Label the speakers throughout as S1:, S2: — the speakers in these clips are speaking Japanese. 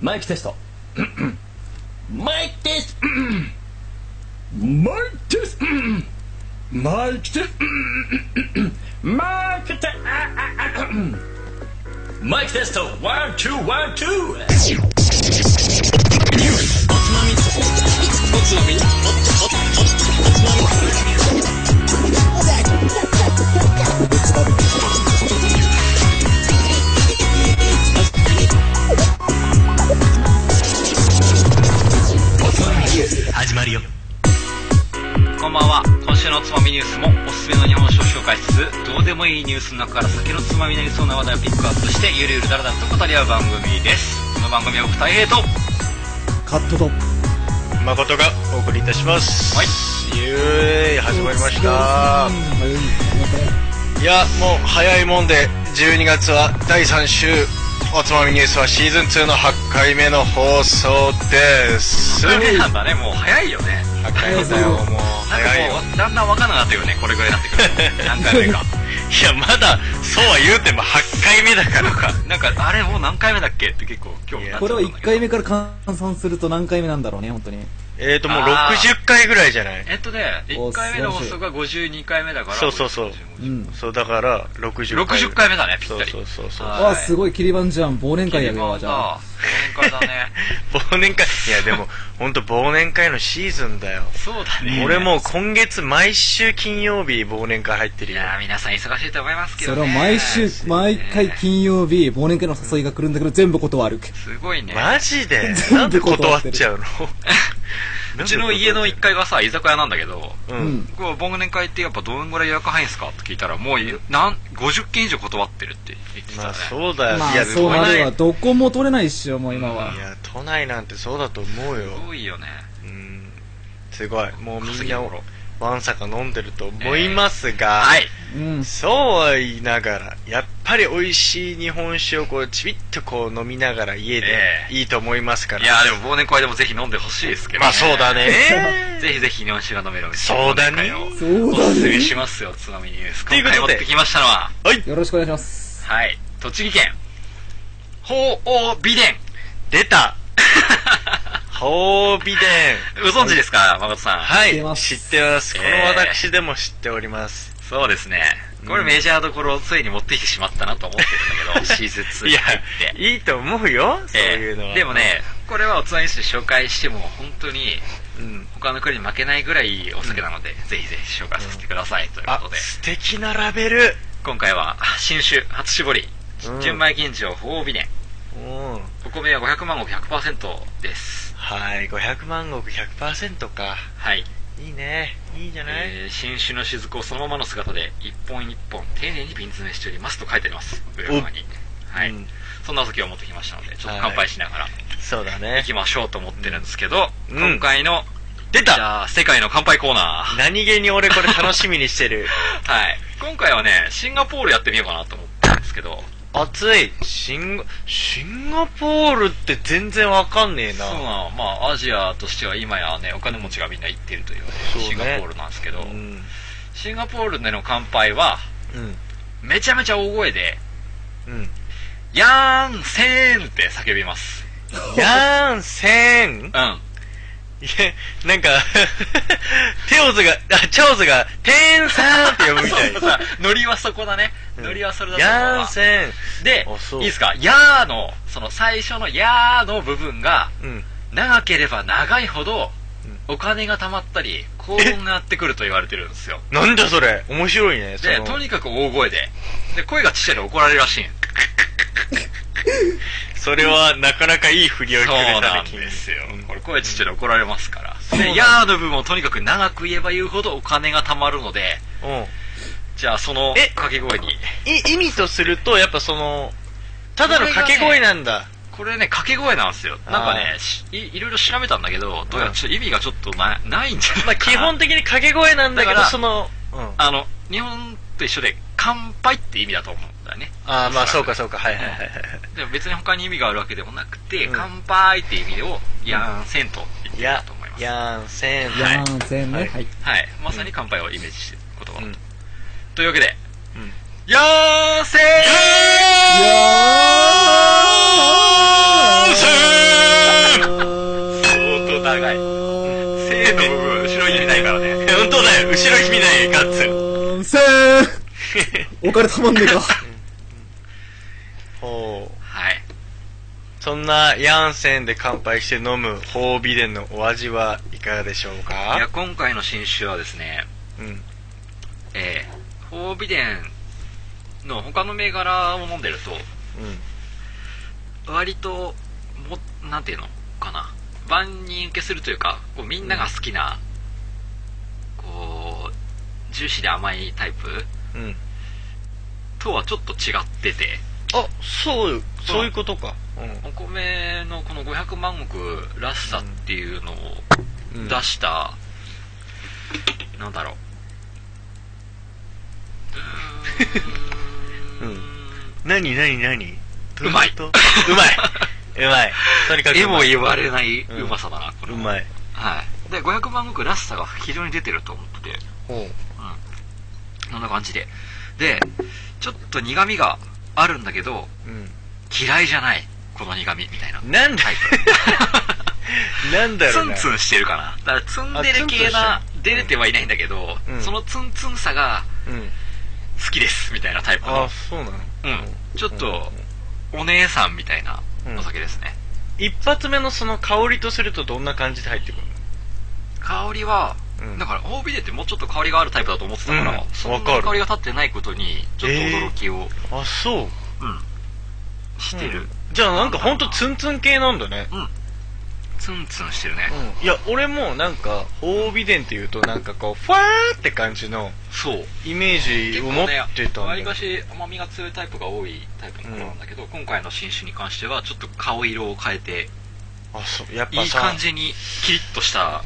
S1: マイクテスト マイクテスト マイクテスト マイクテストマイクテストマイクテストワンツーワンツー
S2: 始まるよ
S3: こんばんは今週のつまみニュースもおすすめの日本酒を紹介しつつどうでもいいニュースの中から酒のつまみになりそうな話題をピックアップしてゆるゆるだらだらと語り合う番組ですこの番組は僕大平と
S4: カットと
S2: 誠がお送りいたします
S3: はい
S2: イエーイ始まりましたいやもう早いもんで12月は第3週おつまみニュースはシーズン2の8回目の放送です
S3: そういう 日なんだねもう早いよね
S2: 8回目だよもう
S3: なん
S2: 早いよ
S3: かもうだんだん分かんなくなってくるねこれぐらいになってくる何回目か
S2: いやまだそうは言うても8回目だからか
S3: なんかあれもう何回目だっけって結構興味が
S4: これは1回目から換算すると何回目なんだろうね本当に
S2: えーともう
S3: あー
S2: 60回ぐらいじゃない
S3: えっとね1回目の放送が52回目だから
S2: そうそうそう
S4: うん
S2: そうだから60回
S3: 60回目だねぴっ
S2: そ
S3: た
S2: う
S3: り
S2: そうそうそう
S3: はい
S4: あすごいキリバンじゃん忘年会やるよじゃあ
S3: 忘年会だね
S2: 忘年会いやでも本当忘年会のシーズンだよ
S3: そうだね
S2: 俺もう今月毎週金曜日忘年会入ってる
S3: い
S2: よ
S3: やー皆さん忙しいと思いますけ
S4: そ
S3: ど
S4: れ
S3: ね
S4: は毎週毎回金曜日忘年会の誘いが来るんだけど全部断る
S3: すごいね
S2: マジでな
S4: 全
S2: んで
S4: 部
S2: 断
S4: 断
S2: っ
S4: ってる
S2: ちゃうの
S3: うちの家の1階がさ居酒屋なんだけど
S2: う
S4: うんん
S3: 僕は忘年会ってやっぱどんぐらい予約入んすかって聞いたらもうなん50件以上断ってるって言ってたね、
S2: まあそうだよ、
S4: ま
S2: いや
S4: あそうなるわ
S2: 都
S4: どこも取れないっしょもう今は
S2: 内いや都内なんてそうだと思うよ
S3: すごいよね
S2: うんすごいもうみ
S3: 稼
S2: ん
S3: ぎ
S2: な
S3: 頃
S2: わんさか飲んでると思いますが、
S3: はい
S4: うん
S2: そうは言いながら、やっぱり美味しい日本酒をこう、ちびっとこう飲みながら家で
S3: ええ
S2: いいと思いますから。
S3: いやーでも忘年会でもぜひ飲んでほしいですけど、
S2: まあそうだ ね
S3: ぜひぜひ日本酒が飲めるお店
S2: そうだね
S3: 忘年
S4: そ
S3: 会をお
S4: うだ
S3: すすめ
S4: ね
S3: しますよつまみニュース
S2: という
S3: 今
S2: ことで
S3: 回持ってきましたのは
S2: はい、
S4: よろしくお願いします
S3: はい栃木県鳳凰美伝
S2: 出 た褒美伝。
S3: ご存知ですか誠さん
S2: は
S4: 知ってま
S2: い、知
S4: す
S2: ってます。この
S3: ええ
S2: 私でも知っております。
S3: そうですね。これメジャーどころをついに持ってきてしまったなと思ってるんだけど、 シーズン2
S2: い
S3: に
S2: や
S3: 入って。、
S2: いいと思うよ、そう
S3: ええ
S2: いうのは。
S3: でもね、、これはおつまみとして紹介しても、本当に
S2: うん。
S3: 他の国に負けないぐらいいいお酒なので、ぜひぜひ紹介させてください、という
S2: あ
S3: こと、で、
S2: 素敵なラベル。
S3: 今回は新酒初絞り
S2: うん、
S3: 純米吟醸鳳凰美年、
S2: うん。
S3: お米は500万石100%です。
S2: はい、500万石100%か。
S3: はい、
S2: いいね。いいんじゃない、
S3: えー新酒の雫をそのままの姿で一本一本丁寧に瓶詰めしておりますと書いてあります上側にはい、
S2: うん
S3: そんなお酒を持ってきましたのでちょっと乾杯しながら
S2: そうだ
S3: 行
S2: ね
S3: き。ましょうと思ってるんですけど、
S2: うん
S3: 今回の
S2: 出
S3: じ
S2: た
S3: ゃあ世界の乾杯コーナー
S2: 何気に俺これ楽しみにして る。
S3: はい今回はねシンガポールやってみようかなと思ったんですけど
S2: 暑いシンガシンガポールって全然わかんねえ
S3: そ
S2: な
S3: うなのまあアジアとしては今やねお金持ちがみんな行ってるという,、
S2: そうね
S3: シンガポールなんですけど、
S2: うん、
S3: シンガポールでの乾杯は
S2: うん
S3: めちゃめちゃ大声で
S2: うん、
S3: 「ヤーンセーン!」って叫びます
S2: やーんせんい
S3: うん
S2: やなんかテオズがあチャオズが「てんさん」って呼ぶみたい
S3: そうさノリはそこだね、
S2: うん
S3: ノリはそれだと思うわ
S2: やーんせん
S3: で
S2: あそう
S3: いいですか「やー」のその最初の「やー」の部分が
S2: うん
S3: 長ければ長いほどお金が貯まったり幸運がやってくると言われてるんですよ
S2: なんだそれ面白いねそ
S3: で
S2: の
S3: とにかく大声でで声がちっちゃいと怒られるらしいん
S2: それはなかなかいい振りを
S3: そう
S2: くれた
S3: なん
S2: ね
S3: ですよ
S2: 君
S3: これ声ちっちゃいと怒られますから
S2: うなんだ
S3: で「やー」の部分をとにかく長く言えば言うほどお金が貯まるので
S2: うん
S3: じゃあその
S2: え
S3: 掛け声に
S2: い意味とするとやっぱそのただの掛け声なんだ、
S3: これね、掛け声なんですよ。なんかね
S2: あ、
S3: しいいろいろ調べたんだけど、どうやらちょっと意味がちょっとなないんじゃないかな。
S2: まあ、基本的に掛け声なんだけ
S3: だか
S2: ど
S3: ら
S2: その、うん、
S3: あの、日本と一緒で、乾杯って意味だと思うんだよね。
S2: ああ、まあ
S3: お
S2: そ
S3: ら
S2: う
S3: く
S2: かそうか、はいはいはいは
S3: でも別に他に意味があるわけでもなくて、
S2: うん
S3: 乾杯って意味を、やんせんと言っ
S2: い。
S3: て
S2: や
S3: たと思いま、す。
S2: やんせん。
S3: はい
S4: やーんせんねはい
S3: はい。まさに乾杯をイメージしてる言葉だと。
S2: うん
S3: というわけで、
S2: うん
S3: やーせー
S4: いやー
S2: せん
S3: 互い。
S4: せ
S3: 生の部分、後ろに見ないからね。本当だよ、後ろに見ない、ガッツ。
S4: ーせーお金たまんねえか。
S2: ほう。
S3: はい。
S2: そんなヤンセンで乾杯して飲む褒美伝のお味はいかがでしょう
S3: いや、
S2: か
S3: 今回の新酒はですね、
S2: うん。
S3: えー、ホービデンの他の銘柄を飲んでると、割と、も、なんていうのかな。万人受けするというか、こうみんなが好きな、こう、重視で甘いタイプ
S2: うん。うん。
S3: とはちょっと違ってて、
S2: あ、そう、そういうことか。
S3: お米のこの500万石らしさっていうのを
S2: うん。うん
S3: 出した、なんだろう。
S2: うん。何何何どう
S3: うまいう
S2: ことうまい。うまい。とにかくうまい。
S3: えも言われないう
S2: うん
S3: まさだな、これ。
S2: うまい。
S3: はい。で、500万石らしさが非常に出てると思ってて、
S2: ほ
S3: こんな感じで。で、ちょっと苦味があるんだけ
S2: う。
S3: ど、
S2: う
S3: 嫌いじゃない。この苦味みたいな。
S2: ん。なんだ
S3: タイ プ。
S2: なんだろ
S3: ツ
S2: う
S3: ン
S2: な。
S3: ツンしてるかな。だからツンデレ系
S2: あ
S3: な
S2: ツンツンしてる、
S3: 出れてはいないんだけど、
S2: うん
S3: そのツンツンさが
S2: うん。
S3: 好きです、みたいなタイプ
S2: あ
S3: の
S2: あ、。そうなの
S3: うん。ちょっと、お姉さんみたいな
S2: うん
S3: お酒ですね。
S2: 一発目のその香りとするとどんな感じで入ってくる
S3: 香りは、
S2: うん
S3: だから、オービデってもうちょっと香りがあるタイプだと思ってたから、
S2: うん
S3: そん
S2: わか
S3: な
S2: る
S3: 香りが立ってないことに、ちょっと驚きを、
S2: のあ、そう。
S3: うん、してる。
S2: じゃあなんかほんとツンツン系なんだね。
S3: ツンツンしてるね。
S2: うん。いや、俺もなんか、褒美伝っていうとなんかこう、ファーって感じの
S3: そう。
S2: イメージ
S3: 結
S2: を
S3: 構
S2: 持っ
S3: ね
S2: てたん
S3: わ
S2: だ
S3: り
S2: よ
S3: か。し甘みが強いタイプが多いタイプのものなんだけど、今回の新種に関しては、ちょっと顔色を変えて、
S2: あ、そう。やっぱ
S3: いい
S2: さ
S3: 感、じにキリッとした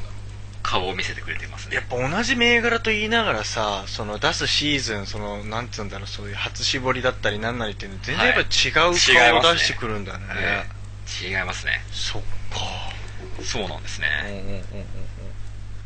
S3: 顔を見せてくれています
S2: やっ
S3: ね。
S2: ぱ同じ銘柄と言いながらさ、その出すシーズン、その、なんつうんだろう、そういう初絞りだったりなんなりっていうの、全然やっぱ違う顔を
S3: はい違いますね
S2: 出してくるんだね。
S3: ええ違いますね。
S2: そっか。
S3: そうなんです
S2: うん
S3: ね。
S2: うんうんうんうん。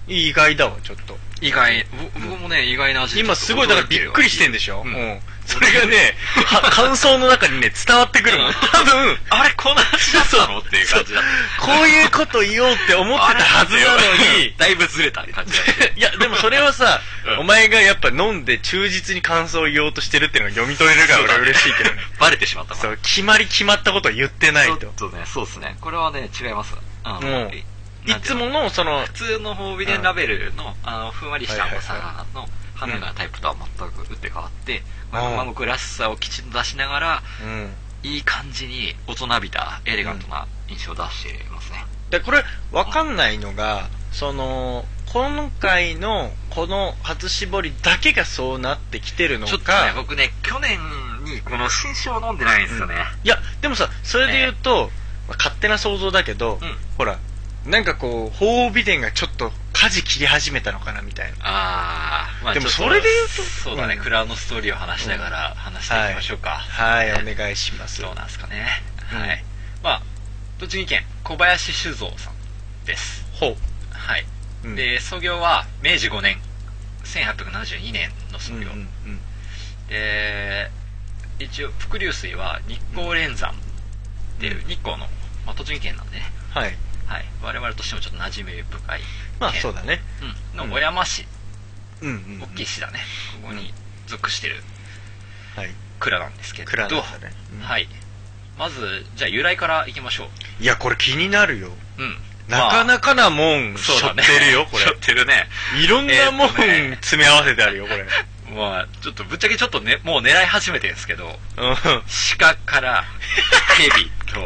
S2: 意外だわ、ちょっと。
S3: 意外、ぼ僕もね、意外な味で
S2: 今すごいだからびっくりしてんでしょ、
S3: う
S2: うんん、それがね、は感想の中にね、伝わってくるの。
S3: うん
S2: 多分、
S3: あれ、こんな味だったのっていう感じだっ
S2: こういうこと言おうって思ってた
S3: た。、
S2: はずなのに
S3: だいぶずれた感じだった
S2: いや、でもそれはさ、
S3: うん
S2: お前がやっぱ飲んで忠実に感想を言おうとしてるっていうのが読み取れるから俺は嬉しいけどね。
S3: バレてしまったな
S2: そう、決まり決まったことを言ってない
S3: ち
S2: と
S3: ょっ。とね、そうですね。これはね、違います。あの
S2: うんい
S3: なんて
S2: つ
S3: いうの
S2: もの、その、
S3: 普通の褒美でラベルの、あの、ふんわりした甘さの花がタイプとは全く打って変わって、
S2: うん
S3: まあマグクらしさをきちんと出しながら、
S2: うん。
S3: いい感じに大人びたエレガントな印象を出していますね。
S2: でこれわかんないのがその今回のこの初絞りだけがそうなってきてるの
S3: ちょっとね、
S2: か、
S3: 僕ね、去年にこの新酒を飲んでないんですよね。
S2: いやでもさそれで言うと、まあ勝手な想像だけど、
S3: うん
S2: ほらなんかこう褒美伝がちょっと舵切り始めたのかなみたいな
S3: あー、まあ
S2: でも
S3: ちょっ
S2: それで言うと
S3: そうだね、
S2: うん
S3: クラウンのストーリーを話しながら話していきましょうか。
S2: はいお願いします
S3: そうなんですかね。
S2: うん
S3: はい。まあ、栃木県小林酒造さんです。
S2: ほう、
S3: はい。
S2: うん
S3: で、創業は明治5年、1872年の
S2: う
S3: 創
S2: んうん
S3: 業。
S2: うん
S3: で、一応、伏流水は日光連山っていう日光の、まあ、栃木県なんでね、
S2: はい
S3: はい。我々としてもちょっと馴染み深い県。
S2: まあそうだね
S3: うん
S2: うん
S3: の小山市、
S2: うんうん、うん、
S3: 大きい市だね。ここに属してる
S2: はい
S3: 蔵なんですけど。
S2: 蔵なんだね、うん
S3: はい。まず、じゃあ由来からいきましょ
S2: いやこれ気になるよ
S3: う。うん。
S2: なかなかなもん、し
S3: そう
S2: ょ
S3: だ
S2: っ
S3: ね。
S2: てるよ、これ
S3: し。ょってるね。
S2: いろんなもん
S3: えーとね
S2: 詰め合わせてあるよ、これ。
S3: まあ、ちょっとぶっちゃけちょっとね、もう狙い始めてるんですけど、
S2: う
S3: 鹿から、 蛇と、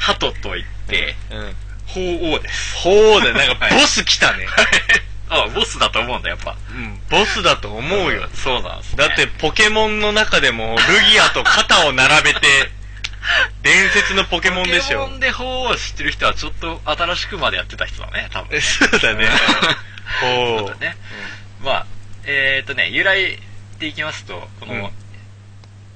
S3: 鳩といって、
S2: ん。うん。
S3: 鳳凰です。
S2: ほうだよ、なんか
S3: はい
S2: ボス来たね。
S3: あ、ボスだと思うんだ、やっぱ。
S2: うん、ボスだと思うよ。
S3: そうなんです、ね。
S2: だって、、ポケモンの中でも、ルギアと肩を 並べて、伝説のポケモ
S3: ポ
S2: ン
S3: ケ
S2: でし
S3: モ
S2: ょ
S3: ン。で鳳凰知ってる人はちょっと新しくまでやってた人だね、多分、
S2: え そうだね。
S3: そ
S2: ほ
S3: うだ
S2: う。
S3: ね。まあ、えっ、ー、とね、由来でいきますと、この、
S2: うん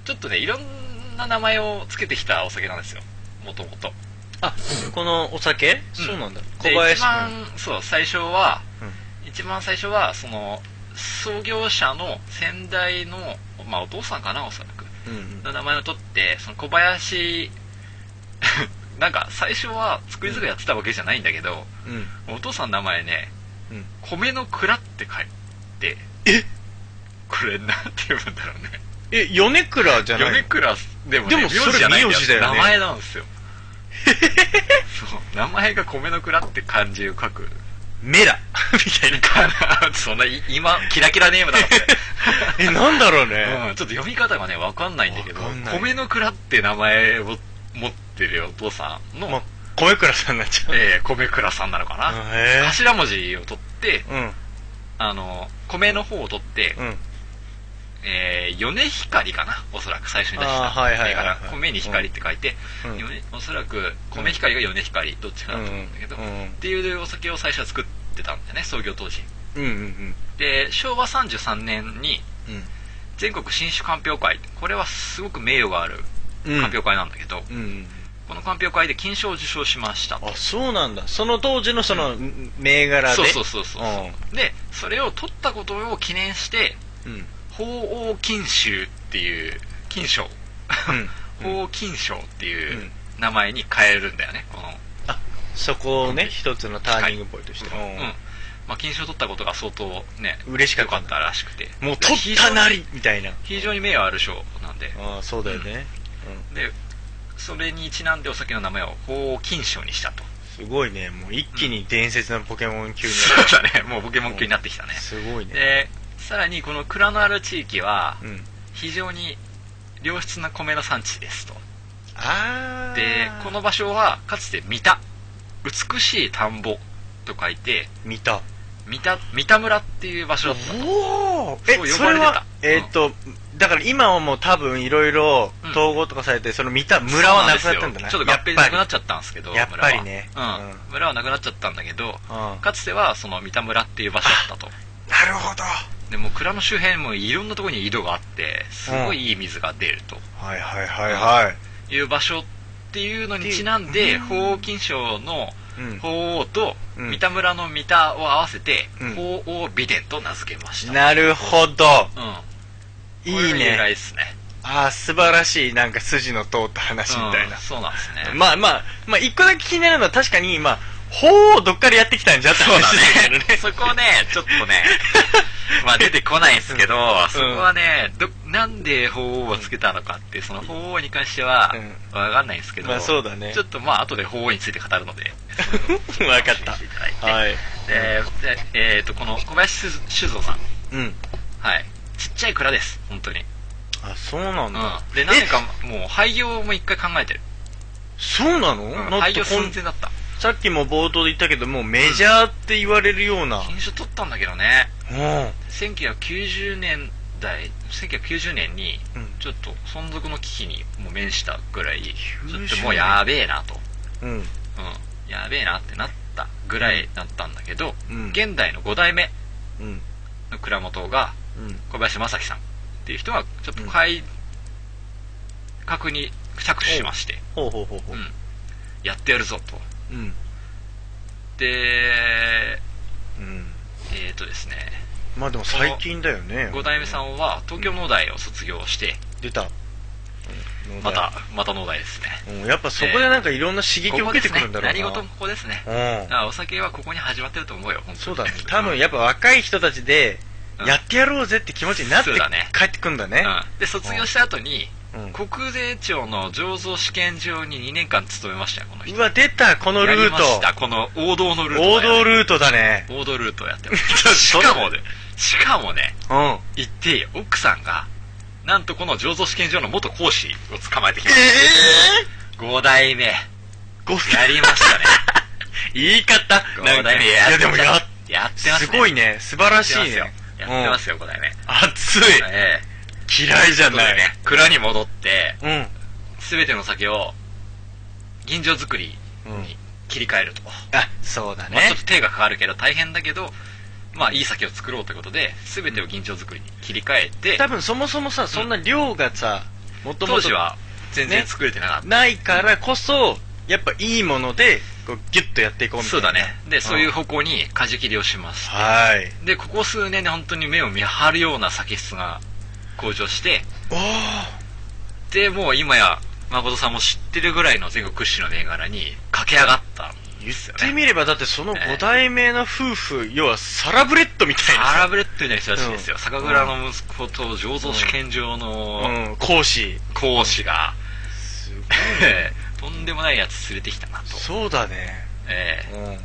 S3: ちょっとね、いろんな名前をつけてきたお酒なんですよ。もともと。
S2: あ、このお酒そうなんだ。小
S3: で
S2: 林
S3: 一。番、そう最初は、
S2: う
S3: 一番最初はその創業者の先代の、まあ、お父さんかなおそらく
S2: うんうん
S3: の名前を取ってその小林 なんか最初は作りづらやってたわけじゃないんだけど、
S2: うん。
S3: お父さんの名前ね、
S2: うん
S3: 米の蔵って書いて、
S2: え
S3: これなんて読むんだろうね。
S2: え、米倉じゃないの
S3: 米蔵でも
S2: で
S3: ね、
S2: もそれ
S3: 名字じゃないん
S2: 名字だよね
S3: 名前なん ですよ。そう、名前が米の蔵って漢字を書く。
S2: メ ラ。
S3: みたいなかな。 そんな、い今、キラキラネームだな、こ
S2: え、
S3: れ。
S2: なんだろうね。
S3: うん、ちょっと読み方がね、わかんないんだけど
S2: わかん、ない
S3: 米の蔵って名前を持ってるお父さんの、
S2: まあ、米倉さんになっちゃう。
S3: えー米倉さんなのかな。
S2: へえ
S3: 頭文字を取って、
S2: うん。
S3: あの、米の方を取って、
S2: うん。
S3: えー、米光かな、おそらく最初に出し
S2: あー
S3: た。
S2: はいはいはい
S3: だから
S2: はい
S3: 米に光って書いて、
S2: うん
S3: 米おそらく米光が米光、どっちかだと思うんだけど、
S2: うんうん
S3: っていうお酒を最初は作ってたんだよね、創業当時。
S2: うんうん
S3: で、昭和33年に
S2: うん。
S3: 全国新酒鑑評会、これはすごく名誉がある
S2: うん。
S3: 鑑評会なんだけど、
S2: うんうん。
S3: この鑑評会で金賞を受賞しましたと
S2: あ、そうなんだ。その当時のその、銘柄で。
S3: そうそうそうそう。
S2: う
S3: で、それを取ったことを記念して、
S2: ん。うん。
S3: 鳳凰金賞っていう、金賞。
S2: うん
S3: 鳳凰金賞っていう、
S2: うん
S3: 名前に変えるんだよね、この。
S2: あ、そこをね、一つのターニングポイントとして。
S3: うん。まあ、金賞取ったことが相当ね、
S2: 嬉しか
S3: 良
S2: った
S3: かったらしくて。
S2: もう取ったなりみたいな。
S3: 非常に名誉ある賞なんで。
S2: ああ、そうだよね。
S3: で、それにちなんでお酒の名前を鳳凰金賞にしたと。
S2: すごいね。もう一気に伝説のポケモン級に
S3: そう
S2: な
S3: だ ね、もうポケモン級になってきたね
S2: る。。すごいね。
S3: で、さらにこの蔵のある地域は
S2: う、ん。
S3: 非常に良質な米の産地ですと。
S2: ああ。
S3: で、こ、の場所は、かつて三田。美しい田んぼと書いて、
S2: 見た。
S3: 三田、三田村っていう場所だったと。
S2: おお
S3: そう
S2: え、
S3: 呼
S2: そ
S3: ば
S2: れ
S3: れてた
S2: は、えーっと、だから今はもう多分いろいろ
S3: うん
S2: 統合とかされて、その見た村はなくなったんだな。
S3: そうなんですよちょっと合併
S2: や
S3: な
S2: っ
S3: く
S2: ぱ
S3: な
S2: り
S3: っちゃったんですけど、
S2: やっぱりね
S3: 村はうん。村はなくなっちゃったんだけど、
S2: うん
S3: かつてはその三田村っていう場所だったと。
S2: なるほど。
S3: でもう蔵の周辺もいろんなところに井戸があって、すごいいい水が出ると
S2: はいはいはいはい。
S3: いう場所っていうのにちなんで、鳳凰金賞の
S2: うん
S3: 鳳凰と
S2: うん
S3: 三田村の三田を合わせて
S2: うん、
S3: 鳳凰美伝と名付けました。
S2: なるほど。
S3: うん。
S2: い
S3: これ
S2: い
S3: が由来
S2: ね。
S3: ですね。
S2: ああ、素晴らしい、なんか筋の通った話みたいな
S3: うん。そうなんですね。
S2: まあまあ、まあ一個だけ気になるのは確かに、まあ、法をどっからやってきたんじゃって
S3: そう
S2: 話だ
S3: だ
S2: けど
S3: ね
S2: ね。。
S3: そこね、ちょっと ね、まあ出てこないですけど、そこはね、ど、なんで鳳凰をつけたのかって、その鳳凰に関しては
S2: うん、
S3: わかんないですけど、
S2: まあそうだね
S3: ちょっとまあ後で鳳凰について語るので、
S2: わかっ
S3: 教えていただいて
S2: た。はい。
S3: で、でえっ、と、この小林酒造さん。
S2: うん。
S3: はい。ちっちゃい蔵です、本当に。
S2: あ、そうなん
S3: う
S2: だ。
S3: ん。で、なんかもう廃業も一回考えてる。
S2: そうなの、
S3: うん
S2: なん
S3: 廃
S2: か
S3: 業
S2: こん
S3: 寸前だった。
S2: さっきも冒頭で言ったけど、もうメジャーって言われるような。
S3: 品種取ったんだけどね。
S2: うん。
S3: 1990年代1990年に
S2: うん
S3: ちょっと存続の危機にもう面したぐらいちょ
S2: 90
S3: っともうやべえなと、
S2: うん。
S3: うん、やべえなってなったぐらいだったんだけど、
S2: うん
S3: 現代の5代目
S2: うん。
S3: の蔵元が
S2: うん。
S3: 小林正樹さんっていう人がちょっと改革に着手しまして、
S2: ほうほうほうほ
S3: うんやってやるぞと
S2: う。うん。
S3: で
S2: うん。
S3: えっ、とですね
S2: まあでも最近だよね。
S3: 5代目さ
S2: を。
S3: んは東京農大を卒業して
S2: 出た。うん
S3: また。また農大ですね
S2: うん、やっぱそこでなんかいろんな刺激
S3: こ
S2: を
S3: こ
S2: 受けて
S3: です
S2: くるんだろうな。
S3: ね、何事もここですね。
S2: うん
S3: だか。らお酒はここに始まってると思うよ、本当に
S2: そうだね。多分やっぱ若い人たちで、
S3: うん
S2: やってやろうぜって気持ちになって
S3: そうだね
S2: 帰ってくんだね。
S3: うん、で、卒業した後に、
S2: うん
S3: 国税庁の醸造試験場に2年間勤めましたよ、この人。
S2: うわ、出た、このル
S3: やり
S2: ー
S3: ま
S2: ト。
S3: した、この王道のルート
S2: 王
S3: をやる。
S2: 道ルートだね。
S3: 王道ルートをやってます しかもね、しかもね、
S2: うん。
S3: 言っていいよ奥さんが、なんとこの醸造試験場の元講師を捕まえてきま
S2: え
S3: した。5代目、や
S2: ぇ、ー、
S3: りましたね。
S2: 言い方
S3: 5代目
S2: い
S3: や
S2: や
S3: って
S2: でもや、
S3: やってます
S2: す
S3: ね。
S2: ごいね。素晴らしいね。
S3: やってますよ、5代目。
S2: うん熱い。
S3: ええ
S2: 嫌いじゃ
S3: ということ
S2: な
S3: で
S2: い。
S3: ね、蔵に戻って、
S2: うん。
S3: すべての酒を、吟醸作りに切り替えると。
S2: あ、そうだ
S3: まあ、ち
S2: ね
S3: ょっ。と手がかかるけど大変だけど、まあいい酒を作ろうということで、すべてを吟醸作りに切り替えて、
S2: 多分そもそもさ、そんな量がさ、もと
S3: 当
S2: もと
S3: 時は全然
S2: ね
S3: 作れてなかった。
S2: ないからこそ、やっぱいいもので、こう、ギュッとやっていこうみた
S3: そ
S2: いうな。
S3: だね。で、そういう方向に舵切りをします。
S2: はい。
S3: で、ここ数年で本当に目を見張るような酒質が向上して、
S2: おー
S3: で、もう今や誠さんも知ってるぐらいの全国屈指の銘柄に駆け上がったんで
S2: 言っ
S3: すよ
S2: て
S3: ね。
S2: みれば、だってその5代目の夫婦、要はサラブレッドみたいな
S3: ア
S2: さ
S3: ラブレッドになりそうらしいですよ。
S2: うん
S3: 酒蔵の息子と醸造試験場の
S2: うん、講師。
S3: 講師が、
S2: すごい
S3: とんでもないやつ連れてきたなと。
S2: そうだね。
S3: ええ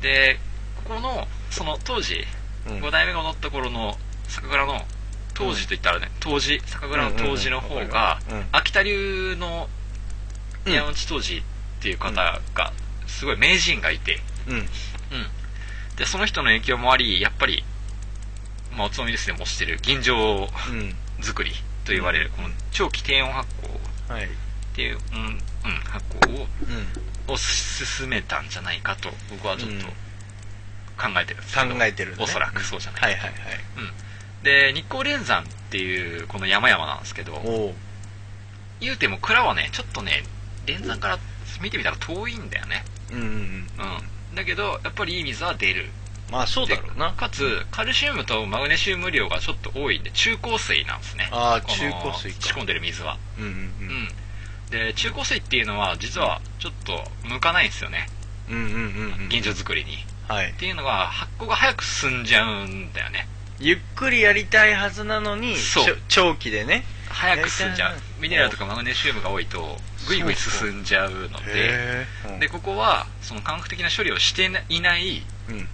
S2: う
S3: で、ここの、その当時、
S2: ん。
S3: 5代目が乗った頃の酒蔵の当時といったらね、当時、酒蔵の当時の方が
S2: うんうんうん、
S3: 秋田流の
S2: うん
S3: 山内当時っていう方が、すごい名人がいて、
S2: うん。
S3: で、その人の影響もあり、やっぱり、まあ、おつまみですね、もしてる、吟醸
S2: うん。
S3: 作りと言われる、この長期低温発酵っ
S2: はい。
S3: ていう、うん、うん、発酵
S2: うん。
S3: をを進めたんじゃないかと、僕はちょっと
S2: うん
S3: 考えてるんですけど
S2: 考えてるね
S3: おそらくそうじゃないか
S2: はいはいはい。
S3: で日光連山っていうこの山々なんですけど
S2: おう。
S3: 言うても蔵はねちょっとね連山から見てみたら遠いんだよね
S2: うんうんうん。
S3: うんだけどやっぱりいい水は出る
S2: まあそうだろうな
S3: で。かつカルシウムとマグネシウム量がちょっと多いんで中高水なんですね
S2: ああ、
S3: この
S2: 中高水
S3: 仕
S2: か。
S3: 込んでる水は
S2: うん
S3: うん、で中高水っていうのは実はちょっと向かないんですよね
S2: うん。うんうんうんうん。
S3: 現状作りにっ
S2: はい。
S3: ていうのは発酵が早く進んじゃうんだよね
S2: ゆっくりやりたいはずなのに、
S3: そう
S2: ちょ長期でね。
S3: 早く進んじゃう
S2: やりたいな
S3: ミネラルとかマグネシウムが多いとぐいぐい進んじゃうので
S2: え
S3: でここはその科学的な処理をしていない
S2: うん。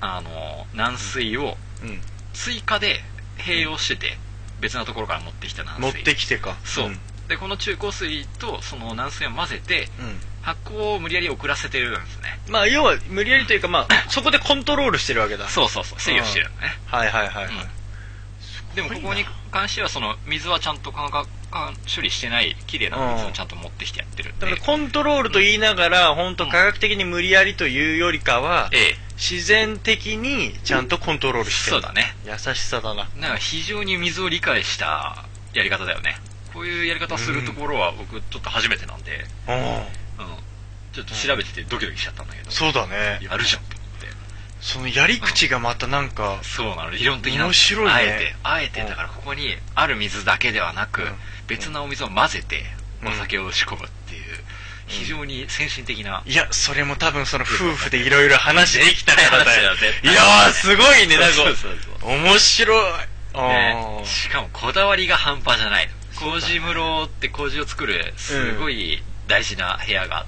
S3: あの軟水を
S2: うん。
S3: 追加で併用してて別なところから持ってきた軟水
S2: 持ってきてか。
S3: そう、
S2: ん
S3: でこの中高水とその軟水を混ぜて
S2: う
S3: 発酵を無理やり遅らせてるんですね
S2: ん。まあ要は無理やりというか、ま あそこでコントロールしてるわけだ。
S3: そうそうそう制御してるのね、
S2: はいはいはいはい。
S3: でもここに関してはその水はちゃんと化学処理してない綺麗な水をちゃんと持ってきてやってるんで
S2: だからコントロールと言いながら、本当科学的に無理やりというよりかは、
S3: ええ
S2: 自然的にちゃんとコントロールしてる。
S3: そうだね
S2: 優しさだな。
S3: なんか非常に水を理解したやり方だよねこういうやり方をするところは僕ちょっと初めてなんで、
S2: うん。
S3: うん、ちょっと調べててドキドキしちゃったんだけど、
S2: そうだね。
S3: やるじゃんと思って
S2: そのやり口がまたなんか、
S3: そうなの理論的な
S2: 面白いね
S3: あえてあえ
S2: う
S3: て
S2: ん
S3: だからここにある水だけではなく、
S2: うん
S3: 別なお水を混ぜて
S2: うん
S3: お酒を仕込むっていう、非常に先進的な、
S2: いや、それも多分その夫婦でいろいろ話できたからだよ。
S3: でき
S2: い
S3: た
S2: や
S3: よ
S2: ー、すごいね、なん
S3: そう
S2: か、
S3: そうそう
S2: 面白い。あ
S3: ね、しかもこだわりが半端じゃない麹室って麹を作るすごい大事な部屋が、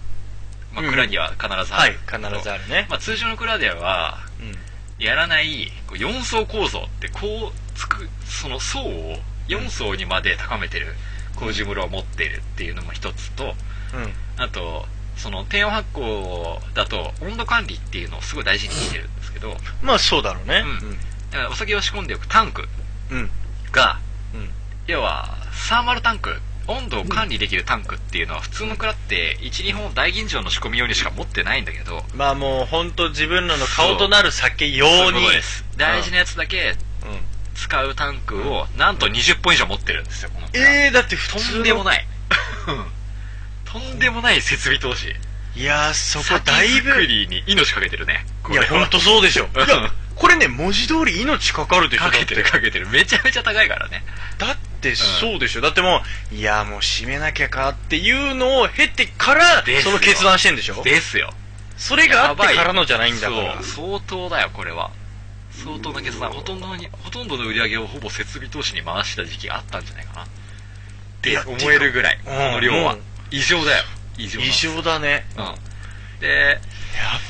S3: ま
S2: うん
S3: あ、蔵には必ず
S2: あ。
S3: あ
S2: はい、
S3: る、
S2: 必ずあるね。
S3: まあ、通常の蔵では
S2: うん。
S3: やらないこう4層構造ってこうつくその層を4層にまで高めてる麹室を持っているっていうのも一つと
S2: うん。
S3: あとその低温発酵だと温度管理っていうのをすごい大事にしてるんですけどだ
S2: まあそうだろうね。
S3: からお酒を仕込んでおくタンク
S2: うん。うん。
S3: が
S2: うん。
S3: 要はサーマルタンク温度を管理できるタンクっていうのは普通の蔵って12本大吟醸の仕込み用にしか持ってないんだけど
S2: まあもう本当自分らの顔となる酒用に。
S3: す大事なやつだけ
S2: うん。
S3: 使うタンクをなんと20本以上持ってるんですよこの蔵
S2: ええー、だって普通
S3: と
S2: の
S3: んでもないとんでもない設備投資
S2: いやー、そこ
S3: 酒
S2: だいぶ
S3: 作。りに命かけてるねこ
S2: い
S3: れ
S2: や、
S3: は
S2: ほんとそうでしょ。
S3: うん
S2: いや、これね、文字通り命かかるでしょ。
S3: かけてる
S2: だっ
S3: かけてるめちゃめちゃ高いからね
S2: て。だってそうでしょ。だってもう、いや、もう閉めなきゃかっていうのを経てから
S3: で、す
S2: そ
S3: よ
S2: の決断してんでしょ
S3: ですよ
S2: それがあってからのじゃないんだか
S3: そ
S2: ら
S3: う。相当だよこれは相当な決算ほとんどにほとんどの売り上げをほぼ設備投資に回した時期があったんじゃないかなって
S2: や
S3: 思えるぐらい
S2: ん
S3: この量は
S2: もう
S3: 異常だよ異常な
S2: 異常だね。や
S3: うんで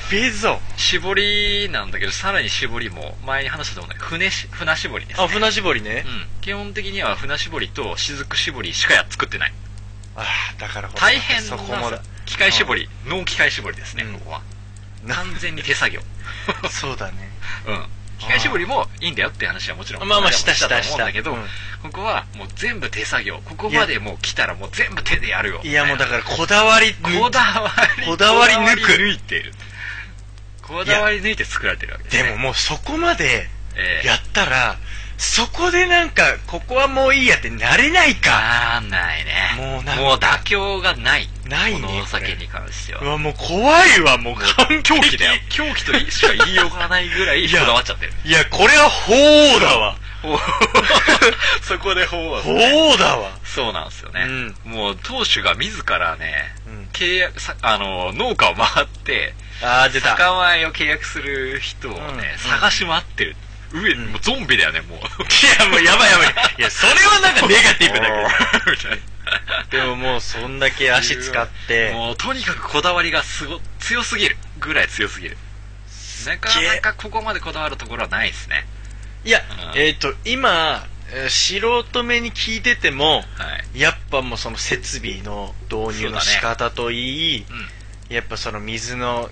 S2: っべえぞ。
S3: 絞りなんだけどさらに絞りも前に話したと思うんだけど船し船絞りです、ね、
S2: あ、船絞りね
S3: う。ん基本的には船絞りと雫絞りしかや作ってない
S2: ああ、だからほら
S3: 大変
S2: そ
S3: な
S2: こもだ。
S3: 機械絞り脳機械絞りですね、
S2: うん
S3: ここは
S2: な
S3: 完全に手作業
S2: そうだね。
S3: うん機械絞りもいいんだよって話はもちろん
S2: まあまあ
S3: この間も
S2: した
S3: と
S2: した
S3: 思うんだけど、
S2: した
S3: ここはもう全部手作業ここまでもう来たらもう全部手でやるよ
S2: いや、もうだからこだわり、
S3: こだわり
S2: こだわり抜く
S3: こだわり抜いてるこだわり抜いて作られてるわけです、
S2: で
S3: ね、
S2: ももうそこまで、
S3: ええ
S2: やったら、そこでなんか、ここはもういいやってなれないか。
S3: ならないね
S2: もうなんか
S3: もう妥協がない
S2: ないね
S3: このお酒に関して
S2: う
S3: は
S2: わ、もう怖いわ、もう完
S3: 狂
S2: 璧
S3: 気だよ狂気としか言いようがないぐらい
S2: い
S3: こ
S2: や
S3: だわっちゃってる
S2: いや、これは法だわ。
S3: おそこで法は
S2: ほうだわ。
S3: そうなんですよね、もう当主が自らね、
S2: うん
S3: 契約さあの農家を回って
S2: あー、出た。
S3: 酒米を契約する人をね、
S2: うん
S3: 探し回ってる上、もうゾンビだよねもう
S2: いや、もうやばい やばい。いや、それはなんかネガティブだけ
S3: みたいな
S2: ど。 でももうそんだけ足使って、
S3: もうとにかくこだわりがすご強すぎるぐらい強すぎるなかなかここまでこだわるところはないですね
S2: いや
S3: う、ん
S2: えっ、と、今、えー素人目に聞いてても、
S3: はい
S2: やっぱもうその設備の導入の仕方といい、
S3: うん
S2: やっぱその水の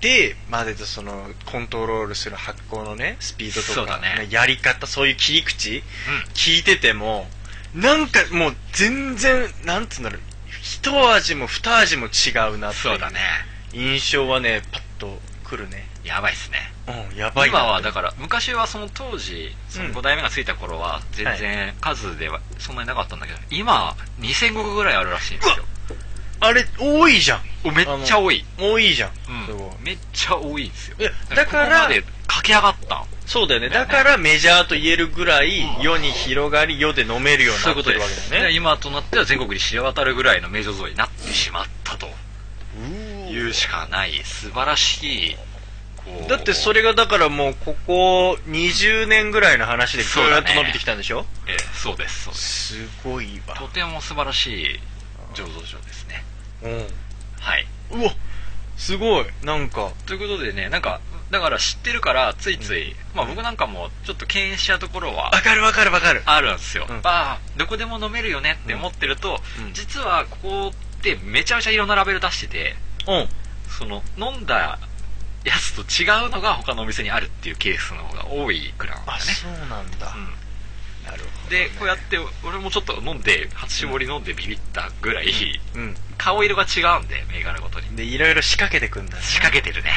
S2: でまでとそのコントロールする発酵のねスピード
S3: そう
S2: とか、
S3: だね
S2: やり方そういう切り口、聞いててもなんかもう全然なんつうんだろう一味も二味も違うなってい
S3: そうだね
S2: 印象はねパッとくるね
S3: やばいっすね
S2: うんやばいな
S3: 今はだから昔はその当時その
S2: うん
S3: 5代目がついた頃は全然数ではそんなになかったんだけど、今2000石ぐらいあるらしいんですよ
S2: あれ多いじゃん
S3: おめっちゃ多い、
S2: 多いじゃん、
S3: うん
S2: すごい
S3: めっちゃ多いんですよ
S2: いやだから
S3: ここまで駆け上がった
S2: そうだよね
S3: だ
S2: だ
S3: よね
S2: からメジャーと言えるぐらい世に広がり世で飲めるようになってるわけだよ
S3: で
S2: ね
S3: 今となっては全国に知れ渡るぐらいの名醸造になってしまったと
S2: うー
S3: いうしかない素晴らしいこう
S2: だってそれがだからもうここ20年ぐらいの話でぐ
S3: そう
S2: ー
S3: だ
S2: っと
S3: ね
S2: 伸びてきたんでしょ、
S3: ええそうですそうです
S2: すごいわ
S3: とても素晴らしい醸造所ですね
S2: う
S3: はいう
S2: わすごいなんか
S3: ということでねなんかだから知ってるからついつい、まあ僕なんかもちょっと敬遠しちゃうところ
S2: わ
S3: は
S2: かるわかるわかる
S3: あるんですよ、
S2: うん
S3: ああどこでも飲めるよねって思ってると、
S2: うん
S3: 実はここってめちゃめちゃいろんなラベル出してて
S2: うん
S3: その飲んだやつと違うのが他のお店にあるっていうケースの方が多いくらいなんだ
S2: あ
S3: ね
S2: そうなんだ、
S3: うん
S2: なるほど
S3: でこうやって俺もちょっと飲んで初絞り飲んでビビったぐらい、
S2: う
S3: 顔色が違うんで銘柄ごとに
S2: んでいろいろ仕掛けてくんだね
S3: 仕掛けてるね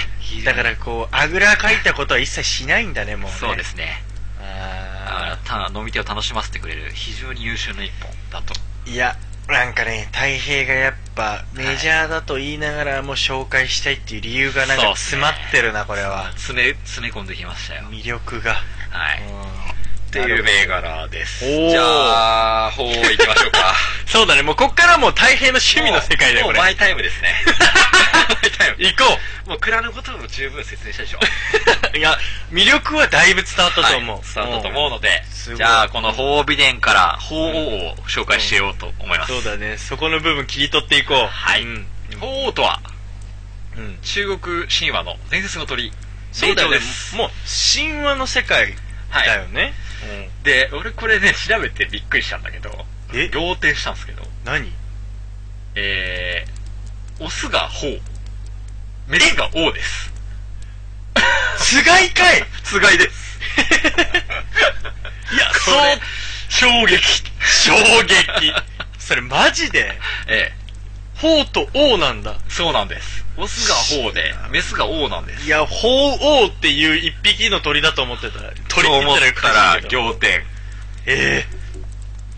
S2: だからこうあぐらかいたことは一切しないんだねもうね
S3: そうですねだ
S2: あ
S3: からた飲み手を楽しませてくれる非常に優秀な一本だと
S2: ーいやなんかね太平がやっぱメジャーだと言いながらも紹介したいっていう理由がなん
S3: そう
S2: か
S3: っす
S2: 詰
S3: ね
S2: まってるなこれは
S3: 詰め詰め込んできましたよ
S2: 魅力が
S3: はい、っていう銘柄です
S2: おー
S3: じゃあほういきましょうか
S2: そうだねもうこっからもう太平の趣味の世界だよ こ
S3: もう
S2: れ
S3: もうマイタイムで すねマイタイム
S2: 行こう
S3: もう蔵のことも十分説明したでしょ
S2: いや、魅力はだいぶ伝わったと思う。
S3: はい伝わったと思うので
S2: すごい
S3: じゃあこの鳳凰美伝から鳳凰を紹介してようと思います、
S2: そうだね、そこの部分切り取っていこう。
S3: はい
S2: うん。
S3: 鳳凰とは
S2: うん
S3: 中国神話の伝説の鳥
S2: そうだよ
S3: 霊
S2: ね
S3: 長です。
S2: もう、神話の世界
S3: はい
S2: だよね。
S3: で俺これね調べてびっくりしたんだけど
S2: うんえ
S3: 仰天したんですけど
S2: 何
S3: えー、オスが鳳メスが王です
S2: つがいかい
S3: つがいです
S2: いや、
S3: そ
S2: そうう、
S3: 衝撃
S2: 衝 撃。それマジで、
S3: ええ
S2: 鳳と王なんだ。
S3: そうなんですオスが鳳でメスが王なんです
S2: いや、鳳王っていう一匹の鳥だと思ってた。鳥って言ったらよく
S3: ら
S2: けど。
S3: 仰天
S2: ええ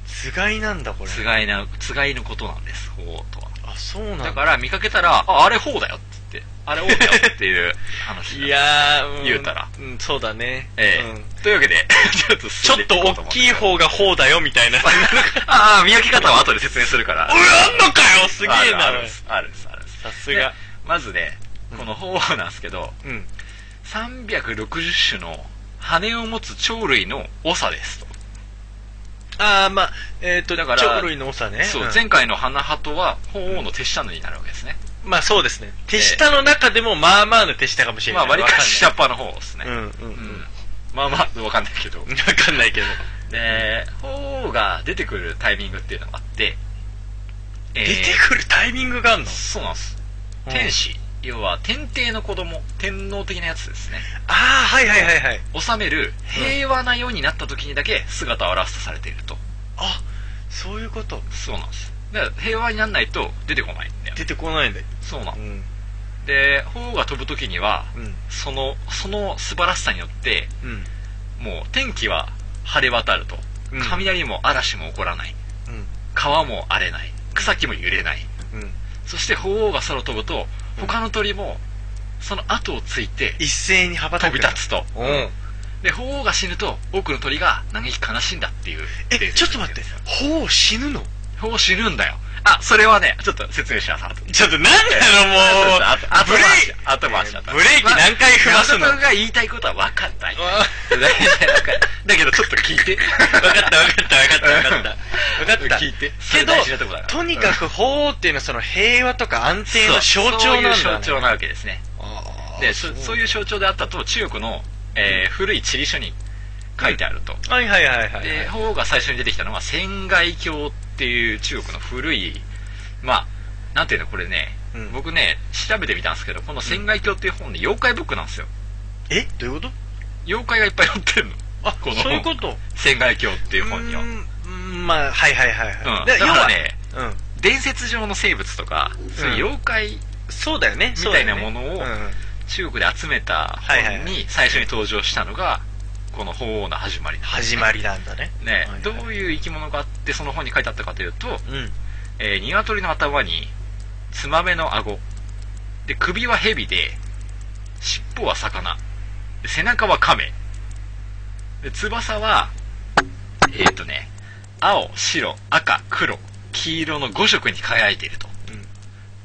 S2: つがいなんだ、これ。
S3: つがいなつがいのことなんです鳳とは
S2: あ、そうなんだ。
S3: だから見かけたらああれ鳳だよっつってあれ王だよっていう話
S2: いやー、ん
S3: 言うたら。
S2: うん、そうだね。
S3: ええ
S2: うん
S3: というわけで ちょっと
S2: ちょっと大きい方が方だよみたいな。うわ、
S3: ああ見分け方は後で説明するから
S2: あんのかよすげえな
S3: あ。るんですあるんですあるんです
S2: さすが
S3: で。まずねこの鳳凰なんですけど
S2: うん。
S3: 360種の羽を持つ鳥類の長ですと
S2: ああ、まあ、えっ、と、
S3: だ
S2: だ
S3: か
S2: からら、鳥類の長ね。
S3: そう、
S2: ん
S3: 前回の花鳩は鳳凰の手下のになるわけですね。
S2: まあそうですね。手下の中でもまあまあの手下かもしれ
S3: ま
S2: な
S3: あ、
S2: い。
S3: 割りかし下
S2: わ
S3: っ端の方ですね
S2: か。んないうんうん
S3: う
S2: うん
S3: ん。まあまあ、わかんないけど。
S2: わかんないけど。
S3: で、鳳凰が出てくるタイミングっていうのがあって、え ー
S2: 出てくるタイミングがあんの
S3: そうなんです。
S2: うん
S3: 天子、要は天帝の子供、天皇的なやつですね。
S2: ああ、はいはいはいはい。
S3: 治める平和な世になった時にだけ姿を現すとされていると。
S2: あ、そういうこと。
S3: そうなんです。だから平和にならないと出てこないんだよ。
S2: 出てこないんだよ。
S3: そうなん
S2: うん。
S3: で、鳳凰が飛ぶ時には、
S2: うん。
S3: その、その素晴らしさによって、
S2: うん。
S3: もう天気は晴れ渡ると、
S2: うん
S3: 雷も嵐も起こらない川も荒れない草木も揺れない
S2: うん。うん。
S3: そして鳳凰が空を飛ぶと他の鳥もその後をついて
S2: 一斉に羽ばた
S3: 飛
S2: く。
S3: び立つと、
S2: うん。
S3: で、鳳凰が死ぬと、多くの鳥が嘆き悲しんだっていう。
S2: え、ちょっと待って。ほう死ぬの
S3: 鳳凰死ぬんだよ。あ、それはね、ちょっと説明しなさい。
S2: ちょっとなん なのもう、
S3: あと、あと
S2: ブレ
S3: 回
S2: ー
S3: し
S2: キ、
S3: あと回しだった
S2: ブレーキ何回踏ますの
S3: まあ山里が言いたいことは分かった。
S2: わ
S3: だけど、ちょっと聞いて。分かった、分かった、分かった、分かった。分かった。
S2: 聞いて。
S3: そ
S2: け
S3: れ
S2: ど
S3: 大事なとこだから、
S2: とにかく法っていうのはその平和とか安定の象徴なんだ、ね。
S3: そういう象徴なわけですね。
S2: あー
S3: で、そそういう象徴であったと、中国の、えー古い地理書に書いてあると。
S2: はいはいはいはい。
S3: で、方が最初に出てきたのは、仙外教っていう中国の古い、まあ、なんていうの、これね、
S2: うん
S3: 僕ね、調べてみたんですけど、この仙外教っていう本ね、妖怪ブックなんですよ。
S2: えどういうこと
S3: 妖怪がいっぱい載っ てるの。
S2: あ、
S3: この
S2: そういうこと
S3: 仙外教っていう本には。
S2: う
S3: う
S2: ー
S3: ん。
S2: んうんまあ、はいはいはいはい。
S3: だからね、
S2: 要は、うん。
S3: 伝説上の生物とか、そういう妖怪、
S2: そうだよね。
S3: みたいなものを
S2: そうだよね
S3: 中国で集めた
S2: はいはいは
S3: 本に最初に登場したのが、この鳳凰の始まりなんです
S2: 始
S3: ね
S2: まりなんだね。
S3: ね、
S2: はいはい
S3: どういう生き物があってその本に書いてあったかというと、
S2: うん。
S3: えー、鶏の頭にツマメの顎で首は蛇で尻尾は魚で背中は亀で翼はえー、っとね青白赤黒黄色の5色に輝いていると、
S2: うん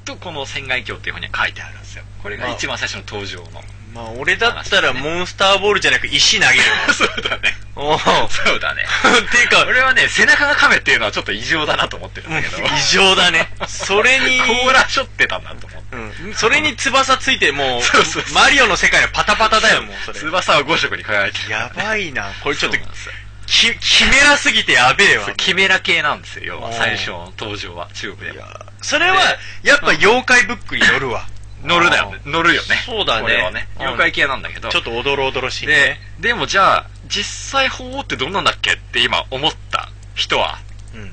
S3: とこの仙外鏡っていう本には書いてあるんですよこれが一番最初の登場の、
S2: まあ、俺だったらモンスターボールじゃなく石投げる
S3: そうだね
S2: もん。おお。て
S3: そう だね
S2: いうか、
S3: 俺はね背中が亀っていうのはちょっと異常だなと思ってるんだけど
S2: 異常だね。それに、
S3: 甲羅しょってたなと思って
S2: うん。それに翼ついて、もう
S3: そうそうそう
S2: マリオの世界はパタパタだよ、もう、それ。
S3: 翼は5色に輝いてる
S2: やばいな。これちょっと
S3: そう、なんですよ
S2: き、キメラすぎてやべえわ。
S3: そうキメラ系なんですよ要
S2: お
S3: は
S2: ー
S3: 最初の登場は中国では
S2: それは、やっぱ妖怪ブックに乗るわ。
S3: 乗るだよね乗るよね
S2: そうだね
S3: これはね
S2: うん
S3: 妖怪系なんだけど
S2: ちょっとおどろおどろしい
S3: で
S2: ね。
S3: でもじゃあ実際法王ってどんなんだっけって今思った人は
S2: うん。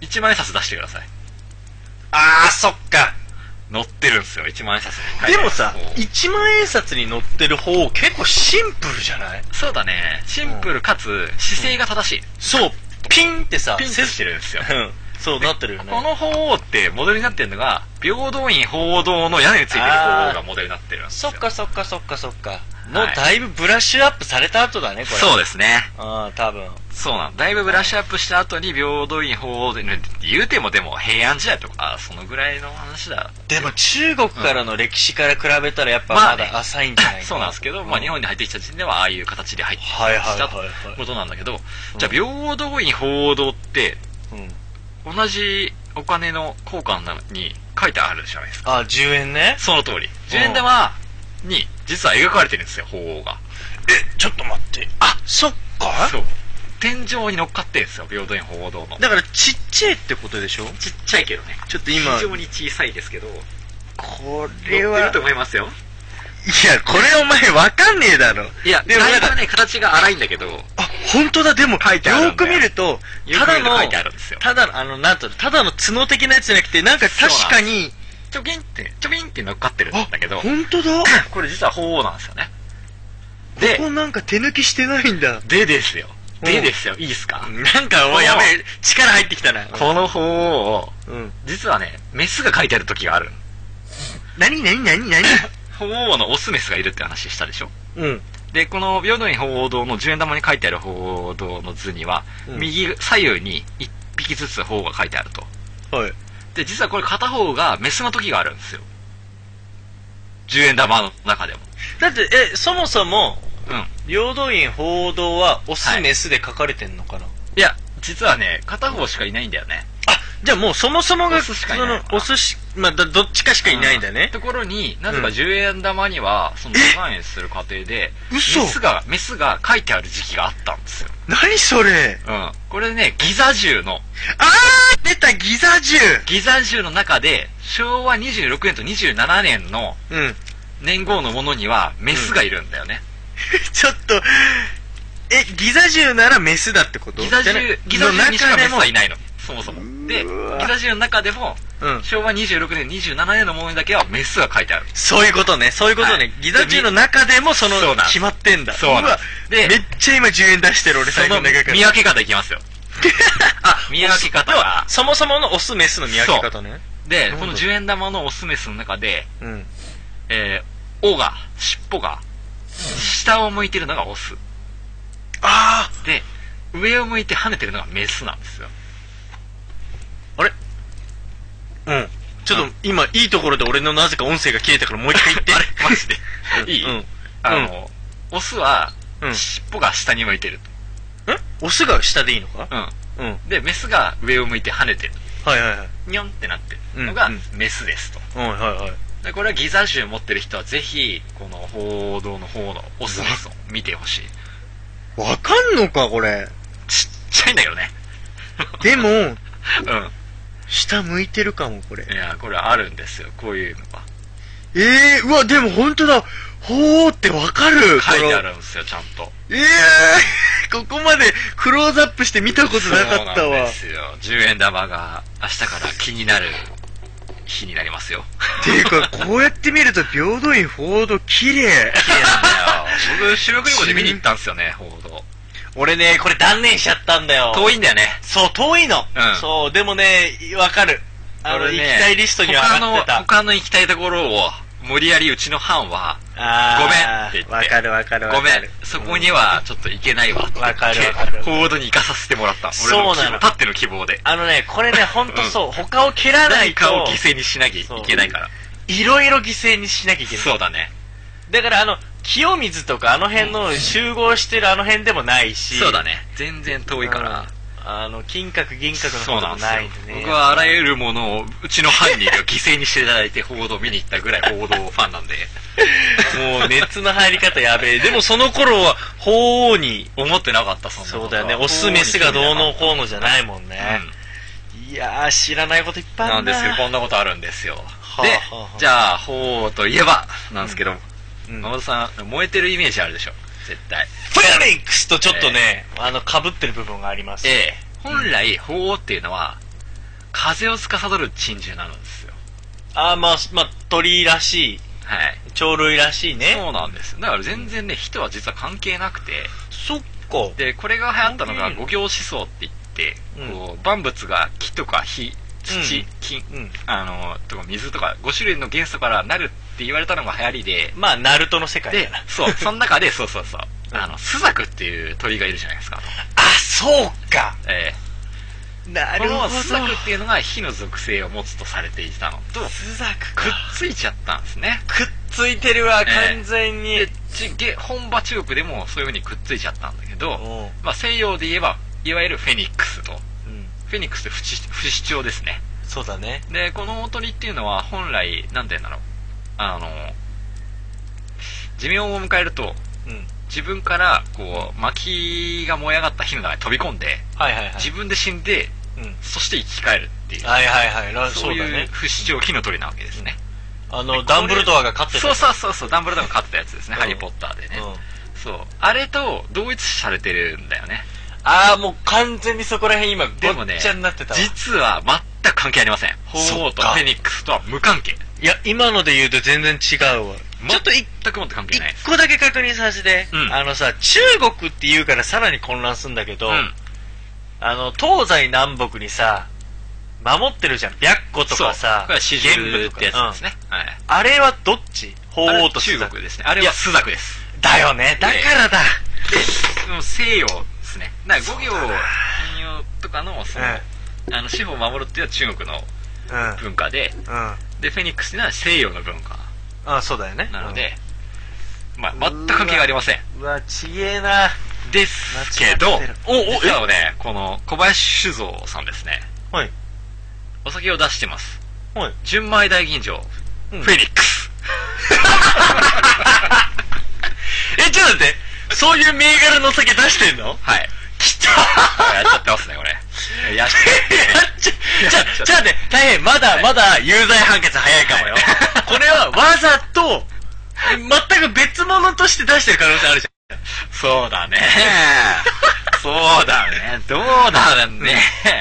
S3: 1万円札出してください
S2: あー、そっか。
S3: 乗ってるんですよ1万円札
S2: でもさ
S3: こ、う
S2: 一万円札に乗ってる方、結構シンプルじゃない
S3: そうだねシンプルかつ姿勢が正しい
S2: そう、ピンってさ、
S3: ピンとしてるんですよ
S2: せうん。そう、なってるよね。
S3: この法王ってモデルになってるのが平等院報道の屋根についてる法王がモデルになってるんです
S2: そ
S3: よ
S2: っかそっかそっかそっか。も
S3: は
S2: う
S3: い
S2: だいぶブラッシュアップされた後だね、これ。
S3: そう
S2: う。
S3: ですね
S2: ああ、多分。
S3: そうなんだいぶブラッシュアップした後に平等院法王で言うてもでも平安時代とかそのぐらいの話だ
S2: でも中国からの歴史から比べたらやっぱ
S3: まあ
S2: ま
S3: ね
S2: だ浅いんじゃないか
S3: そうなんですけど、まあ、日本に入ってきた時点ではああいう形で入ってき
S2: はいはい
S3: た
S2: はいはい
S3: ことなんだけどじゃあ平等院法王って
S2: うん。
S3: 同じお金の交換なのに書いてあるじゃないですか
S2: あ、10円ね。
S3: その通り10円玉に実は描かれてるんですよ法王が
S2: え、ちょっと待って。あ、そっか
S3: そう天井に乗っかってるんですよ平等院法王堂の
S2: だからちっちゃいってことでしょ
S3: ちっちゃいけどね
S2: ちょっと今
S3: 非、常に小さいですけど乗っ
S2: こ
S3: て
S2: れは、い
S3: る
S2: や
S3: と、思いますよ
S2: これお前わかんねえだろ。
S3: いや、
S2: でも
S3: だ
S2: ないんか
S3: ぶね、形が荒いんだけど、
S2: あ、本当だ、でも、よ
S3: 書いてあるん
S2: ー
S3: だ
S2: く
S3: よ
S2: 見ると、ただ
S3: よく見ると書い
S2: の
S3: てあるんですよ、
S2: ただの、あの、なんと、ただの角的なやつじゃなくて、なんか確かに、
S3: ちょびんって、ちょびんって乗っかってるんだけど、
S2: 本当だ。
S3: これ実は鳳凰なんですよね。で
S2: こ、こなんか手抜きしてないんだ。
S3: でですよ。
S2: うん
S3: でですよ、いいっすか、
S2: なんか、お
S3: お
S2: 前
S3: い
S2: や
S3: や
S2: べ
S3: べ
S2: え、力入ってきたな。
S3: この鳳凰を、
S2: うん。
S3: 実はね、メスが書いてある時がある。
S2: 何何何何
S3: 鳳凰のオスメスがいるって話したでしょ
S2: うん。
S3: で、この平等院鳳凰堂の十円玉に書いてある鳳凰堂の図には、
S2: うん
S3: 右、左右に一匹ずつ鳳凰が書いてあると。
S2: はい。
S3: で、実はこれ片方がメスの時があるんですよ。十円玉の中でも。
S2: だって、え、そもそも、
S3: うん。
S2: 平等院報道は、オス、
S3: はい
S2: メスで書かれてんのかない
S3: や、実はね、片方しかいないんだよね。
S2: あ、じゃあもうそもそもが、
S3: オスしかい
S2: そ
S3: ない
S2: の、オスし、まあ、どどっちかしかいないんだね。
S3: ところに、なぜ
S2: う
S3: か
S2: ん
S3: 10円玉には、その反映する過程で、メ
S2: 嘘
S3: スが、メスが書いてある時期があったんですよ。
S2: 何それ
S3: うん。これね、ギザ銃の、
S2: あー出たギザ銃
S3: ギザ銃の中で、昭和26年と27年の
S2: うん。
S3: 年号のものには、メスがいるんだよね。
S2: ちょっと、え、ギザ銃ならメスだってこと
S3: ギザ
S2: じゃない
S3: 銃、ギザ銃にしかメス
S2: の中
S3: はいないの。そもそも。で、ギザ銃の中でも、
S2: でもうん。
S3: 昭和26年、27年のものにだけはメスが書いてある。
S2: そういうことね、そういうことね。
S3: はい
S2: ギザ銃の中でもその
S3: そうなん、です
S2: 決まってんだ。
S3: そうなんです
S2: うわ
S3: で
S2: めっちゃ今10円出してる俺
S3: そ
S2: 最後
S3: の
S2: の中から。
S3: 見分け方いきますよ。あ、見分け方が、
S2: そもそものオスメスの見分け方ね。
S3: で
S2: なる、ほ
S3: こ
S2: ど
S3: の10円玉のオスメスの中で、
S2: うん。
S3: えー、尾が、尻尾が、下を向いてるのがオス。上を向いて跳ねてるのがメスなんですよ。あれ
S5: うん。ちょっと、今、いいところで俺のなぜか音声が切れたからもう一回言って。
S3: あれマジでいい、
S5: うん。
S3: あの、オスは、
S5: うん
S3: 尻尾が下に向いてる
S5: うんオスが下でいいのか
S3: と。うん。
S5: うん。はい
S3: で、メスが上を向いて跳ねてる。
S5: はいはい。
S3: にょんってなってるのが
S5: うん
S3: メスですと。
S5: うん、はいはい。
S3: でこれはギザ銃持ってる人はぜひ、この報道の方のオスメスを見てほしい。
S5: わかんのか、これ。
S3: ちっちゃいんだけどね。
S5: でも、
S3: う
S5: 下向いてるかも、これ
S3: ん。。いや、これあるんですよ。こういうのが。
S5: ええー、うわ、でも本当だ。ほーってわかる。
S3: 書いてあ
S5: この。
S3: るんですよ、ちゃんと。
S5: ええー、ここまでクローズアップして見たことなかっ
S3: そ
S5: た
S3: うなん
S5: わ
S3: で。すよ。10円玉が明日から気になる日になりますよ。
S5: っていうか、こうやって見ると、平等院、報道、綺麗。
S3: 綺麗なんだよ。僕、修学旅行で見に行ったんですよね、報道。
S2: 俺ね、これ断念しちゃったんだよ。
S3: 遠いんだよね。
S2: そう、遠いの。
S3: うん
S2: そう、でもね、わかる。あの、
S3: 俺ね
S2: 行きたいリストには上がってた。
S3: 他の、他の行きたいところを、無理やりうちの班は、
S2: あー
S3: ごめんって言って
S2: わかるわかるわか
S3: ご
S2: る。
S3: めん、そこにはちょっと行けないわって言
S2: わかるわか
S3: って、
S2: る
S3: フォワードに行かさせてもらった。俺の
S2: そう
S3: 希
S2: な
S3: 望、
S2: の
S3: たっての希望で。
S2: あのね、これね、ほんとそう、他を蹴らない
S3: 何
S2: と
S3: か、を犠牲にしなきゃいけないから。
S2: いろいろ犠牲にしなきゃいけない。
S3: そうだね。
S2: だからあの、清水とかあの辺の集合してるあの辺でもないし、
S3: そうだね。全然遠いから。
S2: あの、金閣銀閣の
S3: そ
S2: 方で
S3: うな
S2: も
S3: んです
S2: な
S3: よ
S2: いんで。ね。
S3: 僕はあらゆるものを、うちの班に 犠牲にしていただいて、報道を見に行ったぐらい報道ファンなんで。
S2: もう熱の入り方や べえ。でもその頃は、鳳凰に、
S3: 思ってなかった、そんな
S2: そ
S3: こ
S2: う
S3: と
S2: だ
S3: は
S2: よね、オス、メスがどうのこうのじゃないもん
S3: う
S2: ね
S3: ん。
S2: いやー、知らないこといっぱいあ
S3: な
S2: る
S3: んですよ、
S2: よ、
S3: こんなことあるんですよ。
S2: あ
S3: で
S2: はあは、あ
S3: じゃあ、ほうといえば、なんですけど、
S2: うん
S3: 野本さん、燃えてるイメージあるでしょ、絶対。
S2: フェアリックスとちょっとね、あの、被ってる部分があります。
S3: ええ、本来、鳳凰っていうのは、風を司る珍獣なのですよ。
S2: あー、まあ、まあ、鳥らしい、
S3: はい。
S2: 鳥類らしいね。
S3: そうなんです。だから全然ね、人は実は関係なくて、
S2: そっか。
S3: で、これが流行ったのが
S2: うん
S3: 五行思想って言って、
S2: うん
S3: こう、万物が木とか火、
S2: う
S3: 土
S2: ん、
S3: 金、
S2: うん。
S3: あの、とか水とか5種類の元素からなるって言われたのが流行りで、
S2: まあ、ナルトの世界
S3: で
S2: だな。、
S3: そう、その中で、そうそうそう、あの、スザクっていう鳥がいるじゃないですか。
S2: あ、そうか。
S3: え
S2: な
S3: え
S2: る
S3: こ
S2: ほ
S3: の
S2: ど。
S3: スザクっていうのが火の属性を持つとされていたのと、
S2: スザク
S3: くっ
S2: か。
S3: ついちゃったんですね。
S2: くっついてるわ、
S3: ええ
S2: 完全に。
S3: で、ちげ本場中国でもそういう風にくっついちゃったんだけど、
S2: おう
S3: まあ、西洋で言えば、いわゆるフェニックスと。
S2: うん。
S3: フェニックスって不死不死鳥ですね。
S2: そうだね。
S3: で、この鳥っていうのは本来、なんて言うんだろう。あの、寿命を迎えると、
S2: うん。
S3: 自分から、こう、薪が燃え上がった火の中に飛び込んで、
S2: はいはいはい。
S3: 自分で死んで、
S2: うん。
S3: そして生き返るっていう、
S2: はいはいはいら。
S3: そ
S2: そううだ
S3: いう
S2: ね。
S3: 不死鳥火の鳥なわけですね。
S2: あの、ダンブルドアが勝ってた。
S3: そうそうそうそ う、ダンブルドアが飼ってたやつですね、
S2: うん
S3: ハリー・ポッターでね。
S2: うん。
S3: そう。あれと同一視されてるんだよね。
S2: あー、もう完全にそこら辺今、
S3: で
S2: ご
S3: も
S2: っ
S3: ね
S2: ちゃになってたわ。
S3: 実は全く関係ありません。
S2: そ
S3: 鳳
S2: っ
S3: 凰と
S2: か
S3: フェニックスとは無関係。
S5: いや、今ので言うと全然違うわ。ちょっと一
S3: 全くもって関係ないです。
S5: 個だけ確認させて、
S3: うん
S5: あのさ、中国って言うからさらに混乱するんだけど、
S3: うん。
S5: あの、東西南北にさ、守ってるじゃん。白虎と
S3: そう
S5: かさ、
S3: これはシジ
S5: 玄武
S3: ュ
S5: と
S3: っ
S5: か
S3: てやつですね。はい。
S5: うんあれはどっち
S3: あれ
S5: 鳳凰
S3: は
S5: と
S3: 中
S5: 朱雀
S3: 国ですね。あれはスザクです。
S5: だよね。だからだ。
S3: で、でも西洋ですね。だから五行、金曜とかの、その、あの、四方を守るっていうのは中国の
S5: うん。
S3: 文化で、
S5: うん。
S3: で、フェニックスっていうのは西洋の文化
S5: あ、そうだよね。
S3: なので、まあ、全く関係がありません。
S5: うん。うわ、ちげえな。
S3: ですけど
S5: 間違ってる、
S3: おお、実はね、この小林酒造さんですね。
S5: はい。
S3: お酒を出してます。
S5: はい。
S3: 純米大吟醸、
S5: うん
S3: フェニックス。
S5: え、ちょっと待って。そういう銘柄のお酒出してんの
S3: はい。
S5: きた
S3: やっちゃってますね、これ。やっちゃってま すね
S5: じゃ、じゃ、じゃあね、大変、まだ、まだ、有罪判決早いかもよ
S3: はい。
S5: これは、わざと、全く別物として出してる可能性あるじ
S3: そうだね。そうだね。どうだろうね。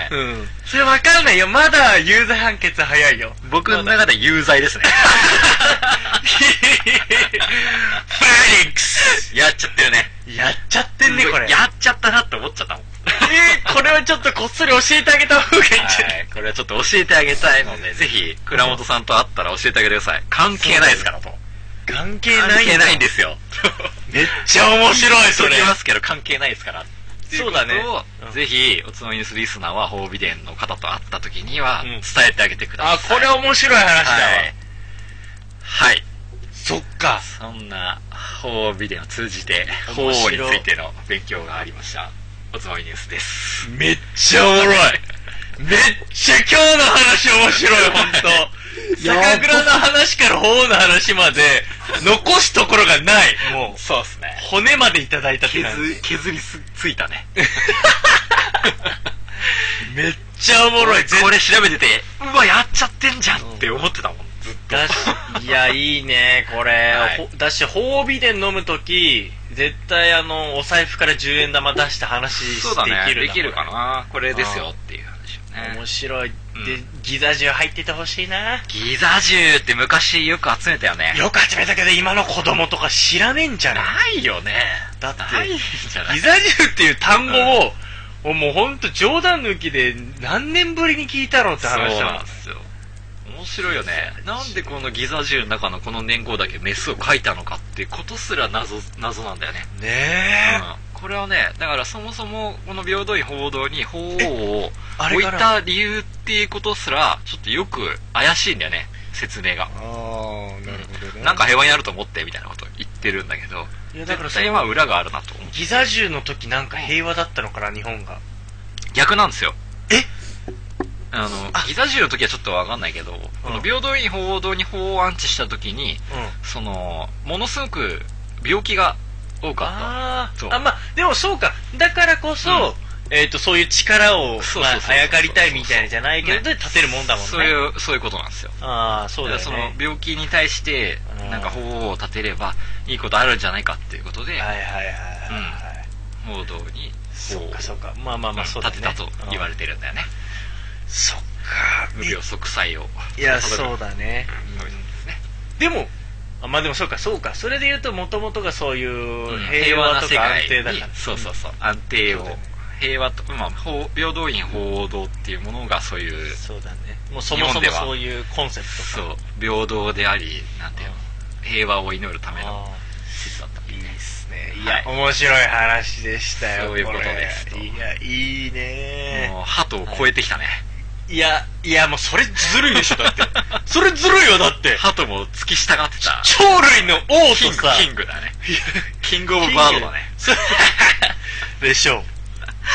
S5: ゃん。うん。それわかんないよ。まだ、有罪判決早いよ。
S3: 僕の中で有罪ですね。
S5: フェニックス
S3: やっちゃってるね。
S5: やっちゃってんね、これ。
S3: やっちゃったなって思っちゃったもん。
S5: えーこれはちょっとこっそり教えてあげた方がいいんじゃない
S3: はい。これはちょっと教えてあげたいので、ぜひ、倉本さんと会ったら教えてあげてください。関係ないですからと。
S5: 関係
S3: 関
S5: ない。
S3: 係ないんですすよ。
S5: めっちゃ面白い、そ
S3: そ
S5: れ
S3: れ。。ますけど関係ないですから。
S6: ってい
S3: そうう
S6: こと
S3: だ
S6: を
S3: ね
S2: うん。
S3: ぜひ、おつまみニュースリスナーは、褒美伝の方と会った時には、
S2: うん
S3: 伝えてあげてください。
S2: あ、これ面白い話だわ。
S3: はい。はい。
S2: そっか。
S3: そんな、褒美伝を通じて、法
S2: 面
S3: につ
S2: 白い
S3: いての勉強がありました。おつまみニュースです。
S2: めっちゃおもろい。めっちゃ今日の話面白い、ほ んと。
S4: やば
S2: 酒蔵の話から法の話まで、残すところがない。 もう、
S3: そうですね。
S2: 骨までいただいたって
S3: 削
S2: 感じ。
S3: 削りすついたね。
S2: めっちゃおもろい。
S3: これ調べてて、うわ、やっちゃってんじゃんって思ってたもん、ずっと。
S2: だし、いや、いいね、これ。
S3: はい
S2: ほだし、褒美で飲むとき、絶対あの、お財布から10円玉出して話し
S3: そうだね。
S2: できるな
S3: できるか
S2: こ
S3: な。これですよっていう話を
S2: れ
S3: ね。
S2: 面白い。で
S3: う、
S2: ギザ銃入っててほしいな。
S3: ギザ銃って昔よく集めたよね。
S2: よく集めたけど、今の子供とか知らねえんじゃない
S3: ないよね。
S2: だって
S3: ないんじゃない
S2: ギザ銃っていう単語を、もうほんと冗談抜きで何年ぶりに聞いたろうって話
S3: そう
S2: だ
S3: な
S2: わ
S3: んですよ。面白いよね。なんでこのギザ銃の中のこの年号だけメスを書いたのかっていうことすら謎、謎なんだよね。
S2: ね
S3: うんこれはね、だからそもそもこの平等院報道に法王を
S2: えあ
S3: 置
S2: れ
S3: い
S2: から
S3: た理由っていうことすら、ちょっとよく怪しいんだよね、説明が。
S6: ああなるほどね
S3: なんか平和になると思ってみたいなこと言ってるんだけど、
S2: え。いや、だから
S3: 絶
S2: そ
S3: 対
S2: れ
S3: は
S2: は、
S3: 裏があるなと思う。
S2: ギザ銃の時なんか平和だったのかな、日本が。
S3: 逆なんですよ。
S2: え
S3: あの
S2: あ
S3: ギザ銃の時はちょっとわかんないけど、この平等院報道に法を安置した時に、
S2: うん。
S3: その、ものすごく病気が多かっ
S2: あ
S3: そう
S2: ーあまあでもそうかだからこそ、えっとそういう力を
S3: そうそうそう
S2: まああやかりたいみたいなじゃないけど、
S3: ね
S2: で立てるもんだ
S3: た。
S2: もんね
S3: そういう、そういうことなんですよ。
S2: ああそうだよね
S3: その病気に対して
S2: うん
S3: なんか法を立てればいいことあるんじゃないかっていうことで
S2: はいはいはいはい、
S3: 報道に
S2: そ
S3: 法を
S2: うかそうかまあまあまあそうだ、ね、
S3: 立てたと言われ
S2: て
S3: てるんだよね
S2: そっか
S3: 無病息災を
S2: いや
S3: そう
S2: そうだねでもあまあでもそうかそうかそれで言うともともとがそういう
S3: うん
S2: 平和とか安定だから、
S3: にそうそうそう安定を
S2: そうだよね
S3: 平和とまあ法平等院報道っていうものがそういう
S2: そうだねもうそもそ
S3: 日本で
S2: も
S3: は
S2: そういうコンセプトか
S3: そう平等でありなんていうの平和を祈るための
S2: あー
S3: 説だった
S2: いいですね。い
S3: は
S2: や、
S3: い
S2: 面白い話でしたよ。
S3: そういうこと
S2: れ
S3: ですと
S2: いや、いいね
S3: もう鳩を超えてきたね
S2: いや、いや、もうそれずるいでしょ、 だって。それずるいよ、だって。
S3: 鳩も付き従ってた
S2: 鳥類の王
S3: キン
S2: と
S3: グ
S2: さ。
S3: キング だねキングオブバードだ ね。
S2: そうでしょう。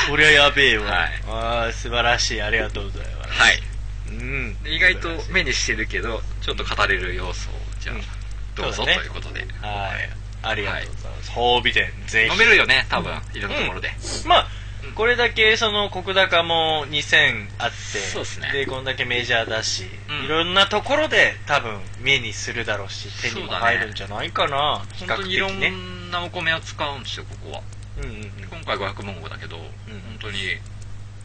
S2: そりゃやべえわ。
S3: はい
S2: ああ、素晴らしい。ありがとうございます。
S3: はい
S2: うん。
S3: 意外と目にしてるけどちょっと語れる要素をじゃあ
S2: うん
S3: どうぞ
S2: そう
S3: と
S2: だね
S3: いうことで
S2: はい。ありがとうございます。褒美店、ぜひ。
S3: 飲めるよね多分いろんなところで
S2: まあ、これだけその国高も2000あって
S3: そうっすね
S2: こんだけメジャーだし、
S3: うん
S2: いろんなところで多分目にするだろうし手にも
S3: そうだね
S2: 入るんじゃないかな、本
S3: 本当
S2: 当
S3: に
S2: に
S3: い
S2: い
S3: ろ
S2: ろんな、
S3: んなお米を使うんですよここは
S2: うんうんうん、
S3: 今回500文語だけど本当に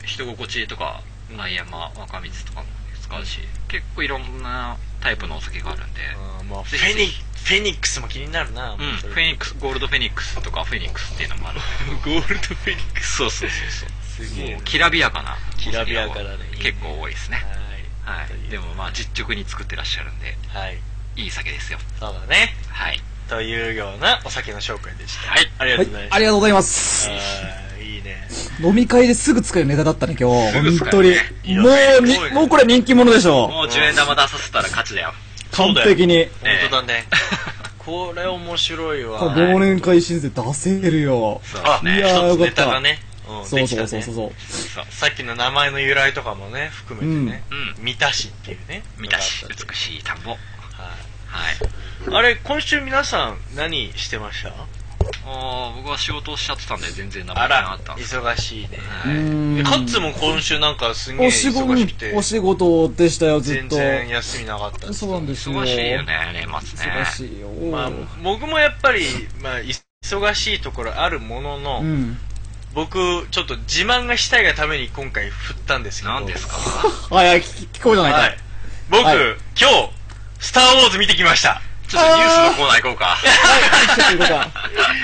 S3: 人心地とか
S2: うん
S3: 内山若水とかも使うし結構いろんなタイプのお酒があるんで
S2: あーまあフ
S3: ぜひぜ
S2: ェニ
S3: ひ
S2: フェニックスも気になるな、
S3: うんフェニックスゴールドフェニックスとかフェニックスっていうのもある
S2: ス ゴールドフェニックス
S3: そうそうそうそう
S2: すげえな
S3: もうきらびやかな
S2: きらびやかだね
S3: お酒が結構多いですね
S2: は
S3: はいいでもまあ実直に作ってらっしゃるんで
S2: はい
S3: いい酒ですよ
S2: そうだね
S3: はい
S2: というようなお酒の紹介でした
S3: はい
S2: ありがと
S4: はいう
S2: ござい、ま
S4: あ
S2: す、
S4: りがとうございます。
S2: あーいいね
S4: 飲み会ですぐ使えるネタだったね、今
S3: すぐ
S4: 日。
S3: 使
S4: 本
S3: え
S4: 当に
S3: るね。
S4: もうに
S2: すごい、ね
S4: もうこれ人気者でしょ。
S3: もう10円玉出させたら勝ちだよ
S4: 完璧に。
S2: 本当だね これ面白いわ
S4: これ忘年会申請出せるよ。
S3: そう
S2: あ、
S3: ね
S4: いやー
S2: 一つ
S4: よかった
S2: ネタがね、うん
S4: そうそうそう
S2: でき
S4: そ
S2: た
S4: う
S2: ね
S4: そう。
S2: さっきの名前の由来とかもね、含めてね、
S3: う
S2: 三田市っていうね。
S3: 満たし
S2: のがあったと
S3: 美しい田んぼ
S2: は
S3: はい
S2: いあれ、今週皆さん何してました
S3: あー僕は仕事をしちゃってたんで全然名前
S2: あ
S3: がなからっ、たんです
S2: 忙しいね。
S4: う
S3: はい
S4: ーん
S2: カッツも今週なんかすげえ
S4: お仕事
S2: 忙しくて、
S4: お仕事でしたよ、ずっ
S2: 全
S4: と。
S2: 然休みなかったです
S4: そうなんですよ。
S3: 忙しいよね年末ね
S4: 忙しいよ。
S2: まあ、僕もやっぱり、まあ、い忙しいところあるものの、
S4: うん。
S2: 僕、ちょっと自慢がしたいがために今回振ったんですけど。
S3: 何ですか
S4: あ、いや、聞聞こえじゃないか。
S2: はい。僕、
S4: はい
S2: 今日、スター・ウォーズ見てきました。
S3: ちょっとニュースのコーナー行こうか
S4: ちょっと行こうか
S2: ファーンファフ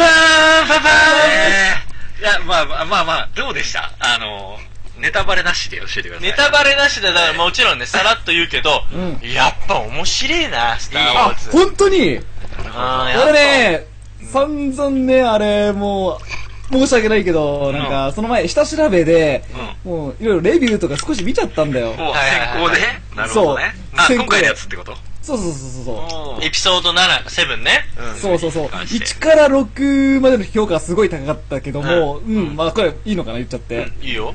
S3: えーいやまあまあまあまあどうでしたあのネタバレなしで教えてください
S2: ネタバレなしで、だからもちろんね、さらっと言うけど、
S4: う
S2: やっぱ面白いな、スター・ウ
S4: あ
S2: ォー、ズ。
S4: 本当に
S2: あーやっぱ
S4: 俺ね、散々ね、あれ、もう、申し訳ないけど、なんか、その前、下調べで、もう、いろいろレビューとか少し見ちゃったんだよ。
S3: お
S7: はいはい
S3: 先行
S7: はい
S3: ね。なるほどね。
S4: そう
S3: あ、
S4: 先行
S3: 今回のやつってこと
S4: そうそうそうそうそう。
S7: エピソード7、7ね。
S4: そうそうそう。
S3: 関して
S4: 1から6までの評価はすごい高かったけども、うん、まあこれいいのかな、言っちゃって。
S7: いいよ。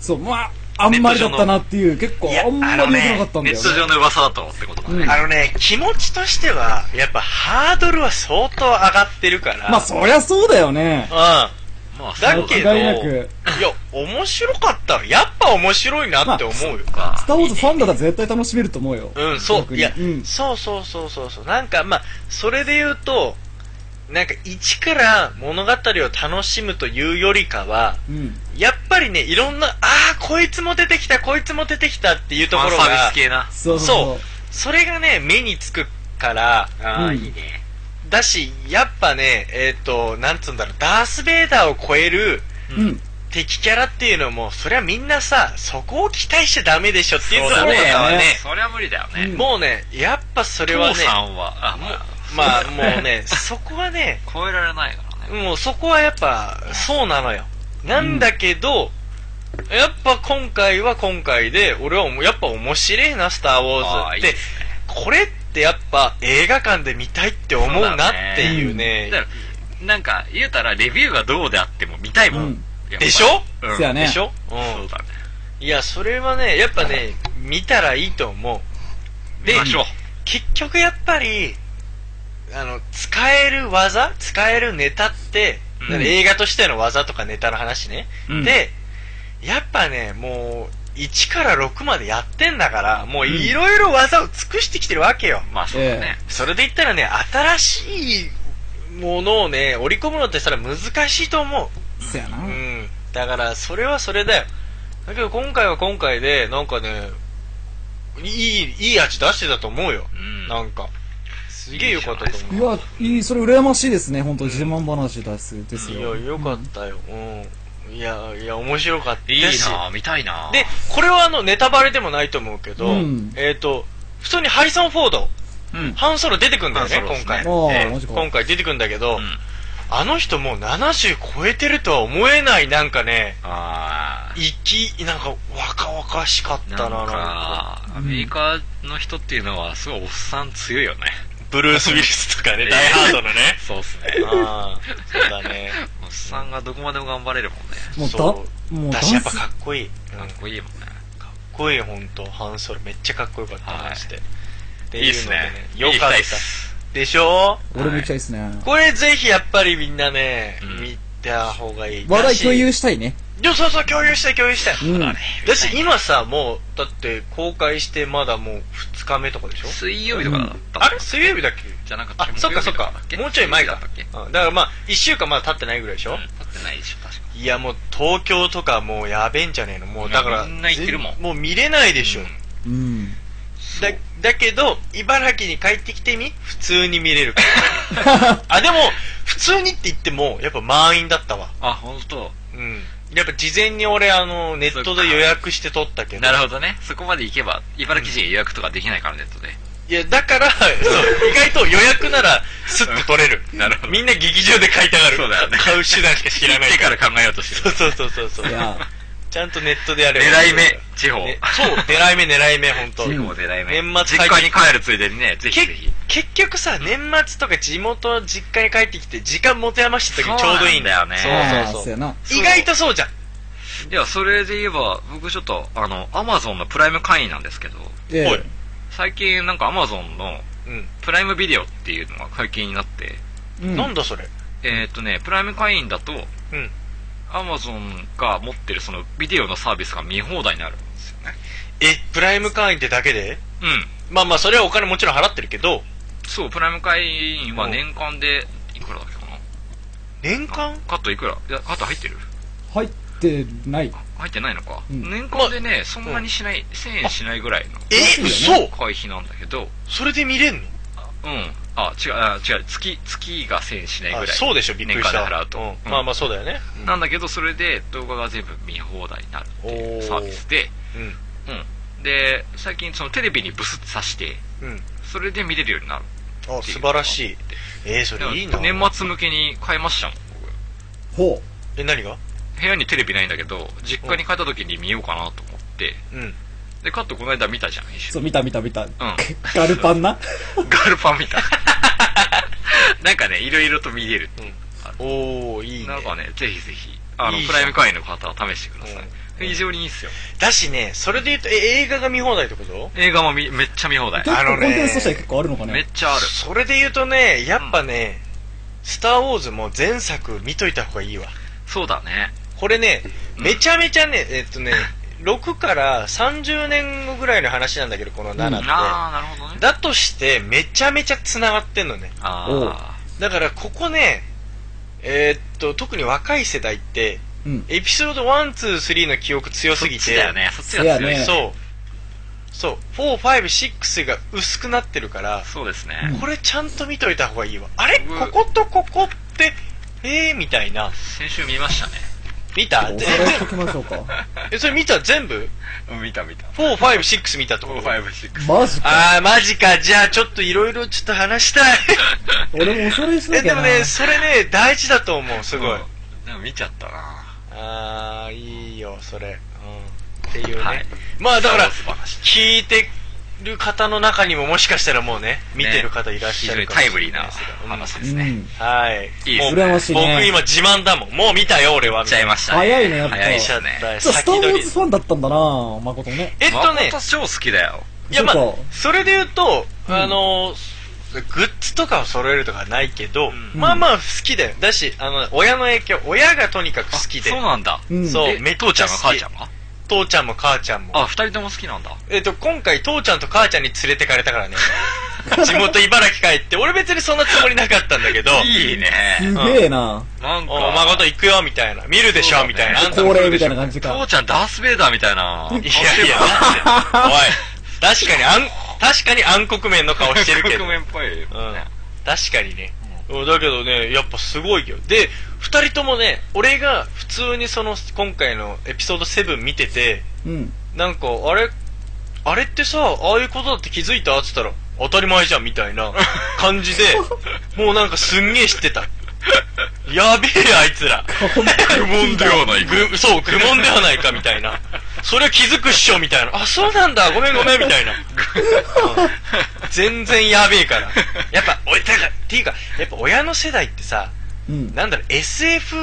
S4: そう、まあ、あんまりだったなっていう、結構あんまり良くなかったんだ
S3: ネ
S4: よ
S3: ット
S4: ね。
S3: 上の噂だとってことだね。
S4: うん
S2: あのね、気持ちとしては、やっぱハードルは相当上がってるから。
S4: まあそりゃそうだよね。
S3: まあ、そう
S2: だけど、
S4: 間違いないく
S2: や、面白かった。やっぱ面白いなって思うよ。
S3: か
S4: スターウォーズファンだったら絶対楽しめると思うよ。
S2: うん、そう。
S4: 逆に
S2: いや、
S4: うん
S2: そうそうそうそうそう。なんか、まあ、それで言うと、なんか、一から物語を楽しむというよりかは、
S4: うん。
S2: やっぱりね、いろんな、ああ、こいつも出てきた、こいつも出てきたっていうと
S3: ファ
S2: こ
S3: ン
S2: ろ
S3: サービ
S2: が
S3: ス、系な。
S4: そうそう
S2: それがね、目につくから、
S4: うん
S2: ね。だし、やっぱね、えっ、と、なんつうんだろう、ダース・ベイダーを超える
S4: そう。うん。
S2: 敵キャラっていうのも、そりゃみんなさ、そこを期待しちゃダメでしょっていう
S3: そう
S2: とこ
S3: だ
S2: ろ
S3: ね
S2: が
S4: だね。
S3: そりゃ無理だよね。
S4: うん
S2: もうね、やっぱそれは
S3: 父
S2: ね、
S3: さんは、あ、もう、
S2: まあもう ね、そこはね、
S3: 超えられないからね。
S2: もうそこはやっぱそうなのよ。なんだけど、やっぱ今回は今回で、俺はもうやっぱ面白いな、スター・ウォ
S3: あ
S2: ー
S3: ー
S2: ズ
S3: いい
S2: って
S3: で、すね
S2: これってやっぱ映画館で見たいって思うなっていうね。
S3: だからなんか、言うたら、レビューがどうであっても見たいも
S4: うんん。
S3: やっぱり
S2: でしょ
S3: うん
S4: せやね
S2: でしょう
S3: そうだね。
S2: ん。いや、それはね、やっぱね、見たらいいと思う。で
S3: 見ましょう。
S2: 結局やっぱり、あの、使える技使えるネタって、
S3: うん
S2: だから映画としての技とかネタの話ね。
S4: うん
S2: で、やっぱね、もう、1から6までやってんだから、もういろいろ技を尽くしてきてるわけよ。
S3: まあ、そうだね。
S2: それで言ったらね、新しいものをね、織り込むのってしたら難しいと思
S4: そやな
S2: う。う。ん。だから、それはそれだよ。だけど今回は今回で、なんかね、いい、いい味出してたと思うよ。
S3: うん
S2: なんか。すげえよかったと
S4: い
S2: 思う。
S4: や、いい、それ羨ましいですね、本当自慢話ですです
S2: い
S4: よ。
S2: や、よかったよ。うん。いや、いや、面白かった
S3: いい
S2: し
S3: なぁ、見たいなぁ。
S2: で、これはあの、ネタバレでもないと思うけど、
S4: うん
S2: えっ、と、普通にハリソン・フォード、
S3: うん
S2: ハンソロ出てくんだよね、
S3: ハンソロです
S2: 今
S3: ね
S2: 回。
S4: おー
S2: えー
S4: マジか
S2: 今回出てくんだけど、
S3: うん
S2: あの人もう70超えてるとは思えない、なんかね、
S3: あ
S2: 生き、なんか若々しかっ
S3: ー、
S2: たな、
S3: なん
S2: なんか。
S3: か、アメリカの人っていうのは、すごいおっさん強いよね。
S7: ブルース・ウィリスとかね、
S3: えー
S7: ダイハードのね。
S3: そうっすね。
S2: あーそうだね。
S3: おっさんがどこまでも頑張れるもんね。
S4: もうだ、
S2: そ
S4: もうダ
S2: だ
S4: ン
S2: し、やっぱ
S4: ス
S2: かっこいい。うん
S3: かっこいいもんね。
S2: かっこいい、ほんと。ハンソロ、めっちゃかっこよかった、
S3: はい
S2: マジで。って
S3: いいっ
S2: いう
S3: す
S2: ので
S3: ね。
S2: よかっ
S3: いい二人
S2: た。
S3: す
S2: でしょ
S4: 俺も行きたいですね。
S2: これぜひやっぱりみんなね、
S3: うん
S2: 見た方がいい。
S4: 話
S2: だ
S4: 題
S2: し
S4: 共有したいね。
S2: いやそうそう、共有したい、共有したい。
S4: うん。
S2: だし、今さ、もう、だって、公開してまだもう2日目とかでしょ
S3: 水曜日とかだった
S2: あれ水曜日だっけ
S3: じゃなかった
S2: あ、そっかそっか。もうちょい前
S3: だ
S2: か
S3: ったっけ。
S2: うんだからまあ、1週間まだ経ってないぐらいでしょ
S3: 立ってないでしょ、確か
S2: いや、もう東京とかもうやべえんじゃねえのもう、だから、
S3: いやみんな行ってるもん
S2: ぜもう見れないでしょ。
S4: うん。
S2: だ、だけど、茨城に帰ってきてみ普通に見れるから。あ、でも、普通にって言っても、やっぱ満員だったわ。
S3: あ、ほんと。
S2: うん。やっぱ事前に俺、あの、ネットで予約して撮ったけど。
S3: なるほどね。そこまで行けば、茨城人予約とかできないから、ネットで。
S2: いや、だから、そう意外と予約なら、スッと取れる。
S3: なるほど
S2: みんな劇場で買いたがる。
S3: そうだよね
S2: 買う手段し か知らない
S3: 行って
S2: か。
S3: からら考えようとして る。
S2: そうそうそうそう。
S4: い や、
S2: ちゃんとネットでやれば
S3: 狙い目、地方。
S2: ねそう、狙い目狙い目、本当。
S3: 地方狙い目。
S2: 年末
S3: 実家に帰るついでにね、ぜひ
S2: け
S3: ぜひ。
S2: 結局さ、年末とか地元、実家に帰ってきて、時間持て余した時にち
S3: そ
S2: ょ
S3: う
S2: う
S3: なん
S2: ど
S3: だ
S2: いいんだよ
S3: よね
S2: そうそう
S4: そ
S2: そう
S4: やな。
S2: う。意外とそうじゃん。
S3: いや、それで言えば、僕ちょっと、あの、アマゾンのプライム会員なんですけど、
S4: え
S2: おい
S4: え。
S3: 最近なんかアマゾンの
S2: うん。
S3: プライムビデオっていうのが解禁になって、
S4: うん
S2: なんだそれ。
S3: えーっとね、プライム会員だと、
S2: うん。
S3: アマゾンが持ってるそのビデオのサービスが見放題になるんですよね。
S2: え、プライム会員ってだけで
S3: うん。
S2: まあまあ、それはお金もちろん払ってるけど、
S3: そう、プライム会員は
S2: うん
S3: 年間で、いくらだっけかな
S2: 年間
S3: カットいくらいや、カット入ってる
S4: 入ってない。
S3: 入ってないのか。
S4: うん
S3: 年間でね、そんなにしない、1000円しないぐらいの
S2: え、嘘
S3: 会費なんだけど、
S2: それで見れんの
S3: うん。あ、違う、あ違う、月、月が1000円しないぐらい。
S2: あそうでしょ、びっくりした。
S3: 年間で払うと
S2: ん
S3: うん
S2: まあまあ、そうだよね。うん
S3: なんだけど、それで動画が全部見放題になるっていうサービスで、うん。で、最近そのテレビにブスッと挿して、
S2: うん。うん。
S3: それで見れるようになる。
S2: あ、素晴らしい。えー、それいいな。
S3: 年末向けに買いましたもん。
S4: ほ
S2: え、何が
S3: 部屋にテレビないんだけど、実家に帰った時に見ようかなと思って、
S2: うん。
S3: で、カットこの間見たじゃん、一緒
S4: そう、
S3: に
S4: 見た見た見た。
S3: ん
S4: ガルパンな。
S3: ガルパン見た。 なんかね、いろいろと見える。
S2: おー、いいね
S3: な。んかね、ぜひぜひ、あの、
S2: いいじゃ
S3: プ
S2: ん
S3: ライム会員の方は試してください。非常にいいっすよ。
S2: だしね、それで言うと、え、映画が見放題ってこと
S3: 映画もみめっちゃ見放題。
S4: 結
S2: あ
S4: 構コ
S2: の
S4: ン
S2: ね
S4: テンツとしては結構あるのか
S3: めっ
S4: ね。
S3: ちゃある。
S2: それで言うとね、やっぱね、スター・ウォーズも前作見といた方がいいわ。
S3: そうだね。
S2: これね、めちゃめちゃね、えっとね、6から30年後ぐらいの話なんだけど、この7って。
S3: あー、なるほどね。
S2: だとして、めちゃめちゃ繋がってんのね。
S3: あ
S2: だから、ここね、えーっと、特に若い世代って、
S4: うん。
S2: エピソード1、2、3の記憶強
S3: ー、そ
S2: す
S3: っ
S2: ぎ
S3: ち
S2: て、
S3: だよね。そっちが強い
S4: ね
S3: ね。
S2: そう。そう。4、5、6が薄くなってるから、
S3: そうですね。
S2: これちゃんと見といた方がいいわ。あれ
S3: う
S2: こことここって、えーみたいな。
S3: 先週見ましたね。
S2: 見た
S4: お
S2: で
S4: さらいしときましょうか。
S2: え、それ見た全部
S3: 見た見た。
S2: ?4、5、6見たとこ
S3: 5、6。
S4: マジか。
S2: あー、マジか。じゃあ、ちょっといろいろちょっと話した い。
S4: 俺もおさらいしな
S2: え、
S4: き
S2: で
S4: ゃ
S2: も
S4: な。
S2: ね、それね、大事だと思う、す
S3: す
S2: ごい。
S3: なんか見ちゃったな
S2: あー、いいよ、それ。うん。っていうね。
S3: はい
S2: まあ、だから
S3: スターウォーズ話、
S2: 聞いてる方の中にももしかしたらもうね、見てる方いらっしゃる
S3: ね非常に
S2: かも
S3: タ
S2: し
S3: イ
S2: れ
S3: ムリーな
S2: ないですけど
S3: 話で
S4: う
S3: すね。
S4: ん。
S2: うんはい。
S3: いいです
S2: もう
S4: 羨ましい
S2: 僕
S4: ね。
S2: 今自慢だもん。もう見たよ、俺は。
S3: 見ちゃいましたね。
S4: 早いねやっぱ
S3: 早い
S2: 見ちゃ
S3: す
S2: っ
S3: ね。
S2: たよ。
S4: スター・ウ
S2: 先
S4: ォ
S2: 取
S4: ー
S2: り
S4: ズ。ファンだったんだな誠ね。
S2: えっとね、
S3: 誠超好きだよ。
S2: いやまあ
S4: そうか、
S2: それで言うと、
S4: うん
S2: あの、グッズとかを揃えるとかはないけど、
S3: ん
S2: まあまあ好きだよ。だし、あの、親の影響、親がとにかく好きで、
S3: そうなんだ。
S4: うん
S2: そう
S3: え
S2: めっちゃ
S3: 父ちゃんが
S2: 好
S3: 母
S2: き
S3: ちゃんが
S2: 父ちゃんも母ちゃんも。
S3: あ、二人とも好きなんだ。
S2: えっと、今回父ちゃんと母ちゃんに連れてかれた からね。地元茨城帰って、俺別にそんなつもりなかったんだけど、
S3: いいね。
S4: すげえな。
S3: なんか、
S2: お孫と行くよ、みたいな。見るでし
S3: そうだ
S2: ょ、
S3: ね
S2: みたいな。あんたも見
S4: 恒
S2: るでし
S4: 例み
S2: た
S4: い
S2: ょ
S4: な感じか。
S3: 父ちゃんダース・ベイダーみたいな。
S2: いやいや、 おい。確かに、あん、確かに暗黒面の顔してるけど。
S3: 局面っぽい。
S2: うん。確かにね。うんだけどね、やっぱすごいよ。で、二人ともね、俺が普通にその、今回のエピソード7見てて、
S4: うん。
S2: なんか、あれ、あれってさ、ああいうことだって気づいたっつったら、当たり前じゃんみたいな感 じで、もうなんかすんげえ知ってた。やべえ、あいつら。
S3: 愚問ではないか。
S2: ぐそう、愚問ではないかみたいな。それは気づくっしょみたいな。あ、そうなんだ、ごめんごめんみたいな。うん全然やべえから。やっぱ、おい、だから、っていうか、やっぱ親の世代ってさ、
S4: うん。
S2: なんだろう、SF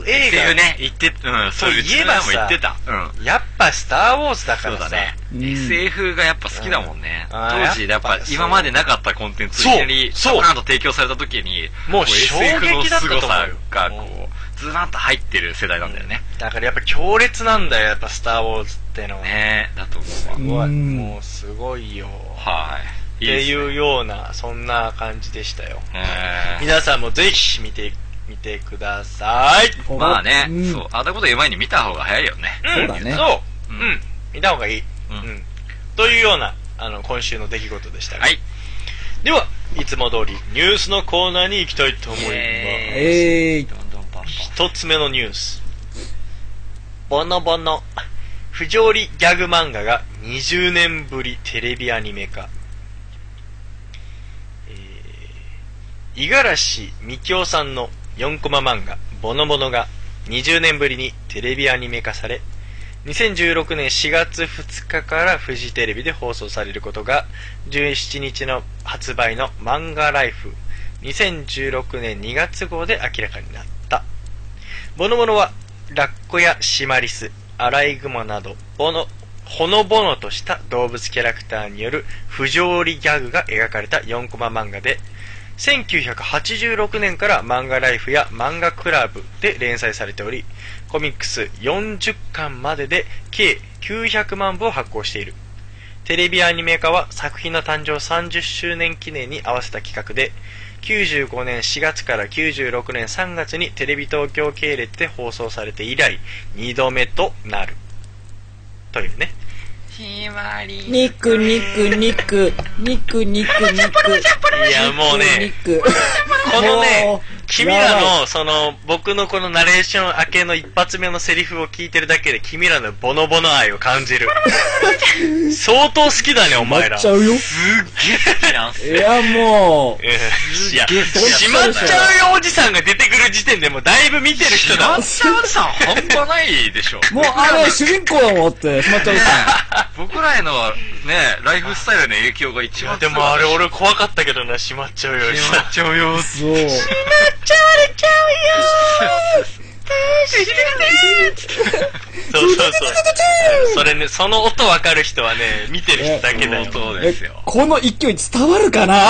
S3: っ
S2: 映
S3: ていう
S2: 画、
S3: ね、言って、うん、そういう、うちの親も言ってた。うん。
S2: やっぱスター・ウォーズだか
S3: そう
S2: ら
S3: だ
S2: さ、
S3: ね。
S4: うん
S3: SF がやっぱ好きだもんね。
S2: うんあー
S3: 当時、やっ
S2: や
S3: ぱ
S2: っぱ
S3: 今までなかったコンテンツ、い
S2: そう
S3: きなり、
S2: そう
S3: ドカーンと提供された時に、
S2: もう
S3: こ SF の
S2: 衝撃だったと思う
S3: 凄さが、
S2: う
S3: こう、ズバンと入ってる世代なんだよね。
S2: だからやっぱ強烈なんだよ、やっぱスター・ウォーズってのは。
S3: ねえ、だと思
S2: す
S3: う
S2: ご
S3: わ。
S2: い。
S4: うん
S2: もうすごいよ。
S3: はい。
S2: って
S3: う。
S2: いうような、そんな感じでしたよ。
S3: え
S2: 皆さんもぜひ見て、見てください。
S3: ーまあね
S4: うん、
S3: そう、あんなこと言う前に見た方が早いよね。
S4: そうだね
S2: んそうう。
S3: ん
S2: うん。見た方がいい。
S3: うん
S2: うん。というような、あの、今週の出来事でしたが
S3: はい。
S2: では、いつも通り、ニュースのコーナーに行きたいと思います。
S4: えい。
S3: どんどんパンパン。
S2: 一つ目のニュース。ボノボノ。不条理ギャグ漫画が20年ぶりテレビアニメ化。えー、五十嵐美京さんの4コマ漫画、ボノボノが20年ぶりにテレビアニメ化され、2016年4月2日からフジテレビで放送されることが、17日の発売の漫画ライフ2016年2月号で明らかになった。ボノボノは、ラッコやシマリス、アライグマなど、ボノ、ほのぼのとした動物キャラクターによる不条理ギャグが描かれた4コマ漫画で、1986年から漫画ライフや漫画クラブで連載されており、コミックス40巻までで計900万部を発行している。テレビアニメ化は作品の誕生30周年記念に合わせた企画で、95年4月から96年3月にテレビ東京系列で放送されて以来、2度目となる。というね。
S4: 肉、肉、肉、肉、肉、肉。
S2: いや、もうね、
S4: 肉。
S2: この
S4: もう
S2: ね、君ら
S4: やば
S2: の、その、僕のこのナレーション明けの一発目のセリフを聞いてるだけで、君らのボノボノ愛を感じる。相当好きだね、お前
S4: い。
S2: ら。
S4: っちゃうよ。
S3: 好きなんす
S4: いや、もう。
S2: いや、
S3: げえ好きだ
S2: しまっちゃうよおじさんが出てくる時点点でもだいぶ見てる人だ。
S3: 島津さん半端ないでしょ。
S4: もうあれ、主人公だもんって、しまっちゃうさ
S3: 僕らへのね、ライフスタイルへの影響が一番
S2: でもあれ俺怖かったけどな、閉まっちゃうよ。
S3: 強いなっちゃうよ。
S4: ん。そう。
S2: そうそうそう。それね、その音わかる人はね、見てる人だけだよ。
S3: そう
S4: え
S3: ですよ。
S4: この勢い伝わるかな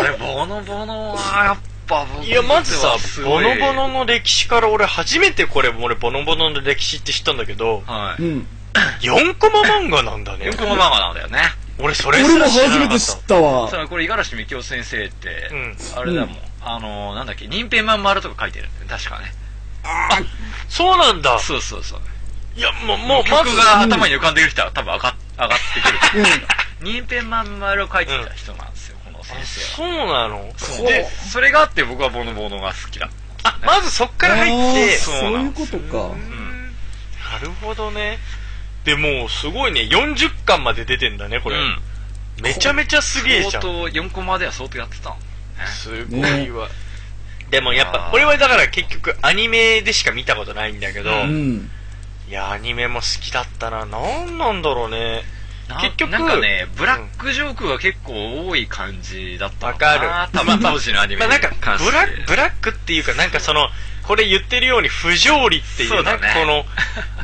S3: 俺、ボノボノはやっぱ僕
S2: いや、まずさ、ボノボノ
S3: の。
S2: の歴史から俺初めてこれ、俺ボノボノの歴史って知ったんだけど、
S3: は
S4: う
S3: い。
S4: ん。
S2: 4コマ漫画なんだね
S3: よ。くも漫画なんだよね。
S2: 俺それ
S4: 俺
S2: す
S4: も
S2: ら知ら
S4: 初
S2: な
S4: め
S2: か
S4: て
S2: っ。
S4: 知ったたわ。
S3: さあ、これ、五十嵐美京先生って、
S2: うん。
S3: あれだもん。あのー、なんだっけ、任平まん丸とか書いてるんだよね確かね。
S2: そうなんだ。
S3: そうそうそう。
S2: いや、もう、もう、ま
S3: 曲
S2: ず、
S3: が頭に浮かんでる人は多分上がっ上がってくると
S4: う
S3: 思
S4: ん
S3: う。。任平まん丸を書いてた人なんですよ、この先生は。
S2: そうなの
S3: で、それがあって僕はボノボノが好きだ。
S2: あ、まずそっから
S4: あ
S2: 入っ
S4: ー
S2: て、
S4: そ
S3: そうう
S4: い
S3: な
S4: うんことか。
S3: ん
S2: なるほどね。でも、すごいね、40巻まで出てんだね、こ
S3: こ
S2: れ
S3: れ。。
S2: めちゃめちゃすげえじゃ
S3: 相
S2: ん。
S3: 当、4コマでは相当やってたの。
S2: すご
S4: ね
S2: いわ。でもやっ
S3: あ
S2: ぱ、
S3: ー
S2: これはだから結局アニメでしか見たことないんだけど、
S4: うん。
S2: いや、アニメも好きだったな。なんなんだろうね。
S3: な
S2: 結局
S3: なんかね、ブラックジョークが結構多い感じだったのかな。
S2: わかる
S3: 多分当時のアニメ
S2: まあ
S3: に
S2: なんか
S3: 関して
S2: ブラック、ブラックっていうか、なんかその、これ言ってるように不条理っていう、
S3: そうだ
S2: なん
S3: ね
S2: かこの、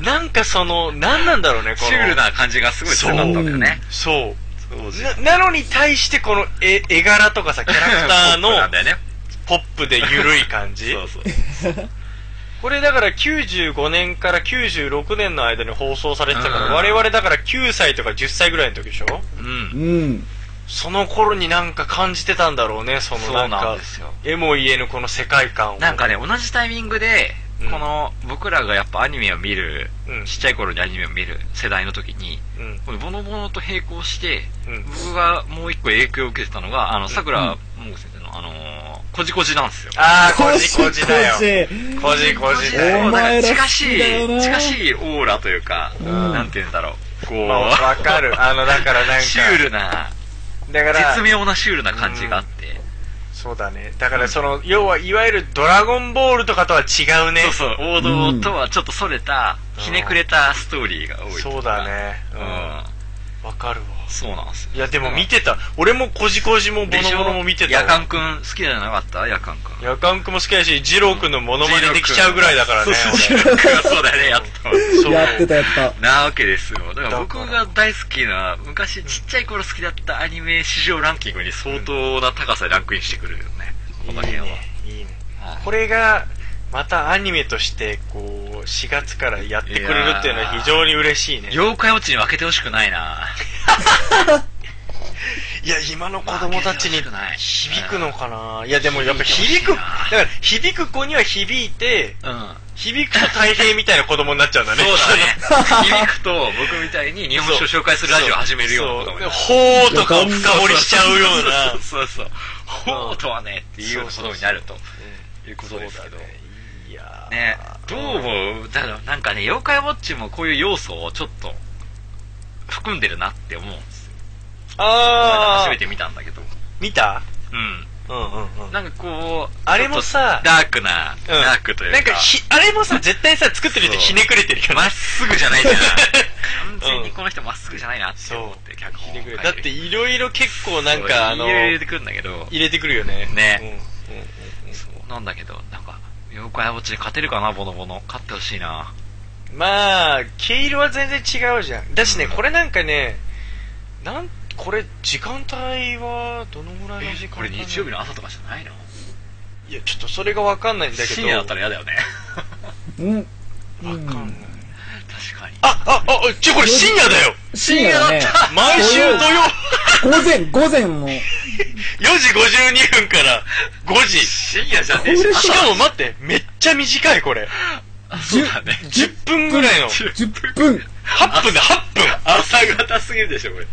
S2: なんかその、なんなんだろうね、この。
S3: シュールな感じがすごい強かったんだよね。
S2: そう。
S3: 当時。
S2: ななのに対してこの絵絵柄とかさキャラクターの
S3: ポップなんだよね。
S2: ポップで緩い感じ
S3: そうそう。
S2: これだから95年から96年の間に放送されてたから
S3: うん
S2: 我々だから9歳とか10歳ぐらいの時でしょ
S3: うん。
S4: うん。
S2: その頃になんか感じてたんだろうねそ
S3: そ
S2: のな
S3: う
S2: ん
S3: なん
S2: か
S3: ですよ。
S2: 絵も言えぬこの世界観を
S3: なんかね、同じタイミングで、
S2: うん
S3: この僕らがやっぱアニメを見る、
S2: うん
S3: ちっちゃい頃にアニメを見る世代の時に、
S2: うん
S3: このボノボノと並行して、
S2: うん
S3: 僕がもう一個影響を受けてたのが、あの、桜桃子先生の、あのー、こじこじなんですよ。
S2: ああこじこじだよ
S4: よ。
S2: こじこじだ
S4: お
S2: よ
S4: 前ら好きだよ
S3: 近しい、
S4: な
S3: 近しいオーラというか、
S4: ん
S3: なんて言うんだろう。こう、
S2: まあわかるあのだからなんか
S3: シュールな、
S2: だから
S3: 絶妙なシュールな感じがあって。
S2: そうだねだからその要はいわゆるドラゴンボールとかとは違うね
S3: そうそう、王道とはちょっとそれた、ひねくれたストーリーが多いといか
S2: そうだ。ね
S3: う
S2: うんん。わかるわ
S3: そうなんですよ。
S2: いやでも見てた俺もこじこじもボ
S3: でしょ
S2: ノボノも見てた
S3: 夜
S2: わ
S3: 間くん好きじゃなかった夜間くん。
S2: 夜間くんも好きだし二郎くんのモノマネできちゃうぐらいだからね
S3: そうそう、夜間くん そうだよね、やったわ。
S2: そう
S4: やってたやった。
S3: なわけですよ。だから僕
S2: だか
S3: が大好きな、昔ちっちゃい頃好きだったアニメ史上ランキングに相当な高さでランクインしてくるよね。この辺は。
S2: いいね
S3: はい
S2: これがまたアニメとしてこう4月からやってくれるっていうのは非常に嬉しいね
S3: 妖怪落ちに負けてほしくないな。
S2: いや今の子供たちに
S3: 負けてほしくない
S2: 響くのかないやでもやっぱ響
S3: 響
S2: く
S3: く
S2: だから響く子には響いて
S3: うん。
S2: 響くと太平みたいな子供になっちゃうんだね
S3: そうだね。 響くと、僕みたいに日本酒を紹介するラジオを始めるよう
S2: そう
S3: な 子供
S2: で
S3: に
S2: ほーとかを深掘りしちゃうような
S3: そうそうそう。ほうとはね、っていうような子供になるということですけど。
S2: いやー
S3: ね、どう思うだからなんかね、妖怪ウォッチもこういう要素をちょっと含んでるなって思うんですよ。
S2: あー
S3: 初めて見たんだけど。
S2: 見たう
S3: う
S2: んうんうん
S3: ん。なんかこう、
S2: あれもさ
S3: ちょっとダークな、
S2: うん
S3: ダークというか。
S2: なんかひ、あれもさ、絶対さ、作ってる人
S3: そう
S2: ひねくれてるよね
S3: まっ。すぐじ ゃないじゃん。完全にこの人まっすぐじゃないなって思って、脚
S2: ひ
S3: 本を
S2: ね
S3: 書
S2: く
S3: いて
S2: れ
S3: る
S2: だって、、いろいろ結構なんか、あの、
S3: 入れ
S2: 入
S3: てくるんだけど、
S2: れてくるよね。
S3: ね
S2: うん。うん
S3: そうなんだけど、なんか、妖怪ウォッチで勝てるかな、ボノボノ。勝ってほしいな。
S2: まあ、毛色は全然違うじゃん。だしね、
S3: うん
S2: これなんかね、なん、これ、時間帯は、どのぐらいの時間
S3: これ日曜日の朝とかじゃないの
S2: いや、ちょっとそれがわかんないんだけど。
S3: 深夜だったら嫌だよね。
S4: うん。
S2: わかんない。
S3: 確かに。
S2: あ、あ、あ、ちょ、これ深夜だよ
S4: 深夜だね。
S2: 毎週土曜
S4: 午前、午前も。
S2: 4時52分から5時。
S3: 深夜じゃねえ
S4: こ
S3: じゃ
S4: れ
S3: ん。
S2: しかも待って、めっちゃ短いこれ。
S3: あそうだね。
S2: 10分ぐらいの。8
S4: 10分。
S2: 分だ、8分。
S3: 朝方すぎるでしょ、これ。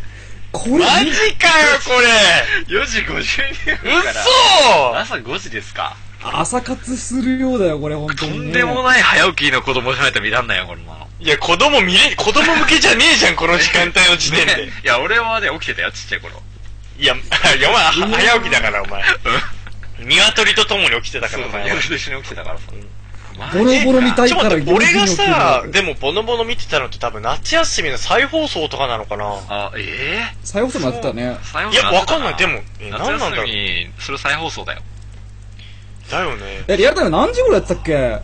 S4: これ、
S2: マジかよ、これ。
S3: 4時52分から。
S2: 嘘
S3: 朝5時ですか。
S4: 朝活するようだよ、これ、本当
S3: と
S4: に、ね。
S3: んでもない早起きの子供じゃないと見らんないよ、こんなの。
S2: いや、子供見れ、子供向けじゃねえじゃん、この時間帯の時点で
S3: ね。 いや、俺はね、起きてたよ、ちっちゃい頃。
S2: いや、いや、お前、は早起きだから、お前。鶏と共に起きてたか
S3: そう
S2: ら
S3: そう
S2: な。
S3: 夜と一緒に起きてたからさ。マ
S4: ボロボロ見たい
S2: ちょっ
S4: か
S2: と
S4: ら
S2: 待って、俺がさ、
S4: で
S2: でもボノボノ見てたのって多分夏休みの再放送とかなのかな
S3: あ、え
S4: 再放送もやってた
S3: え。
S4: ね
S3: 再放
S2: い
S3: 送
S2: や、わかんない。でも、え、
S3: 夏
S2: なんなんだ
S3: 休
S2: ろ
S3: み
S2: う。
S3: に、それ再放送だよ。
S2: だよね。
S4: え、リアルタイム何時頃やってたっけいや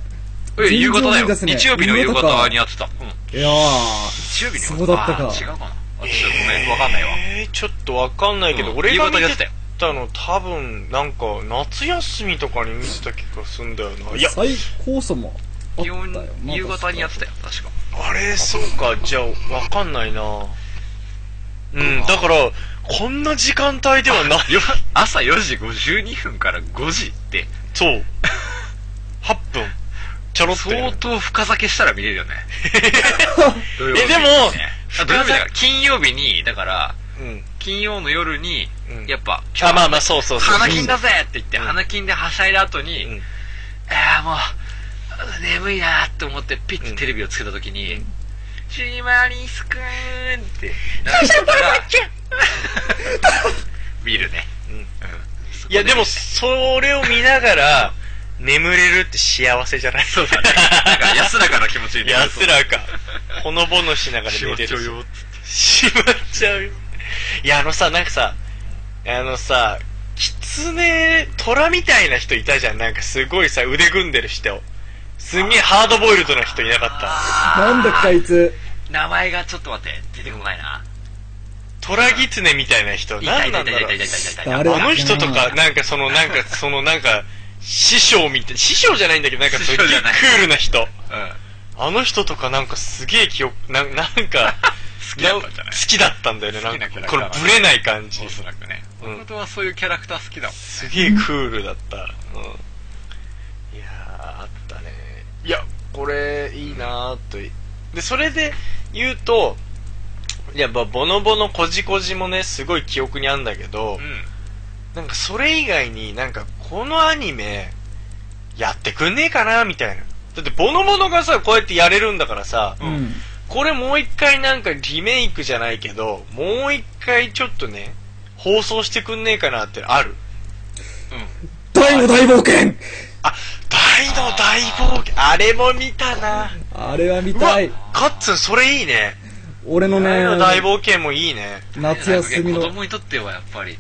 S3: え、夕方だよ。
S4: 全然思い出せない
S3: 日曜日の夕方にやってた。うん。
S4: ー、
S3: 日曜日に
S4: そうだったか
S3: あ違うかな。あ、ちょっとごめん、わかんないわ。
S2: えー、ちょっとわかんないけど、
S3: うん
S2: 俺が見
S3: 夕方やってた
S2: て
S3: よ
S2: たの多分、なんか、夏休みとかに見てた気がすんだよな。いや、
S4: 再放送もあった
S3: 基
S4: よ
S3: 本
S4: な。、
S3: 夕方にやってた
S4: た。
S3: よ、確か。
S2: あれ、そうか、じゃあ、わかんないなうん、だから、こんな時間帯ではな、
S3: よ朝4時52分から5時って、
S2: そう。8分。ちょろっとやる
S3: 相当深酒したら見 れるよね。土曜日
S2: えでも
S3: あ土曜日だから、金曜日に、だから、
S2: うん。
S3: 金曜の夜に
S2: うん、
S3: やっぱ、
S2: あ、まあまあ、そうそうそう。
S3: 花金だぜって言って、花金ではしゃいだ後に、
S2: う
S3: え
S2: ん
S3: ーもう、眠いなーって思って、ピッてテレビをつけた時に、シマリスく ーんって、なったら、 見るね。
S2: いや、でも、それを見ながら、眠れるって幸せじゃないそうだね。
S3: なんか安らかな気持ちになると
S2: 安らか。ほのぼのしながら
S3: し
S2: 寝
S3: ま
S2: て
S3: ちょ
S2: る。
S3: よ。
S2: しまっちゃうよ。いや、あのさ、なんかさ、あのさ、キツネ、虎みたいな人いたじゃん。なんかすごいさ、腕組んでる人。すんげえハードボイルドな人いなかった。
S4: なんだっけ、あいつ。
S3: 名前がちょっと待って、出てこないな。
S2: 虎キツネみたいな人。
S3: いた
S2: ないん
S3: た
S2: ないん
S3: た
S2: だ
S3: いた
S2: ろ
S3: いたいうたい。たいた。
S4: あれ
S2: あの人とか、なんかその、なんか、その、なんか、師匠みたい、師匠じゃないんだけど、なんかすっげえ
S3: 師匠
S2: ク
S3: じゃない
S2: ールな人。
S3: うん。
S2: あの人とかなんかすげえ記憶、なんなんか、好
S3: きだったんじゃない
S2: 好きだったんだよね、なんか
S3: 好きな。キ
S2: こ
S3: ャラ
S2: の
S3: クター
S2: ブレない感じ
S3: お。そらくね。
S2: うん
S3: 本当はそういうキャラクター好きだもん。
S2: すげえクールだった。うん。いやー、あったね。いや、これ、いいなーと。で、それで言うと、いや、まあボノボノコジコジもね、すごい記憶にあんだけど、
S3: うん。
S2: なんかそれ以外になんかこのアニメやってくんねえかなみたいな。だってボノボノがさ、こうやってやれるんだからさ、
S4: うん。
S2: これもう一回なんかリメイクじゃないけど、もう一回ちょっとね、放送してくんねえかなってある。
S4: 大の大冒険
S2: あ、大の大冒険。あれも見たな。
S4: あれは見
S2: うわ
S4: たい。、
S2: カッツンそれいいね。
S4: 俺の
S2: 大
S4: ね
S2: の、大冒険もいいね。
S4: 夏休み
S3: 子
S4: の。
S3: 供にとってはやっぱりね、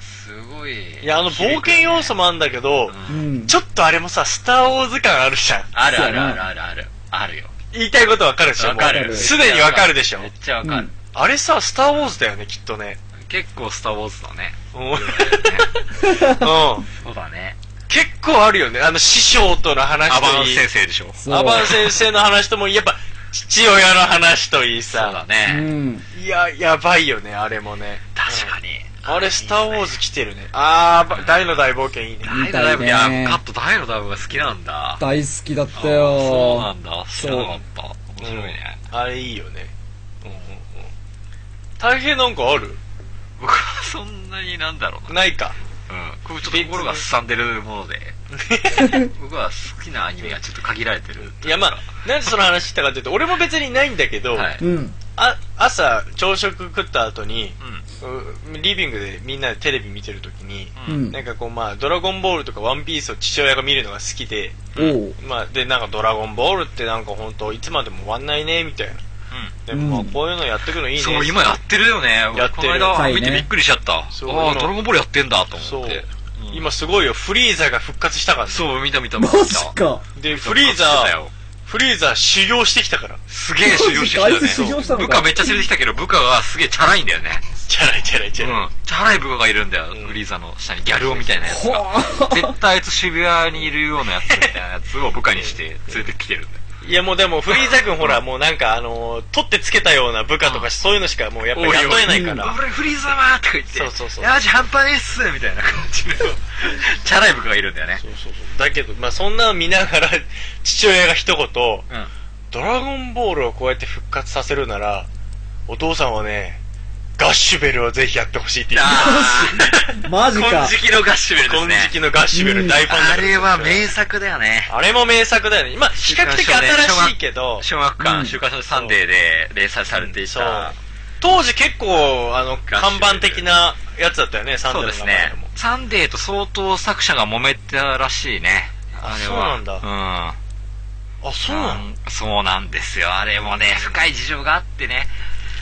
S3: すごい。
S2: いや、あの冒険要素もあんだけど、
S4: うん。
S2: ちょっとあれもさ、スターウォーズ感あるじゃん。
S3: あるあるあるあるある。あるよ。
S2: 言いたいことわかるでしょ
S3: わかる
S2: もうすでにわかるでしょ
S3: めっちゃわかる。
S2: あれさ、スター・ウォーズだよね、きっとね。
S3: 結構スターウォーズだ ね。
S2: うん。うん
S3: そうだね。
S2: 結構あるよね。あの、師匠との話といい。
S3: 生でしょ。
S4: そう
S2: アバン先生の話ともいい、やっぱ、父親の話といい
S3: そう
S2: さ
S3: だ。
S4: う
S3: ね。
S4: ん。
S2: いや、やばいよね、あれもね。
S3: 確かに。
S2: うん。あれ、スター・ウォーズ来てるね。あーば、大の大冒険いいね。
S3: 大
S4: み
S3: のダ
S4: た
S3: イ
S4: い
S3: ブ、いや、
S4: ね
S3: カ。ット大のダイブが好きなんだ。
S4: 大好きだった
S3: あそうな
S4: よ。
S3: んだ。知らなかった。面白いね。
S2: うん。あれいいよね。うんうんうん。大変なんかある
S3: 僕はそんなになんだろうな。
S2: ないか。
S3: うん。こうちょっと心がすさんでるもので。僕は好きなアニメがちょっと限られてる。
S2: いや、まあ、なんでその話したかっていうと、俺も別にないんだけど、
S3: はい。
S4: うん。
S2: あ朝朝食食った後に、
S3: う
S2: う
S3: ん。
S2: リビングでみんなでテレビ見てる時に、
S4: う
S3: うん
S4: ん
S2: な。んかこうまあドラゴンボールとかワンピースを父親が見るのが好きで、
S4: おう。
S2: まあでなんかドラゴンボールってなんか本当いつまでも終わんないねみたいな。でも
S4: うん
S2: まあこういうのやってくのいいね。
S3: そう、今やってるよね。
S2: やってる
S3: 俺この間
S4: はい
S3: 見
S4: ね
S3: てびっくりしちゃった。
S2: そう
S3: ああ、ドラゴンボールやってんだと
S2: そう
S3: 思って。うん
S2: 今すごいよフリーザが復活したから、ね。
S3: そう、見た見た見
S4: マ
S3: た。
S4: ジか。
S2: でフリーザ
S3: だよ
S2: フリーザ修行してきたから。
S3: すげえ修行してきたよ
S4: マジかあいつ修行した
S3: ね。
S4: のか
S3: 部下めっちゃ連れてきたけど、部下がすげえチャラいんだよね。
S2: チャラいチャラいうチャラい。
S3: ん。チャラい部下がいるんだよ。
S2: うん
S3: フリーザの下にギャル男みたいなやつ
S4: ほ
S3: が。
S4: ー
S3: 絶対あいつ渋谷にいるようなやつみたいなやつを部下にして連れてきてるんだよ。
S2: いやもうでもフリーザ君ほらもうなんかあのー取ってつけたような部下とかそういうのしかもうやっぱ雇えないから。
S3: 俺フリーザーとか言って。
S2: そうそうそう
S3: いや、じゃ半端ないっすみたいな感じの。チャラい部下がいるんだよね。
S2: そうそうそう。だけど、まあそんなの見ながら、父親が一言、
S3: うん。
S2: ドラゴンボールをこうやって復活させるなら、お父さんはね、ガッシュベルをぜひやってほしいって言う。
S4: マジ
S3: 金
S4: か。
S3: 色のガッシュベルです
S2: 金
S3: ね。
S2: 色のガッシュベル大ファンだ
S3: あ
S2: から
S3: れは名作だよね。
S2: あれも名作だよね。まあ比較的新しいけど、
S3: 小学
S4: う
S3: 館、
S4: ん
S3: 週刊誌のサンデーで連載されてい
S2: そう
S3: た。。
S2: 当時結構、あの、
S3: ガッシュベル
S2: 看板的なやつだったよね、サンデーの名前でも。
S3: サンデーと相当作者が揉めたらしいね。あれは。
S2: そうなんだ
S3: うん。
S2: あ、そうなの
S3: うんそうなんですよ。あれもね、深い事情があってね。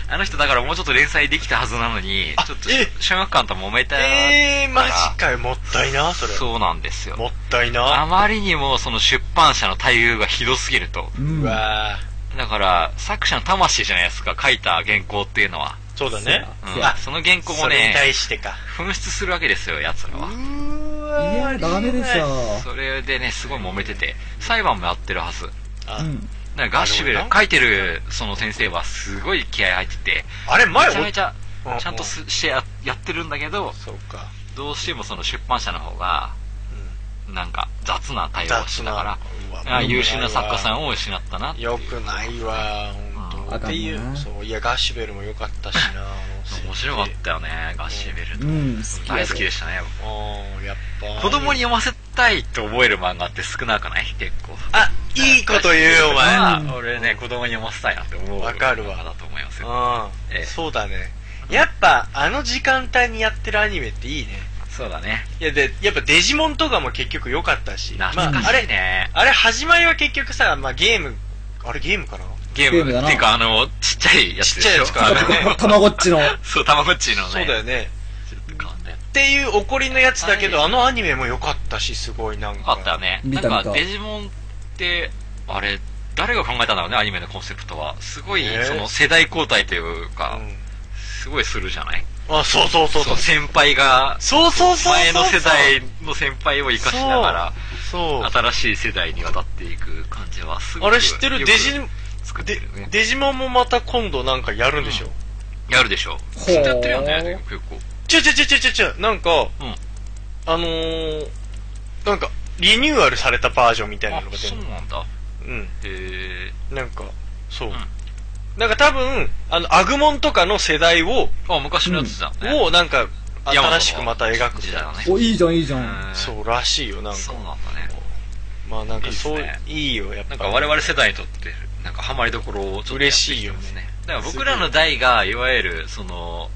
S3: あの人だからもうちょっと連載できたはずなのに、ちょっと
S2: え
S3: 小学館と揉めた。
S2: えー、マジかよ、もったいな、それ。
S3: そうなんですよ。
S2: もったい
S3: あ
S2: な。
S3: まりにもその出版社の待遇がひどすぎると。
S4: うん。
S2: うわー
S3: だから、作者の魂じゃないですか、書いた原稿っていうのは。
S2: そうだね。
S3: うん
S4: せや
S3: その原稿も
S2: それに
S3: ね、
S2: 対してか。
S3: 紛失するわけですよ、奴らは。
S4: いや、ダメでしょ。
S3: それでね、すごい揉めてて、裁判もやってるはず。
S2: あ
S4: うん。
S3: なんかガッシュベル
S2: あでもなん、か
S3: 書いてるその先生はすごい気合入ってて、
S2: あれ、前
S3: めちゃめちゃ
S2: うん
S3: ちゃんとすしてややってるんだけど、
S2: そうか。
S3: どうしてもその出版社の方が、なんか雑な対応をしてた
S2: 雑
S3: か
S2: なう
S3: ら、
S2: わ
S3: あ優秀な作家さ
S2: よくないわ
S3: んを失ったなっていう
S2: よくないわ、ほん
S4: うん
S2: と。ってい
S4: あかんもん
S2: う、
S4: な
S2: そう、いや、ガッシュベルも良かったしな、
S3: 面白かったよね、ガッシュベル
S4: う
S3: と。
S4: ん、好きや
S3: 大
S4: で
S3: 好きでしたね。僕
S2: た。うん、やっぱ。
S3: 子供に読ませたいと覚える漫画って少なくない結構。
S2: あ、いいこと言うよ、お前。
S3: まあ
S4: うん
S3: 俺ね、子供に読ませたいなって思う。
S2: わかるわ
S3: だと思いますよ。
S2: う
S3: ええ
S2: ん、そうだね。やっぱ、あの時間帯にやってるアニメっていいね。
S3: そうだね。
S2: いや、で、やっぱデジモンとかも結局良かったし。
S3: 懐
S2: ま
S3: か
S2: あ、あ
S3: し
S2: れ、
S3: いね。
S2: あれ始まりは結局さ、まあゲーム、あれゲームかな
S3: ゲ
S4: ゲ
S3: ー
S4: ー
S3: ム
S4: ムだな
S3: っていうか、あの、ちっちゃいやつでしょ
S2: ちっちゃいやつか
S3: あの
S4: たまごっちの。
S3: そう、たまごっちのね。
S2: そうだよね。
S3: ちょっと変わったやつ
S2: っていう怒りのやつだけど、あのアニメも良かったし、すごいなん
S3: よ
S2: か。
S3: かったよね。
S4: 見
S3: な
S4: た
S3: ん
S4: 見
S3: か、
S4: た
S3: デジモンって、あれ、誰が考えたんだろうね、アニメのコンセプトは。すごい、
S2: えー
S3: その世代交代というか、
S2: う
S3: すごいするじゃない
S2: ん。あ、そうそうそう
S3: そ
S2: そう
S3: の。先輩が、
S2: そうそうそう。
S3: 前の世代の先輩を生かしなが
S2: そう。
S3: ら、
S2: そう。
S3: 新しい世代に渡っていく感じはすごく
S2: あれ知って
S3: よ
S2: る
S3: く
S2: デジ、
S3: 作って
S2: デ
S3: るね。
S2: デジモンもまた今度なんかやるんでしょ
S3: やるでしょ。
S4: う
S3: ずっとやってるよね、結構。
S2: ちょちょちょちょちょちょ、なんか、
S3: ん
S2: あのー、なんか、リニューアルされたバージョンみたいな
S3: あ
S2: のが出
S3: そう
S2: る
S3: なんだ。
S2: うん。
S3: へえ。
S2: なんか、そう。
S3: うん
S2: なんか多分、あの、アグモンとかの世代を、
S3: あ、昔のやつだね。
S2: をなんか、
S3: ヤマトの
S2: 新しくまた描くみたい
S3: 時代
S2: な。
S3: だね。
S4: お、いいじゃん、いいじゃ
S3: うん
S4: ん。
S2: そうらしいよ、なんか
S3: そう。なんだね。
S2: まあなんかそう、
S3: い
S2: い
S3: い
S2: い
S3: っす
S2: よ、やっぱ。
S3: なんか我々世代にとって、なんかハマりどころをちょっと
S2: 嬉しいよね
S3: やってきてますだから僕らの代が、いわゆる、その、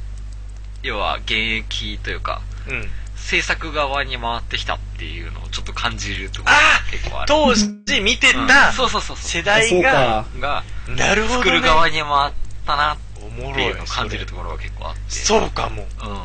S3: 要は現役というか、
S2: うん。
S3: 制作側に回ってきたっていうのをちょっと感じるところ
S2: あ
S3: が結構ある。
S2: 当時見て
S3: うん
S2: た
S3: そうそうそうそ
S2: 世
S4: あそ
S2: 代
S4: う
S2: が、
S4: か。
S3: う。が、
S2: なるほど、ね。
S3: 作る側に回ったなっ
S2: おも
S3: て
S2: ろ
S3: い
S2: いう
S3: のを感じる
S2: そ
S3: と
S2: れ
S3: ころが結構あって。
S2: そうかも。
S3: うん。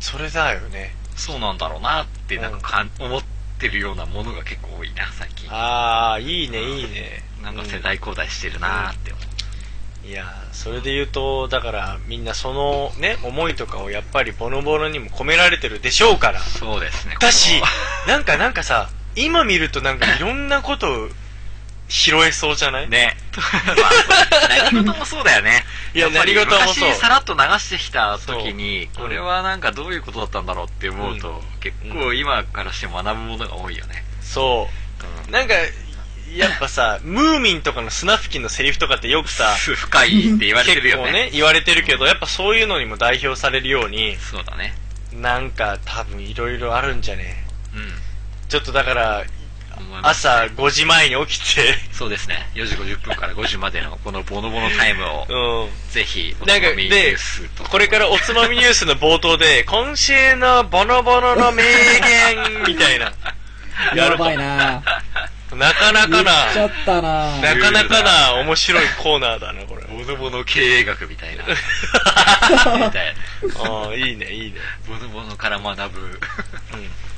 S2: それだよね。
S3: そうなんだろうなって、なんかかん思ってるようなものが結構多いな、最近。
S2: ああ、いいね、いいね。
S3: なんか世代交代してるなって思う。
S2: いやーそれで言うとだからみんなそのね思いとかをやっぱりボノボノにも込められてるでしょうから
S3: そうですね。
S2: だし
S3: こ
S2: なんかなんかさ今見るとなんかいろんなことを拾えそうじゃない、
S3: のね。まあ何事もそうだよね。
S2: いや
S3: っぱり
S2: 何事もそう
S3: 昔さらっと流してきた時に、これはなんかどういうことだったんだろうって思うと、
S2: うん
S3: 結構今からして学ぶものが多いよね。
S2: そうなんかやっぱさムーミンとかのスナフキンのセリフとかってよくさ
S3: す深いって言われてる
S2: 結
S3: よ
S2: 構
S3: ね。
S2: ね言われてるけどやっぱそういうのにも代表されるように
S3: そうだね。
S2: なんか多分いろいろあるんじゃね
S3: うん。
S2: ちょっとだから
S3: 思います
S2: 朝5時前に起きて
S3: そうですね。4時50分から5時までのこのボノボノタイム
S2: う
S3: を、
S2: ん
S3: ぜひ、おつま
S2: なんか、
S3: みニ
S2: で
S3: ュースと、
S2: これからおつまみニュースの冒頭で、今週のボノボノの名言みたい な。
S4: やばいな
S2: なかな
S4: 言
S2: か
S4: っち
S2: な
S4: ゃっ、たな
S2: なかなかな面白いコーナーだな、これ。
S3: ボノボノ経営学みたい な。みたい
S2: ああ、いいね、いいね。
S3: な。ボノボノから学ぶ。
S2: うん。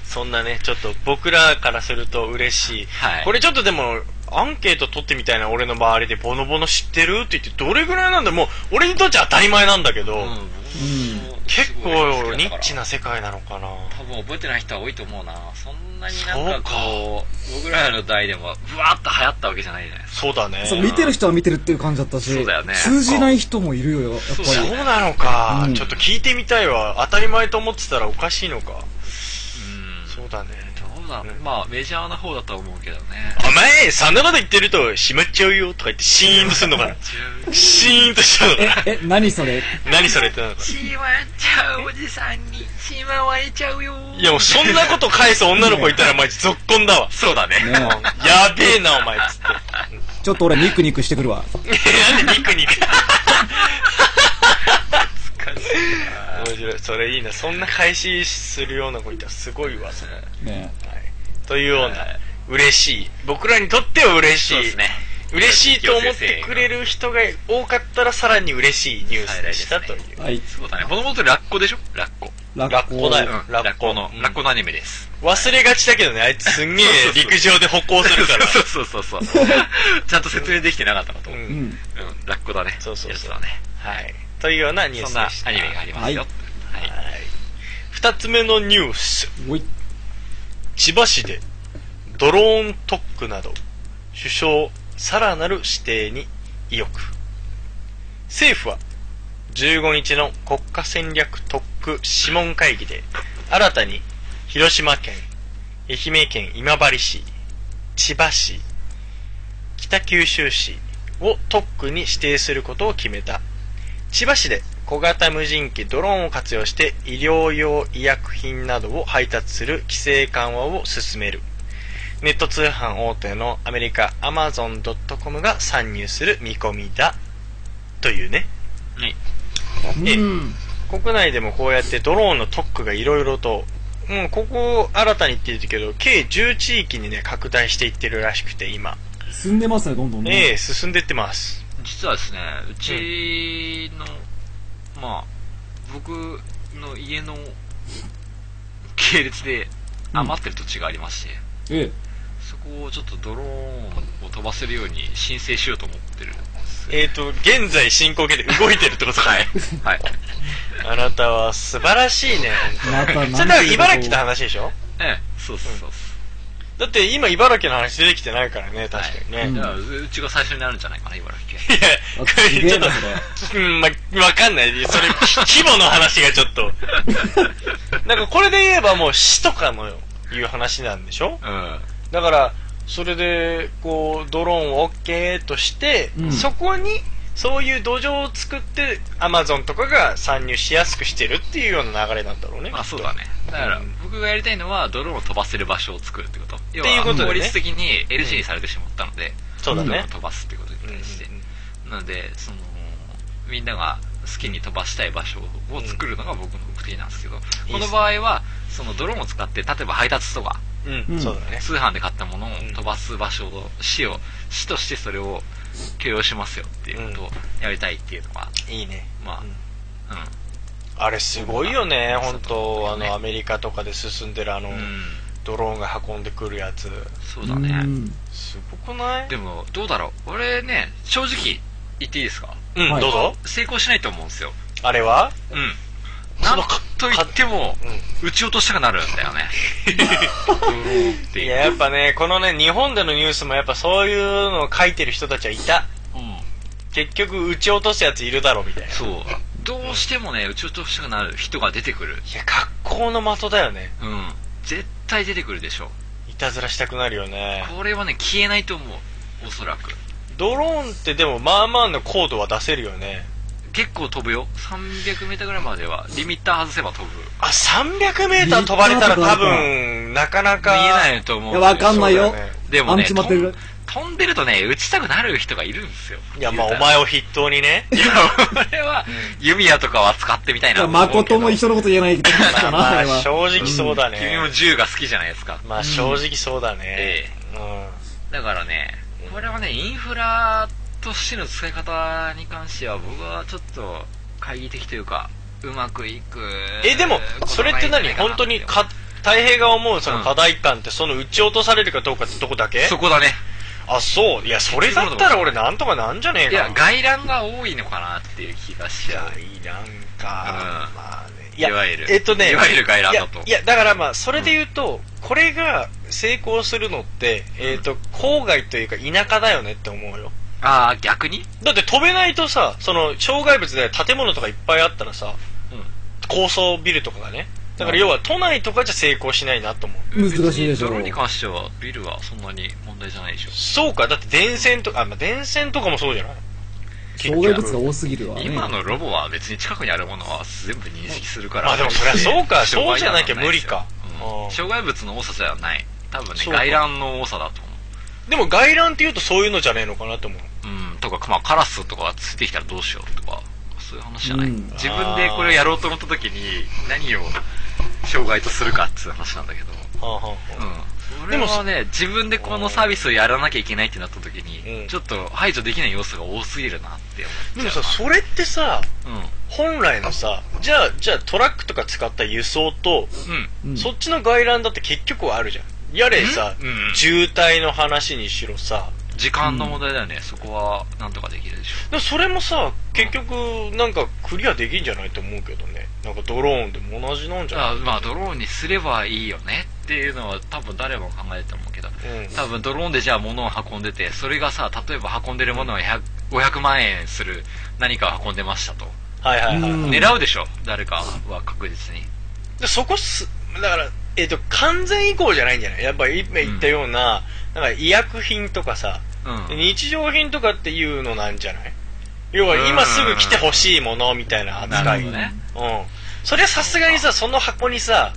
S2: そんなね、ちょっと僕らからすると嬉しい。
S3: はい
S2: これちょっとでも、アンケート取ってみたいな俺の周りで、ボノボノ知ってるって言って、どれぐらいなんだもう、俺にとっちゃ当たり前なんだけど、
S3: うん
S2: 結構
S3: すごい好きだから
S2: ニッチな世界なのかな。
S3: 多分覚えてない人は多いと思うなそんなにな
S2: そ
S3: ん
S2: う
S3: か
S2: か
S3: こう僕らの代でもぶわーっと流行ったわけじゃないじゃないですか
S2: そうだね。
S4: そう、見てる人は見てるっていう感じだったし、
S3: そうだよね
S4: 通じない人もいるよ、やっぱ
S3: そ
S2: そうう
S4: り。
S2: なのか、
S4: うん
S2: ちょっと聞いてみたいわ当たり前と思ってたらおかしいのかそうだね
S3: うんどうだろう
S2: うん
S3: まあメジャーな方だとは思うけどね
S2: お前そんなこと言ってるとしまっちゃうよとか言ってシーンとすんの かなシーンとしちゃうのか
S4: え、え、何それ
S2: な何それってなのか
S3: しまっちゃうおじさんにしまわれちゃうよ
S2: ないやもうそんなこと返す女の子いたらマジぞっこんだわ
S3: そうだね
S4: ね
S2: やべえなお前っつって
S4: ちょっと俺ニクニクしてくるわ。
S2: なんでニクニク面白い白い。それいいな。そんな開始するような子いたらすごいわ、それ。はい。
S4: ね
S2: というような、嬉しい。僕らにとっては嬉し
S3: そうで
S2: い
S3: す。ね。
S2: 嬉しいと思ってくれる人が多かったらさらに嬉しいニュースでしたという。
S4: はい。
S3: そうだね。もともとラッコでしょラッコ。
S4: ラ
S2: ラッコだよ
S3: う。ん、
S2: ラ
S3: ラ
S2: ッ
S3: ッ
S2: コ
S3: コ
S2: の
S3: の。、
S2: うん
S3: ラッコのアニメです。
S2: 忘れがちだけどね、あいつすんげえ陸上で歩行するから。
S3: そうそうそうそう。ちゃんと説明できてなかったなと
S2: う
S3: 思う。うん、
S2: ん。
S3: ラッコだね。
S2: そうそうそう
S3: やつだね。
S2: はい。というようなニュー
S3: そん
S2: ス
S3: な
S2: でした。
S3: アニメがありますよ。はい。
S2: はい。二つ目のニュース。
S4: おい。
S2: 千葉市でドローン特区など首相さらなる指定に意欲政府は15日の国家戦略特区諮問会議で新たに広島県愛媛県今治市千葉市北九州市を特区に指定することを決めた千葉市で小型無人機ドローンを活用して医療用医薬品などを配達する規制緩和を進めるネット通販大手のアメリカ Amazon.com が参入する見込みだというね
S3: はい
S2: で国内でもこうやってドローンの特区がいろいろと、うん、ここ新たにって言ってるけど計10地域にね拡大していってるらしくて今、
S4: 進んでますね、どんどん
S2: え
S4: ね。
S2: え進んでってます
S3: 実はですね、うちの、まあ、僕の家の系列で余ってる土地がありまして、
S4: ええ。
S3: そこをちょっとドローンを飛ばせるように申請しようと思っ てるんですよ。
S2: えっ、と現在進行形で動いてるってことかい
S3: はい。
S2: あなたは素晴らしいね
S4: また
S2: それだから茨城来た話でしょ
S3: ええ、そうそうそうそう。
S2: だって今茨城の話出てきてないからね、確かにね。
S4: いうん
S3: だからうちが最初になるんじゃないかな、茨城県。
S4: あす
S2: い
S4: げ
S2: や、
S4: え
S2: こ
S4: な、
S2: れ
S4: それ。
S2: ちょっと、うん、ま、わかんない。それ、規模の話がちょっ と。なんかこれで言えばもう市とかのいう話なんでしょ
S3: うん。
S2: だから、それで、こう、ドローンを OK として、
S4: うん
S2: そこに、そういう土壌を作って、アマゾンとかが参入しやすくしてるっていうような流れなんだろうね。
S3: まあそうだね。だから
S2: うん
S3: 僕がやりたいのはドローンを飛ばせる場所を作るってこと。要
S2: っていうことだ
S3: は
S2: よね
S3: 法律的に LG にされてしまったので、
S2: そうだ
S3: ドローン
S2: ね
S3: を。飛ばすってことに
S2: うんうん
S3: 対して。
S2: う
S3: なので、その、みんなが好きに飛ばしたい場所を作るのが僕の目的なんですけど、この場合は、そのドローンを使って、例えば配達とか、
S2: んうん、
S4: うん
S2: そうだね。
S3: 通販で買ったものを飛ばす場所を、市を、市としてそれを許容しますよっていうことをやりたいっていうのが、
S2: いいね。
S3: まあ、
S2: うん
S3: う
S2: あれすごいよね、本当あ
S3: そうだね
S2: の、アメリカとかで進んでるあの、
S3: ん。うん。
S2: ドローンが運んでくるやつ。
S3: そううだね。
S4: ん
S2: すごくない
S3: でも、どうだろう。俺ね、正直言っていいですか
S2: うん、
S4: はい
S2: どうぞ。
S3: 成功しないと思うんですよ。
S2: あれは
S3: うん。
S2: そ
S3: な
S2: の
S3: んと言っても、撃ち落としたくなるんだよね。ドローンっ
S2: い
S3: ていう。
S2: や、やっぱね、このね、日本でのニュースもやっぱそういうのを書いてる人たちはいた。
S3: うん。
S2: 結局、撃ち落とすやついるだろ、みたいな。
S3: そう。どうしてもね、撃ち落としたくなる人が出てくる。
S2: いや、格好の的だよね。
S3: うん。絶対出てくるでしょ。
S2: いたずらしたくなるよね。
S3: これはね、消えないと思う。おそらく。
S2: ドローンってでも、まあまあの高度は出せるよね。
S3: 結構飛ぶよ。300メーターぐらいまでは、リミッター外せば飛ぶ。
S2: あ、300メーター飛ばれたら
S4: リミッター
S2: 多
S4: とか
S2: 分、なかな
S3: 見
S2: か。
S3: えないと思う
S4: い
S3: んだ
S4: や、
S3: よ。
S4: わかんない
S2: そ
S4: よ
S2: うだ。ね
S3: でもね、
S4: アンチ待ってる
S3: とん飛んでるとね、撃ちたくなる人がいるんですよ。
S2: いや、まあ、お前を筆頭にね。
S3: いや、俺は弓矢とかは使ってみたいなと思うけど。
S4: 誠も一緒のこと言えないけど、
S2: ま
S4: か
S2: あ
S4: な、そ
S2: ま
S4: れ
S2: あ、
S4: は。
S2: 正直そうだ
S3: 君
S2: ね
S3: も。銃が好きじゃないですか。
S2: まあ、正直そうだね
S3: え。
S2: う
S3: だからね、これはね、インフラとしての使い方に関しては、僕はちょっと、懐疑的というか、うまくいく。
S2: ん。え、でも、それって何本当にか、太平が思うその課題感って、その撃ち落とされるかどうかってとこだけ
S3: そこだね。
S2: あ、そう。いや、それだったら俺なんとかなんじゃね
S3: い
S2: えか
S3: や、
S2: な。
S3: 外乱が多いのかなっていう気がしちゃう。
S2: いや、いい、なんか、
S3: うん
S2: まあね。
S3: いわゆる
S2: えっとね。
S3: いわゆる外乱だと
S2: いや、いやだからまあ、それで言うと、これが成功するのって、えっ、と、郊外というか田舎だよねって思うよ。
S3: ああ、逆に
S2: だって飛べないとさ、その、障害物で建物とかいっぱいあったらさ、
S3: うん
S2: 高層ビルとかがね。だから要は都内とかじゃ成功しないなと思う。
S4: 難しいで
S3: 別
S4: し
S3: にドロ
S4: ょ
S3: ーン。に関しては、ビルはそんなに問題じゃないでしょ。
S2: そうか、だって電線とか、あ、まあ、電線とかもそうじゃない
S4: 障害物が多すぎるわね。
S3: 今のロボは別に近くにあるものは全部認識するから。
S2: まあでも そりゃそうか、
S3: 障
S2: そう
S3: 害
S2: じゃ
S3: な
S2: なんき
S3: て
S2: ゃ
S3: ない
S2: 無
S3: で
S2: 理
S3: すよ
S2: か。
S3: うん
S2: うん
S3: 障害物の多さではない。多分ね、
S2: そうか
S3: 外乱の多さだと思
S2: でも外乱って言うとそういうのじゃねえのかなと思う。
S3: う。うん。とか、まあカラスとかがついてきたらどうしようとか、そういう話じゃない、
S4: うん
S3: 自分でこれをやろうと思った時に何を障害とするかっていう話なんだけど、
S2: はあはあはあ
S3: うん、でもね自分でこのサービスをやらなきゃいけないってなった時に、
S2: うん
S3: ちょっと排除できない要素が多すぎるなって
S2: で
S3: 思
S2: も
S3: っち
S2: さ、
S3: ゃ
S2: それってさ、
S3: うな
S2: 本来のさ、じゃあ、じゃあトラックとか使った輸送と、
S3: うんうん
S4: うん
S2: そっちの外覧だって結局はあるじゃん。やれさ、
S3: うんうん
S2: 渋滞の話にしろさ、
S3: 時間の問題だよね、そこはなんとかできるでしょ
S2: でもそれもさ、結局なんかクリアできんじゃないと思うけどね。なんかドローンでも同じなんじゃない
S3: あまあドローンにすればいいよねっていうのは多分誰も考えてると思うけど
S2: うん
S3: 多分ドローンでじゃあ物を運んでてそれがさ例えば運んでるものが100 500万円する何かを運んでましたと、
S2: はいはいはい。
S4: うん
S3: 狙うでしょ誰かは確実に
S2: でそこす、だから、えっ、と、完全移行じゃないんじゃないやっぱり今言ったような、なんか医薬品とかさ、
S3: うん
S2: 日常品とかっていうのなんじゃない要は今すぐ来てほしいものみたいな
S3: な
S2: 扱
S3: る
S2: い
S3: ほどね、
S2: うん。それはさすがにさ、その箱にさ、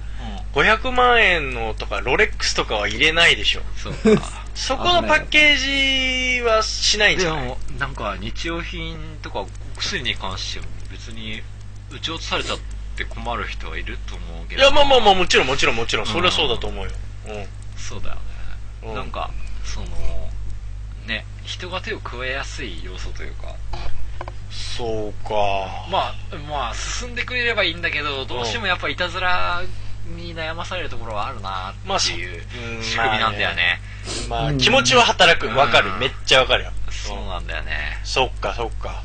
S2: 500万円のとかロレックスとかは入れないでしょ。
S3: うん、そうか
S2: そこのパッケージはしないんじ
S3: で
S2: ゃない
S3: もなんか日用品とかお薬に関しても別に撃ち落とされちゃって困る人はいると思うけ
S2: い
S3: ど
S2: や、まあまあまあ、もちろんもちろんもちろん、それはそうだと思うよ。
S3: そうだよね、
S2: うん
S3: なんかそのね人が手を加えやすい要素というか
S2: そうか。
S3: まあまあ進んでくれればいいんだけどどうしてもやっぱいたずらに悩まされるところはあるな
S2: まあ
S3: っていう
S2: うん
S3: 仕組みなんだよね,、
S2: まあ、
S4: うん
S2: 気持ちは働く。わかる
S3: う。ん
S2: めっちゃわかるよ。
S3: そうなんだよね
S2: そっかそっか。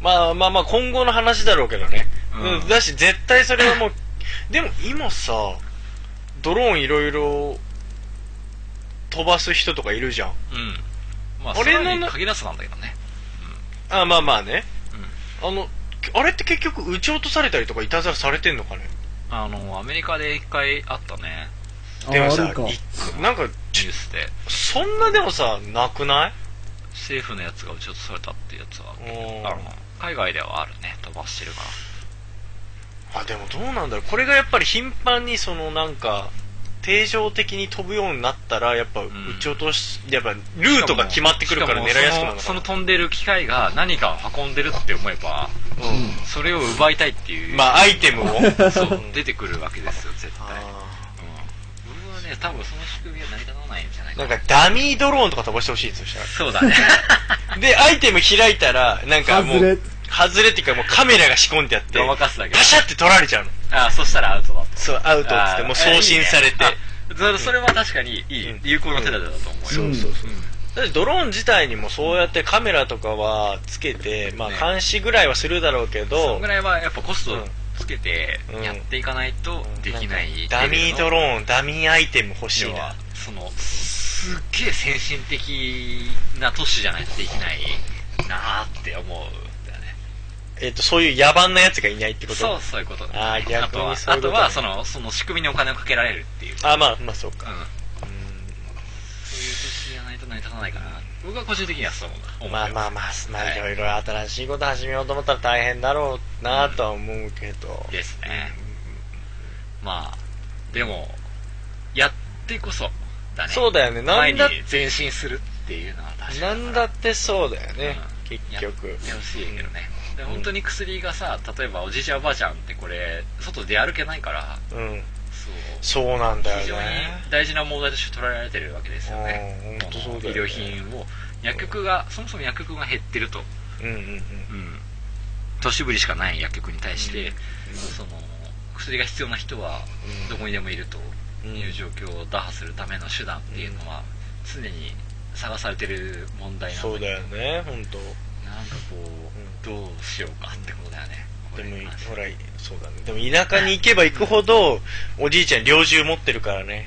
S2: まあまあまあ今後の話だろうけどね。
S3: うん
S2: うんだし絶対それはもう、 でも今さ、ドローンいろいろ飛ばす人とかいるじゃん。
S3: うんまあそ
S2: 俺の
S3: れに限らずなんだけどね
S2: あまあまあね。あの、あれって結局撃ち落とされたりとかいたずらされてんのかね
S3: あのアメリカで一回あったね
S4: あ
S2: でも
S4: あ
S2: さ
S4: るか、
S2: いなんか、
S3: ニュースで
S2: そんなでもさ、なくない
S3: 政府のやつが撃ち落とされたっていうやつは
S2: うん
S3: あの海外ではあるね飛ばしてるか
S2: あ、でもどうなんだろう。これがやっぱり頻繁にそのなんか、定常的に飛ぶようになったら、やっぱ撃
S3: ん
S2: ち落とし、やっぱル
S3: ら
S2: ートが決まってくるから狙いやすくなるのか
S3: しかも
S2: な
S3: そのその飛んでる機械が何かを運んでるって思えば、それを奪いたいっていう、
S2: まあ、アイテムを。
S3: そう出てくるわけですよ絶対僕はね多分その仕組みは成り立たないんじゃない
S2: な
S3: か
S2: ん
S3: な
S2: か、ダミードローンとか飛ばしてほしいんですよ、そし
S3: そうだね
S2: たら。で、アイテム開いたら、なんかも
S4: 外れ
S2: う、外れっていうかもうカメラが仕込んであって、
S3: ごまかすだけ
S2: パシャって取られちゃうの。
S3: あそしたらアウトだと
S2: そう、アウトっつって、もう送信されて。
S3: あそそれは確かにいい、
S2: うん
S3: 有効な手立てだと思うよ、
S4: うんそうそう
S3: そう、
S2: だってドローン自体にもそうやってカメラとかはつけて、まあ
S3: ね
S2: 監視ぐらいはするだろうけ
S3: そ
S2: ど
S3: のぐ、らいはやっぱコストをつけて
S2: うん
S3: やっていかないとできないレベルの
S2: ダミードローン、ダミーアイテム欲しい
S3: 要は
S2: な。
S3: そのすっげえ先進的な都市じゃないとできないなーって思うんだよね
S2: えっと、そういう野蛮なやつがいないってこと
S3: そうそういうことだ
S2: あー
S3: あ
S2: 逆
S3: とは
S2: にそういうこ
S3: あ
S2: ととね
S3: はそのその仕組みにお金をかけられるっていう、うん、
S2: あ、まあ、まあそうか。
S3: そういう都市じゃないと成り立たないかな僕は個人的にはそう思う
S2: まあまあまあ、ま
S3: は
S2: あ
S3: い
S2: いろいろ新しいこと始めようと思ったら大変だろうなとは思うけど。
S3: ですねまあでもやってこそだね
S2: そうだよね。な
S3: 前
S2: ん
S3: に
S2: だ、
S3: 前進するっていうのは確か
S2: な
S3: に
S2: んだってそうだよね。
S3: うん
S2: 結局。
S3: やってほしいけどねで本当に薬がさ例えばおじいちゃんおばあちゃんってこれ外出歩けないから
S2: うん。
S3: そう
S2: そうなんだ
S3: 非
S2: よ
S3: 常に
S2: ね。
S3: 大事な問題として捉えられてるわけですよね
S2: うん本当そうだよね
S3: 医療品を薬局がそもそも薬局が減ってると、
S2: うんうんうん。
S3: うん、都市ぶりしかない薬局に対して、その薬が必要な人は
S2: うん
S3: どこにでもいると
S2: うん
S3: いう状況を打破するための手段っていうのは常に探されてる問題なの
S2: そう
S3: で
S2: だよね、本当。
S3: なんかこう、どうしようかってことだよね。
S2: でも
S3: これに関して
S2: ほらそうだねでも田舎に行けば行くほどおじいちゃん猟銃持ってるから ね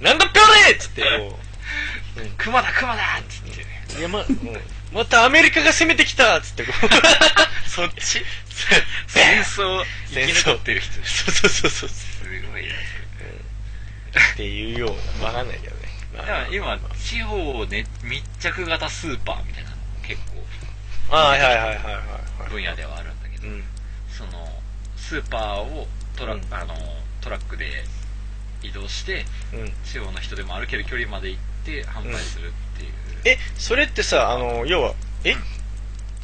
S2: なんだぴょれっつってこ
S3: 熊だ熊だっつってね。
S2: ういやま,、うん、またアメリカが攻めてきたっつってこ うそっち
S3: 戦争生き残ってる人。
S2: そ
S3: す
S2: うそうそうそう
S3: ごいね。
S2: っていうようなわかんないけどね、ま
S3: だ
S2: あ
S3: から今、地方ね、密着型スーパーみたいなの結
S2: あはいはいはいはいはい
S3: 構分野ではあるんだけ
S2: う
S3: ど、
S2: ん
S3: その、スーパーをトラ,、
S2: うん
S3: あのトラックで移動して、
S2: うん
S3: 地方の人でも歩ける距離まで行って販売するっていう。
S2: えそれってさあの要はえ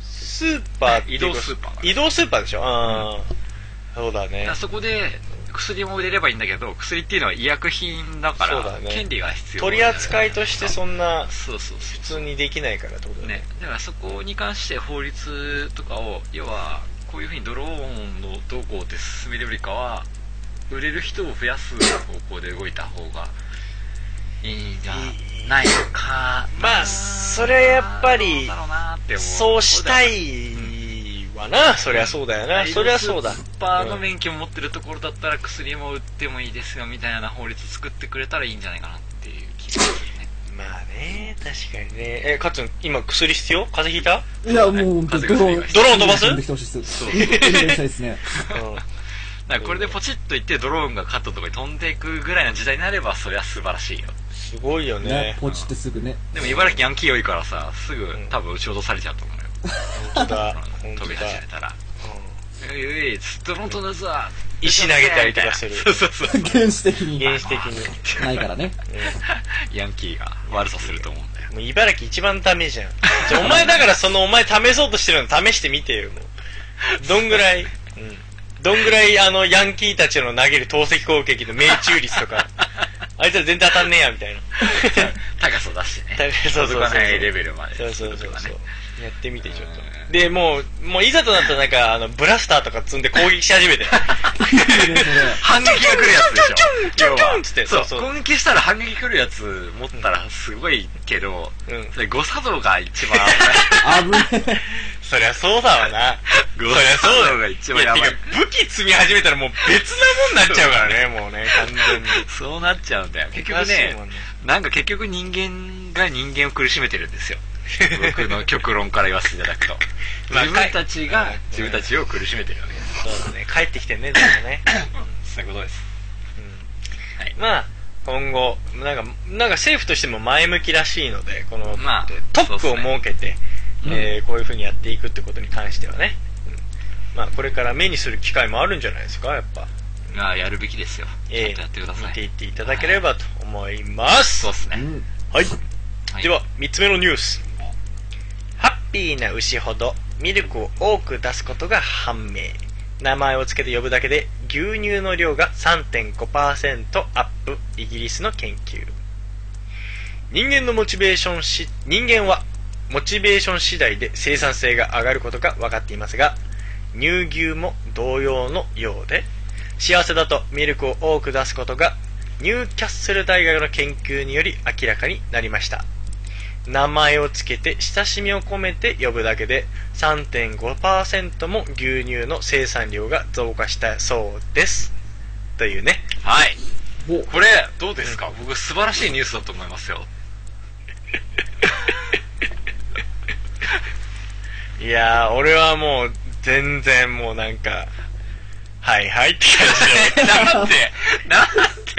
S2: ススーパーっていうか
S3: 移動スーパーだね
S2: 移動スーパーでしょああ、そうだね
S3: あそこで薬も入れればいいんだけど薬っていうのは医薬品だか
S2: そう
S3: ら
S2: だね
S3: 権利が必要
S2: 取り扱いとしてそんな
S3: そうそうそう
S2: 普通にできないからってことだね
S3: ね、だからそこに関して法律とかを要はこういうふうにドローンのどうこうって進めるよりかは売れる人を増やす方向で動いた方がいいんじゃないかな
S2: まあそれはやっぱり
S3: どうだろうなって思
S2: そうした
S3: だ
S2: いわなそりゃそうだよな
S3: から
S2: そりゃそうだ
S3: スーパーの免許を持ってるところだったら薬も売ってもいいですよみたいな法律作ってくれたらいいんじゃないかなっていう気がするね
S2: まあね確かにねえかつん今薬必要風邪ひいた
S4: いや、もう本当にドローン。
S3: ド
S2: ローン飛ばす
S4: 飛んできてほしいです。そう。したいですね。
S3: だからこれでポチッといってドローンがカットとかに飛んでいくぐらいの時代になればそりゃ素晴らしいよ
S2: すごいよ
S4: ね
S2: ね、
S4: ポチってすぐね。
S3: でも茨城ヤンキー多いからさ、すぐ多分撃ち落とされちゃうと思うよ。
S2: 本当だ本当
S3: 飛び
S2: だ
S3: 始めたら。ういうい、つっとろんとなぞ
S2: 石投げたりとかする
S3: そうそうそう。
S4: 原始的に。
S2: 原始的に
S4: ないからね。
S3: ヤンキーが悪さすると思うんだよ。
S2: もう茨城一番ダメじゃん。じゃあお前だからそのお前試そうとしてるの試してみてよ、もう。どんぐらい、うん。どんぐらいあのヤンキーたちの投げる投石攻撃の命中率と か、あいつら全然当たんねえや、みたいな。
S3: 高さ出してね。
S2: そうそうそう
S3: 届かないレベルまで。
S2: そうそうそう
S3: とか
S2: そう
S3: ね。。
S2: やってみて、ちょっと。で、もう、もういざとなったらなんか、あの、ブラスターとか積んで攻撃し始 めて。
S3: 反撃が来るやつ
S2: ち
S3: でしょ。
S2: ょんちょんちょん
S3: 要は
S2: ちょんつって
S3: そ
S2: そううそう
S3: 攻撃したら反撃来るやつ持ったらすごいけど、
S2: うん
S3: それ誤作動が一番
S4: 危ね
S2: そりゃそうだわな。
S3: 危
S2: そ
S3: ない。
S2: りゃ そうだ
S3: 誤作動
S2: よ。
S3: が一番やばい
S2: や。てか武器積み始めたらもう別なもんになっちゃうからね、もうね、完全に。
S3: そうなっちゃうんだよ。結局
S2: おかしい
S3: ね
S2: もんね、
S3: なんか結局人間が人間を苦しめてるんです よ。僕の極論から言わせていただくと。
S2: まあ
S3: 自分たちが
S2: はい
S3: 自分たちを苦しめてるわけです。
S2: そうだね、帰ってきてんね、でも ね。
S3: そういうことです。
S2: まあ、今後、なんか、なんか政府としても前向きらしいので、この、
S3: まあ
S2: 特区
S3: そう
S2: を
S3: っすね
S2: 設けて、えーこういう風にやっていくってことに関してはね、うんまあ、これから目にする機会もあるんじゃないですか、やっぱ。
S3: まあ、やるべきですよ。ちゃんとやってくださ
S2: 見ていっ
S3: い。
S2: ていただければと思います。
S3: そうです
S4: え。う
S3: ね。
S4: ん
S2: はい。
S3: はい
S2: では、3つ目のニュース。ハッピーな牛ほどミルクを多く出すことが判明。名前を付けて呼ぶだけで牛乳の量が3.5%アップ。イギリスの研究。人間のモチベーションし、人間はモチベーション次第で生産性が上がることが分かっていますが、乳牛も同様のようで、幸せだとミルクを多く出すことがニューキャッスル大学の研究により明らかになりました名前を付けて親しみを込めて呼ぶだけで3.5%も牛乳の生産量が増加したそうですというね
S3: はい。
S4: お
S3: これ、どうですか僕、素晴らしいニュースだと思いますよ。
S2: いやー俺はもう全然もうなんかはいはいって感じだよ
S3: なんで、なんで、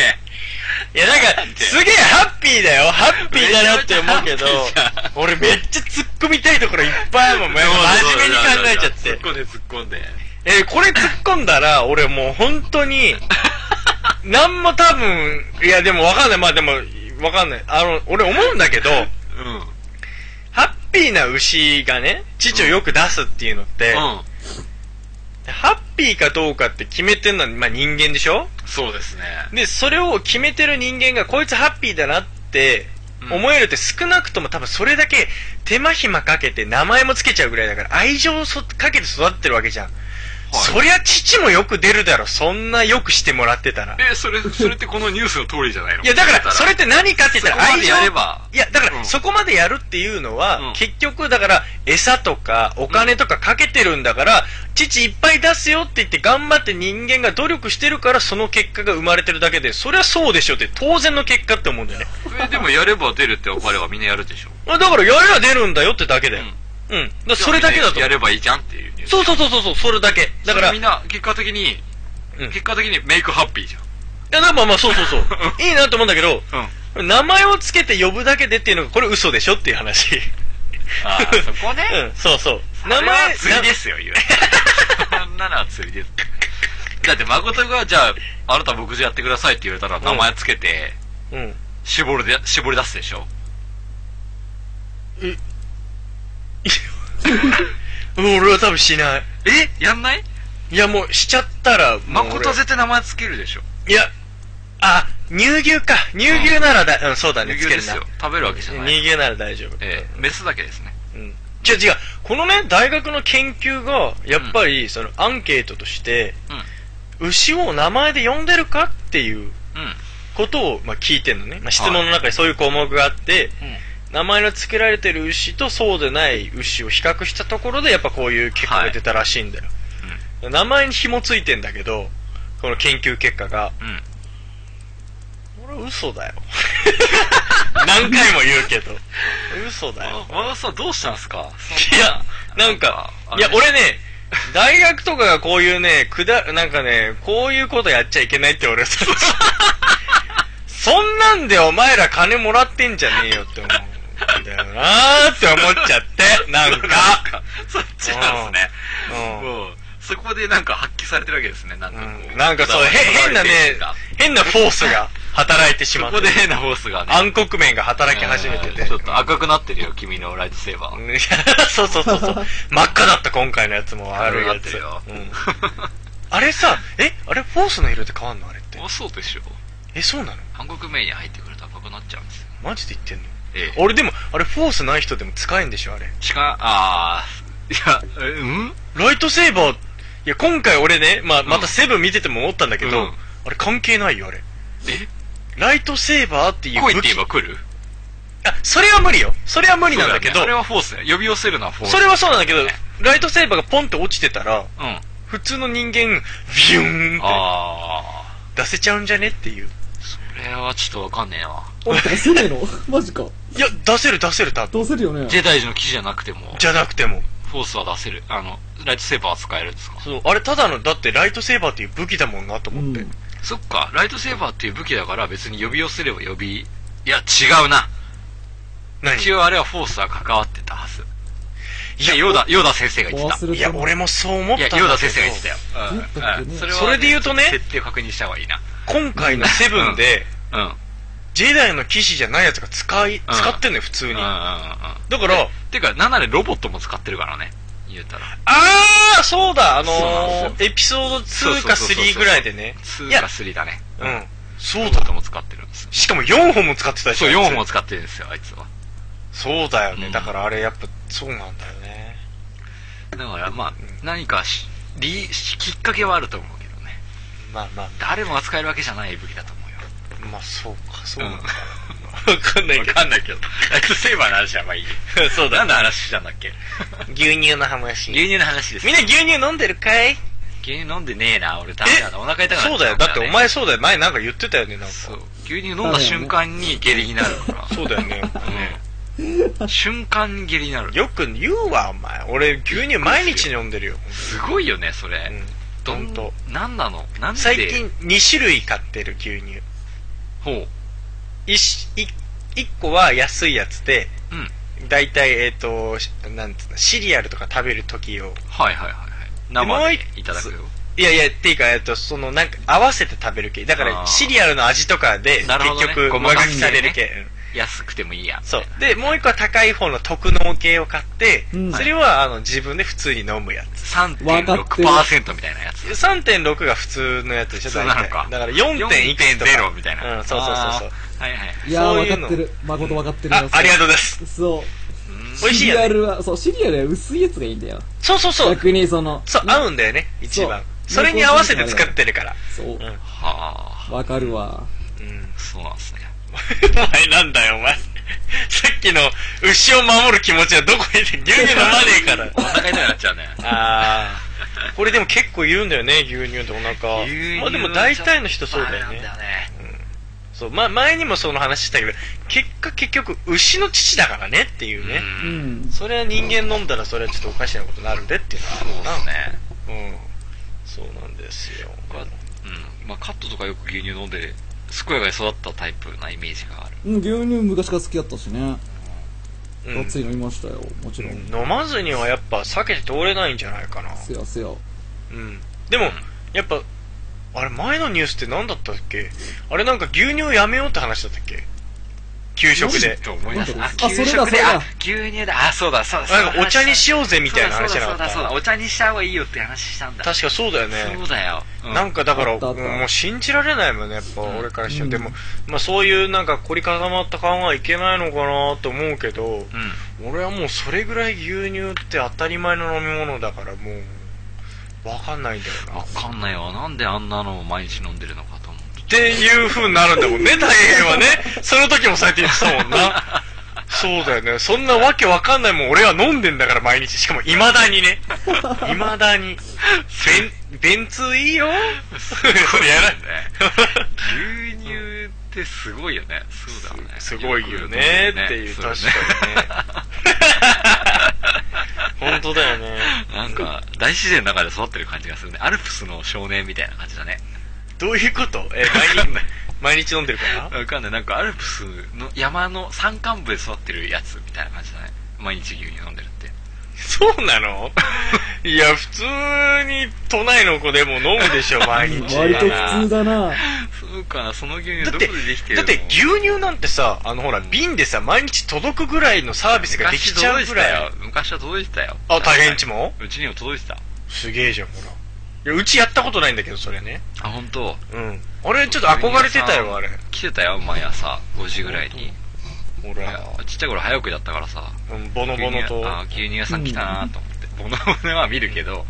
S2: いやなんかすげえハッピーだよハッピーだなって思うけど
S3: めちゃめちゃハッピーじゃん
S2: 俺めっちゃ突っ込みたいところいっぱいあるもんもう真面目に考えちゃって
S3: 突っ込んで突っ込んで。
S2: えーこれ突っ込んだら、俺もう本当 に、なんも多分、いやでもわかんない。まあでも、わかんない。あの、俺思うんだけど、
S3: うん。うん。
S2: ハッピーな牛がね、乳をよく出すっていうのって、ハッピーかどうかって決めてんのは、まあ人間でしょ
S3: そうですね。
S2: で、それを決めてる人間が、こいつハッピーだなって、思えるって少なくとも多分それだけ手間暇かけて名前もつけちゃうぐらいだから愛情をそかけて育ってるわけじゃん、そりゃ父もよく出るだろそんなよくしてもらってたら
S3: え、それ、それってこのニュースの通りじゃないの
S2: いや、だから、それって何かって言ったら、
S3: そこま
S2: 愛
S3: で
S2: 情。
S3: やれば
S2: いや、だか
S3: う
S2: ら、
S3: ん
S2: そこまでやるっていうのは、
S3: うん
S2: 結局、だから、餌とか、お金とかかけてるんだから、父いっぱい出すよって言って、頑張って人間が努力してるから、その結果が生まれてるだけで、そりゃそうでしょって、当然の結果って思うんだよね。
S3: えでもやれば出るって分かればみんなやる でし
S2: だ
S3: ょ。
S2: から、やれば出るんだよってだけだよ。うん。だからそれだけだと。
S3: やればいいじゃんっていうニュース。
S2: そうそうそうそうそう、それだけ。だから、
S3: みんな、結果的に、
S2: うん
S3: 結果的にメイクハッピーじゃん。
S2: いや、でもまあそうそう そう。いいなと思うんだけど、名前をつけて呼ぶだけでっていうのが、これ嘘でしょっていう話。
S3: あーそこ ね
S2: うん、そうそう。名
S3: それは
S2: 前、
S3: 釣りですよ、言う。そ んなのは釣りです。だって誠が、じゃあ、あなた僕じゃやってくださいって言われたら名前つけて、
S2: なうん。
S3: 絞るで、絞り出すでしょ。
S2: うん 俺は多分しない。
S3: えやんない
S2: いや、もうしちゃったら、もう俺
S3: 誠絶対名前つけるでしょ。
S2: いや、あ、乳牛か。乳牛ならだ、うん、そうだね、
S3: 乳
S2: つけ
S3: 牛で
S2: る
S3: す
S2: な
S3: よ。。食べるわけじゃない。
S2: 乳牛なら大丈夫。
S3: ええ、メスだけですね。
S2: うん。違う違う。このね、大学の研究が、やっぱり、その、アンケートとして、牛を名前で呼んでるかっていう
S3: うん。うん。
S2: ことを、まあ、聞いてるのね。まあ、質問の中にそういう項目があって、名前の付けられてる牛とそうでない牛を比較したところで、やっぱこういう結果が出たらしいんだよ。名前に紐ついてんだけど、この研究結果が。
S3: うん。
S2: これ嘘だよ。 何回も言うけど。嘘だよ。
S3: 和田さんどうしたんすか
S2: いや、なんか、いや、俺ね、大学とかがこういうね、くだ、なんかね、こういうことやっちゃいけないって俺はさ、そんなんでお前ら金もらってんじゃねえよって思うんだよなーって思っちゃって、 なんか。
S3: そっちなんですね。
S2: うん
S3: もう、そこでなんか発揮されてるわけですね。なんかこう、
S2: なんかそう、へ変なね
S3: こだわり精、
S2: 変なフォースが働いてし
S3: 神
S2: ま
S3: が
S2: っ
S3: そ
S2: て
S3: こで、変なホースがね。
S2: 暗黒面が働き始めて
S3: うん
S2: て
S3: ちょ。っと赤くなってるよ、君のライトセーバー。
S2: いやそうそうそうそう。真っ赤だった今回のやつもあるや
S3: なって
S2: つ。
S3: るよ。
S2: うんあれさ、えあれフォースの色って変わんのあれって
S3: あ、。そうでしょ。
S2: え、そうなの
S3: 韓国名に入ってくると赤くなっちゃうんですよ。
S2: マジで言ってんの
S3: ええ。
S2: 俺でも、あれフォースない人でも使えんでしょあれ。
S3: しか、あー、いや、えうん
S2: ライトセーバー、いや今回俺ね、まあ、またセブン見てても思ったんだけど、
S3: うん
S2: あれ関係ないよあれ。
S3: え
S2: ライトセーバーっていう
S3: 来い
S2: 武
S3: って言え
S2: 器。
S3: ば来る
S2: あ、それは無理よ。それは無理なんだけ
S3: そ
S2: ど、
S3: うねあ
S2: そ
S3: れはフォースね。呼び寄せるのはフォース。
S2: れはそうなんだけど、ライトセーバーがポンって落ちてたら、
S3: うん。
S2: 普通の人間、ビューンっ
S3: あ
S2: て出せちゃうんじゃねっていう。
S3: ー、それはちょっとわかんねえな。
S4: お、出せねえのマジか。
S2: いや、出せる出せる多分。
S4: 出せるよね。
S3: ジェダイジの騎士じゃなくても、
S2: じゃなくても。
S3: フォースは出せる。あの、ライトセーバーは使えるんですか
S2: そう、あれただの、だってライトセーバーっていう武器だもんなと
S4: う
S2: 思
S4: ん
S2: って。。
S3: そっか、ライトセーバーっていう武器だから別に呼び寄せれば呼び、いや、違うな。
S2: 何
S3: 一応あれはフォースは関わってたはず。いや、ヨーダ、ヨーダ先生が言って
S4: 忘
S3: た。
S4: れ
S2: いや、
S4: た。
S2: 俺もそう思っ
S3: い
S2: たんだけど。
S3: や、ヨーダ先生が言ってたよ。うんうん
S4: 言ったっけね
S3: それは
S2: それで言うとね
S3: 設定を確認した方がいいな。
S2: 今回のセブンで、
S3: うん。うん
S2: ジェダイの騎士じゃないやつが使い、
S3: ん
S2: 使ってんのよ、普通
S3: う
S2: に。
S3: んうん
S2: だ
S3: うん。
S2: から、
S3: てか、なんならロボットも使ってるからね。言うたら。
S2: あー、そうだ、あ
S3: そうなん
S2: の
S3: です
S2: ー、エピソード2か
S3: そうそうそうそう
S2: 3ぐらいでね。
S3: 2
S2: い
S3: か
S2: や
S3: 3だね。
S2: うん。そう
S3: ロボッ
S2: だ。
S3: トも使ってるんですよ。
S2: しかも4本も使ってたでし
S3: そ
S2: ょ。
S3: う、4本
S2: あ
S3: も
S2: いつ
S3: 使ってるんですよ、あいつは。
S2: そうだよ
S3: う
S2: ね。
S3: ん
S2: だからあれやっぱ、そうなんだよね。
S3: だから、まあ
S2: う、
S3: 何かし、理、きっかけはあると思うけどね。
S2: まあまあ、
S3: 誰も扱えるわけじゃない武器だと思うよ。
S2: まあそうか、そう
S3: うん。
S2: なんだ。
S3: わかんない わかんないけど。ライトセーバーの話はまあいい。そうだ。何の話したんだっけ
S2: 牛乳の話。
S3: 牛乳の話です。
S2: みんな牛乳飲んでるかい
S3: 牛乳飲んでねえな、俺ダメだな、お腹痛くなっちゃ
S2: そうだよ。だってお
S3: ね。
S2: 前そうだよ。前なんか言ってたよね、なんか。
S3: そう。牛乳飲んだ瞬間に下痢になるから。
S2: そうだよね。
S3: うん瞬間に下痢になる。
S2: よく言うわ、お前。俺、牛乳毎日飲んでるよ。
S3: すごいよね、それ。
S2: う
S3: ど
S2: ん。ほん
S3: ん
S2: と。
S3: なんなのなんで
S2: 最近、2種類買ってる牛乳。
S3: ほう。
S2: 一一一個は安いやつで、
S3: うん。
S2: だいたい、えっ、と、しなんつうの、シリアルとか食べるとき用。
S3: はいはいはいはい。生でいただくよ。
S2: いやいや、っていうか、えっ、と、その、なんか、合わせて食べる系。だか
S3: あー
S2: ら、シリアルの味とかで、
S3: なるほどね
S2: 結局、
S3: ご
S2: 上
S3: ま
S2: 書
S3: かし
S2: きされる
S3: 系
S2: 系。
S3: 安くてもいいや。
S2: うんそう。で、もう一個は高い方の特納系を買って、
S4: うん
S2: それは、あの、自分で普通に飲むやつ。
S3: 3.6%みたいなやつ。
S2: 3.6が普通のやつでしょ、
S3: 普通なのか
S2: 大体だから4.1とか。
S3: 4.0みたいな
S2: うん、そうそうそうそう。
S3: はいはい。
S4: いや
S2: そう
S4: ー、
S2: いう
S4: わ
S2: の
S4: かってる。誠わかってる
S2: あ
S4: な。、
S2: ありがとうございます。
S4: う。そう。
S2: 美味しい
S4: シリ
S2: や
S4: ア
S2: つ。
S4: ルは、そう、シリアルは薄いやつがいいんだよ。
S2: そうそうそう。
S4: 逆にその、
S2: そう、合うんだよね、一番。それに合わせて作ってるから。
S4: そう
S2: うん。
S3: はあ、
S4: わかるわ。
S2: うん。
S3: そうなんですね。
S2: お前なんだよ、お前。 さっきの牛を守る気持ちはどこにいて牛乳飲まねえから。
S3: お腹痛くなっちゃうね。
S2: あー。これでも結構言うんだよね、牛乳ってお腹。まあでも大体の人そうだよ
S3: あれ
S2: ね
S3: な。んだよね。
S2: そう、まあ前にもその話したけど、結果結局牛の乳だからねっていうね。
S4: う
S3: うん。
S4: ん。
S2: それは人間飲んだらそれはちょっとおかしなことになるでっていうのはある
S3: そう
S2: もん
S3: で
S2: な。
S3: すね。
S2: うん。そうなんですよ。
S3: うん。まあカットとかよく牛乳飲んで、健やかに育ったタイプなイメージがある。
S4: うん、牛乳昔から好きだったしね。
S2: う
S4: がっ
S2: ん
S4: つり飲みましたよ。もちろん。
S2: 飲まずにはやっぱ避けて通れないんじゃないかな。
S4: せやせや。
S2: うん。でも、やっぱ、あれ前のニュースって何だったっけあれなんか牛乳をやめようって話だったっけ給食で。
S3: と思います。あ、
S4: あ
S3: 給
S4: それだ
S3: 食
S4: そ
S3: で、
S4: れだ
S3: あ、牛乳だ。あ、そうだ、そうだ、そう
S2: なん
S3: だ
S2: かお茶にしようぜみたいな
S3: そう
S2: 話
S3: だ
S2: じゃな
S3: そう
S2: か
S3: だ、
S2: っ
S3: そう
S2: た。
S3: だ、お茶にした方がいいよって話したんだ。
S2: 確かそうだよね
S3: そう。だよ。う
S2: なんかだから、
S4: あったあった
S2: もう信じられないもんね、やっぱ俺からして
S4: う
S2: も。
S4: ん
S2: でも、まあそういうなんか凝り固まった感はいけないのかなと思うけど、
S3: うん。
S2: 俺はもうそれぐらい牛乳って当たり前の飲み物だからもう、わかんないんだよな。
S3: わ
S2: っ
S3: かんないよ。なんであんなのを毎日飲んでるのかと思って。
S2: ていう風になるんだもんね、大変 はね。その時もそうやって言ってたもんな。そうだよね。そんなわけわかんないもん俺は飲んでんだから毎日。しかも未だにね。未だ に。便、便通いいよ。それやら
S3: 牛乳ってすごいよね。そうだね。
S2: すごいよねっていう、
S3: そ
S2: 確か
S3: だね
S2: にね。本当だよね。
S3: なんか、大自然の中で育ってる感じがするね。アルプスの少年みたいな感じ だね。
S2: どういうことえ、 毎日、毎日飲んでるから
S3: わかんない。なんか、アルプスの山の山間部で育ってるやつみたいな感じだね。毎日牛乳飲んでるって。
S2: そうな のいや、普通に都内の子でも飲むで しょ、毎日。
S4: 割と普通だな。
S3: そうかな、その牛乳
S2: だ
S3: ど
S2: っ
S3: こで
S2: て
S3: できてる
S2: だっ
S3: の
S2: て牛乳なんてさ、あのほら、瓶でさ、毎日届くぐらいのサービスができちゃうぐらい。
S3: 昔は届いてたよ。
S2: あ、大変んちも
S3: うちにも届いてた。
S2: すげえじゃん、ほら。いや、うちやったことないんだけど、それね。
S3: あ、本当。
S2: うん。あれ、ちょっと憧れてたよ、あれ。
S3: 来てたよ、毎朝。5時ぐらいに。
S2: ほ
S3: いや
S2: ら、
S3: ちっちゃい頃早起きだったからさ。
S2: うんボノボノと。
S3: あ牛乳屋さん来たなと思って、ボノボノは見るけど、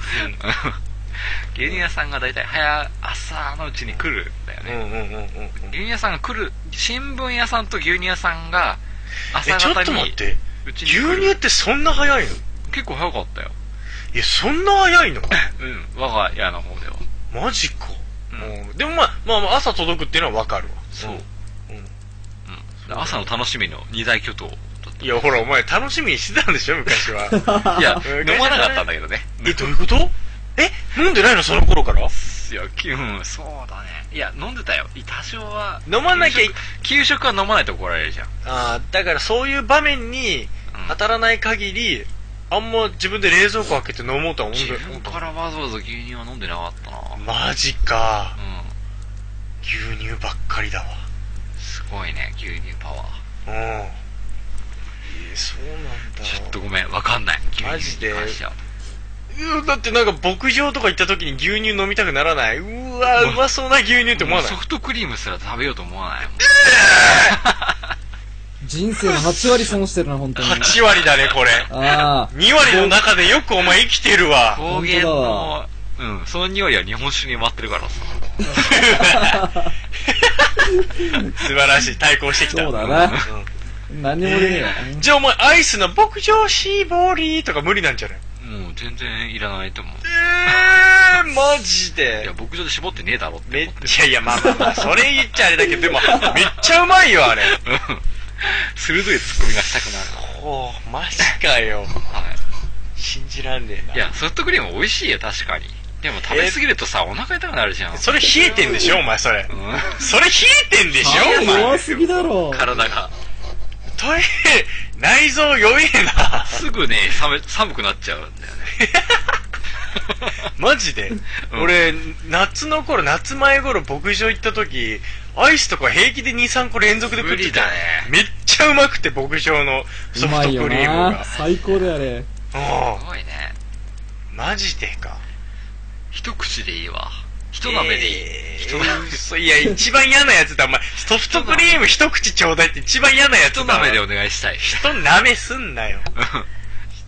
S3: 牛乳屋さんが大体早朝のうちに来るんだよ
S2: うんうんう
S3: ね、
S2: んうんうん。
S3: 牛乳屋さんが来る新聞屋さんと牛乳屋さんが
S2: え、
S3: 朝
S2: ちょっ
S3: 方
S2: と待
S3: に
S2: って。
S3: うちに
S2: 牛
S3: 来
S2: 乳
S3: る
S2: ってそんな早いの
S3: 結構早かったよ
S2: いや、そんな早いの
S3: うん我が家の方では
S2: マジか。
S3: う
S2: うん、でもまあ、まあまあ、朝届くっていうのはわかるわ。
S3: そう、うん
S2: うん
S3: 朝の楽しみの二大巨頭だっ
S2: いや、ほら、お前楽しみにしてたんでしょ、昔 は。
S3: たいや
S2: うん
S3: 飲まなかったんだけどね
S2: え、どういうことえ、飲んでないの、その頃から
S3: いやきうんそうだねいや飲んでたよ多少は
S2: 飲まなきゃい
S3: 給食給食は飲まないと怒られるじゃん
S2: ああ、だからそういう場面に当たらない限り、あんま自分で冷蔵庫開けて飲もうとは思
S3: 自
S2: う
S3: 分
S2: んだ
S3: からわざわざ牛乳は飲んでなかったな
S2: マジか。
S3: う
S2: 牛乳ばっかりだわ。
S3: んすごいね牛乳パワー
S2: うん。えー、そうなんだ。
S3: ちょっとごめんわかんない
S2: マ
S3: 牛
S2: ジ
S3: 乳
S2: で
S3: に関しては
S2: うんだってなんか牧場とか行った時に牛乳飲みたくならないうわうまそうな牛乳って思わない
S3: ソフトクリームすら食べようと思わないもん
S4: 人生の8割損してるな、本当に。
S2: 8割だねこれ
S4: ああ。
S2: 2割の中でよくお前生きてるわ
S3: 高原
S4: 本当だ
S3: の
S4: わ
S3: うんその匂いは日本酒に回ってるからさ
S2: 素晴らしい対抗してきた
S4: そうだな
S2: うん
S4: 何にもできねえ
S2: じゃあお前アイスの牧場シーボーリーとか無理なんじゃない
S3: もう全然いらないと思う
S2: えー、マジ
S3: いや
S2: で
S3: 牧場で絞ってねえだろって
S2: めっ
S3: 思って
S2: ちゃいやまあまあまあそれ言っちゃあれだけどでもめっちゃうまいよあれ
S3: うん鋭いツッコミがしたくなる
S2: おおマジかよ
S3: はい
S2: 信じらんねえない
S3: やソフトクリーム美味しいよ確かにでも食べ過ぎるとさお腹痛くなるじゃん
S2: それ冷えてんでしょお前それ
S3: うん
S2: それ冷えてんでしょお
S4: よ。
S2: 前
S4: 弱すぎだろ。
S3: 体が
S2: 大変内臓弱えな
S3: すぐね冷め寒くなっちゃうんだよね
S2: マジで、
S3: うん
S2: 俺夏の頃夏前頃牧場行った時アイスとか平気で23個連続で食ってたよ
S3: 無
S2: めっちゃうまくて牧場の
S4: う
S2: ソフ
S4: ま
S2: ト
S4: い
S2: クリー
S4: よ
S2: ムが
S4: な。最高だよ、あれ。
S2: うん
S3: すごいね
S2: マジでか
S3: 一口でいいわ一鍋でいい、
S2: え
S3: 一鍋
S2: ー嘘いや一番嫌なやつだお前ソフトクリーム一口ちょうだいって一番嫌なやつだ
S3: 一鍋で
S2: よ
S3: お願いしたい
S2: 一舐めすんなよ
S3: う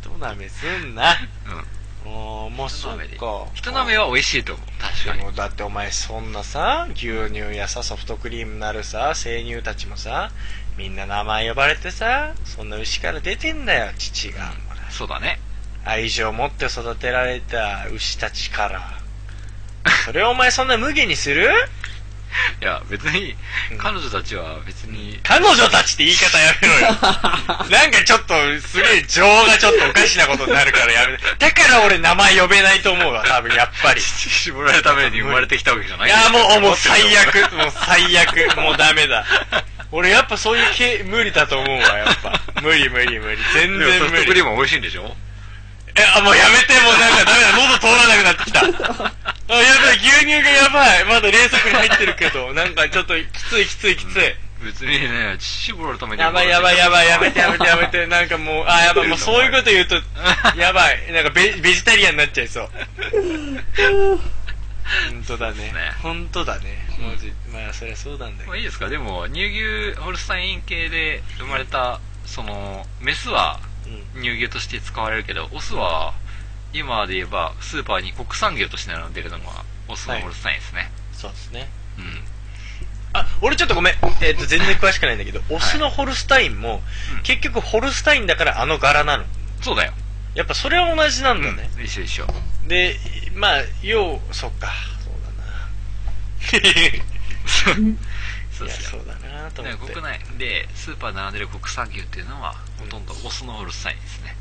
S2: 一舐めすんな
S3: うん
S2: うんまあそうん
S3: 一鍋でいい
S2: か
S3: 一鍋は美味しいと思う確
S2: で
S3: かに
S2: もだってお前そんなさ牛乳やさソフトクリームなるさ生乳たちもさみんな名前呼ばれてさそんな牛から出てんだよ父が、
S3: そうだね
S2: 愛情を持って育てられた牛たちからそれをお前そんな無限にする
S3: いや別に
S2: うん
S3: 彼女たちは別に
S2: 彼女たちって言い方やめろよなんかちょっとすげえ情がちょっとおかしなことになるからやめだから俺名前呼べないと思うわ多分やっぱり
S3: 絞られるために生まれてきたわけじゃない
S2: いやもう、もう最悪、もう最悪、もうダメだ。俺やっぱそういう系、無理だと思うわ、やっぱ。無理無理無理。全
S3: で
S2: 然
S3: もソフト
S2: 無
S3: クリ
S2: 理。
S3: ームは美味しいんでしょ
S2: え、あ、もうやめて、もうなんかダメだ、喉通らなくなってきた。 あ、やばい、牛乳がやばい。まだ冷蔵庫に入ってるけど、なんかちょっときついきついきつい。
S3: 別にね、絞るために。
S2: やばいやばいやばい、やめてやめてやめて、なんかもう、あ、やばい、もうそういうこと言うと、やばい、なんかベベジタリアンになっちゃいそう。本当だね
S3: ね。
S2: 本当だね。マジまあ、そりゃそうなんだけど
S3: まあ。いいですか、でも、乳牛、ホルスタイン系で生まれた、その、メスは乳牛として使われるけど、オスは、今で言えば、スーパーに国産牛として並んでるのが、オスのホルスタインですね。
S2: そうですね。
S3: うん。
S2: あ、俺ちょっとごめん。えっ、と、全然詳しくないんだけど、オスのホルスタインも、
S3: うん
S2: 結局ホルスタインだからあの柄なの。
S3: そうだよ。
S2: やっぱそれは同じなんだね。
S3: うん一緒一緒。
S2: で、まあ、よう、そっか、そうだな。
S3: そ
S2: いうや、
S3: です
S2: そ
S3: よ。
S2: うだなと思
S3: ね
S2: って。
S3: 国内で、スーパーに並んでる国産牛っていうのは、ほとんどオスのホルスタインですね。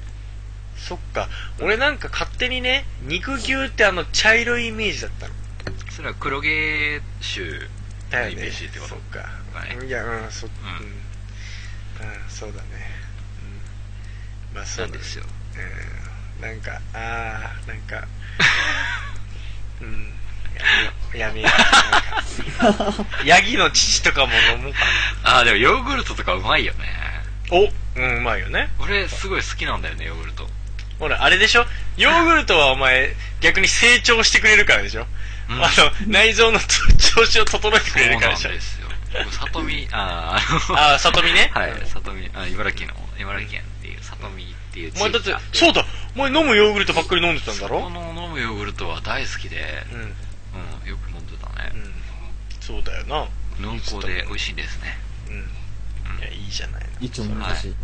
S2: そっか、俺なんか勝手にね、肉牛ってあの茶色いイメージだったの。
S3: それは黒毛種のイメージってこと
S2: そっか。
S3: はい
S2: いや、うん、そ、うん、う
S3: ん
S2: ん、そうだね。うん、まあ、そう
S3: な
S2: だね
S3: んですよ。
S2: うんなんか、あー、なん か、うん、やめよう、やめようなんか。 ヤギの乳とかも飲もうか
S3: ああ、でもヨーグルトとかうまいよね。
S2: な。お、うん、うまいよね。
S3: 俺、すごい好きなんだよね、ヨーグルト。
S2: ほら、あれでしょヨーグルトはお前、逆に成長してくれるからでしょ、
S3: うん
S2: あの、内臓の調子を整えてく
S3: そう
S2: れる
S3: なん
S2: から
S3: で
S2: でしょ
S3: すよ。里 見、あーあの、
S2: ああ、里見ね。
S3: はい、里見、あ茨城の、茨城県っていう、里見っていう地
S2: お前だって
S3: があ、て
S2: そうだお前飲むヨーグルトばっかり飲んでたんだ
S3: こ
S2: ろ
S3: の飲むヨーグルトは大好きで、
S2: うん。うん。
S3: うん、よく飲んでたね。
S2: そうだよな。
S3: 濃厚で美味しいですね。
S2: うん。いや、いいじゃないの。
S4: 一丁飲みだし。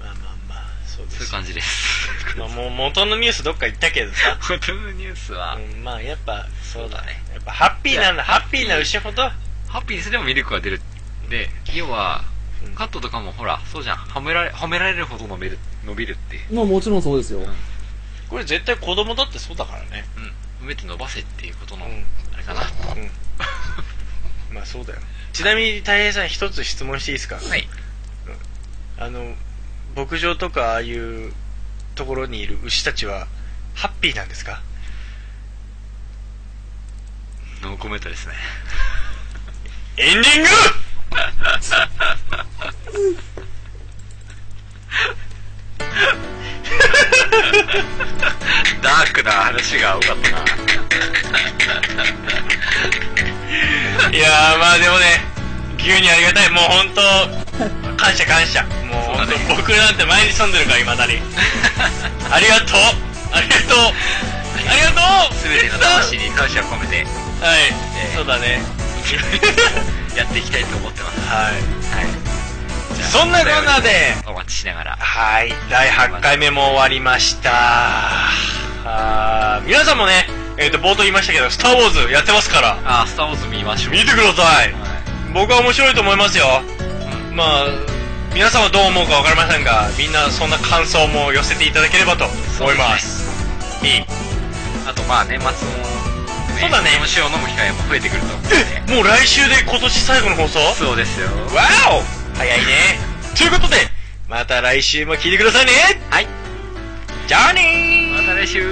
S2: まあまあまあ、そうで
S3: そういう
S2: す。
S3: 感じです。
S2: まあもう元のニュースどっか行ったけど さ。
S3: 本当のニュースは、
S2: うん、まあやっぱ、そうだ
S3: そうだ
S2: ね
S3: ね。
S2: やっぱハッピーなん
S3: い
S2: だ。
S3: や
S2: ハッピーな牛ほど、
S3: ハッピーにすればミルクが出る。で、要は
S2: うん、
S3: カットとかもほら、そうじゃん。褒められ、褒められるほど伸びる、伸びるっていう。
S4: まあもちろんそうですよ。
S2: これ絶対子供だってそうだからね。
S3: うん。埋めて伸ばせっていうことの、
S2: うん
S3: あれかな。
S2: うん。 まあそうだよ。ちなみに大平さん一つ質問していいですか
S3: はい。
S2: あの、牧場とかああいうところにいる牛たちは、ハッピーなんですか
S3: ノーコメントですね。
S2: エンディング
S3: ダークな話が多かったな。
S2: いやーまあでもね牛にありがたいもう本当感謝感謝もう
S3: そうだね
S2: 本当僕なんて毎日飲んでるからいまだにありがとうありがとうありがとう
S3: すべての魂に感謝を 込めて、
S2: はい、
S3: えー
S2: そうだね
S3: やっていきたいと思ってます。
S2: はい
S3: はい。じゃあ
S2: そんなこんなで。
S3: お待ちしながら。
S2: はい第8回目も終わりましたあー皆さんもねえっ、と冒頭言いましたけど「スター・ウォーズ」やってますから
S3: あ、スターウォーズ見ましょう。
S2: 見てください
S3: はい。
S2: 僕は面白いと思いますよ、まあ皆さんはどう思うか分かりませんがみんなそんな感想も寄せていただければと思いますいい
S3: あとまあ年末も、
S2: そうだね
S3: お酒を飲む機会も増えてくると思うんで。
S2: もう来週で今年最後の放送
S3: そうですよ。
S2: わお早いねということでまた来週も聞いてくださいね
S3: はい
S2: じゃあねー
S3: また来週。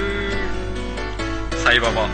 S3: サイババ。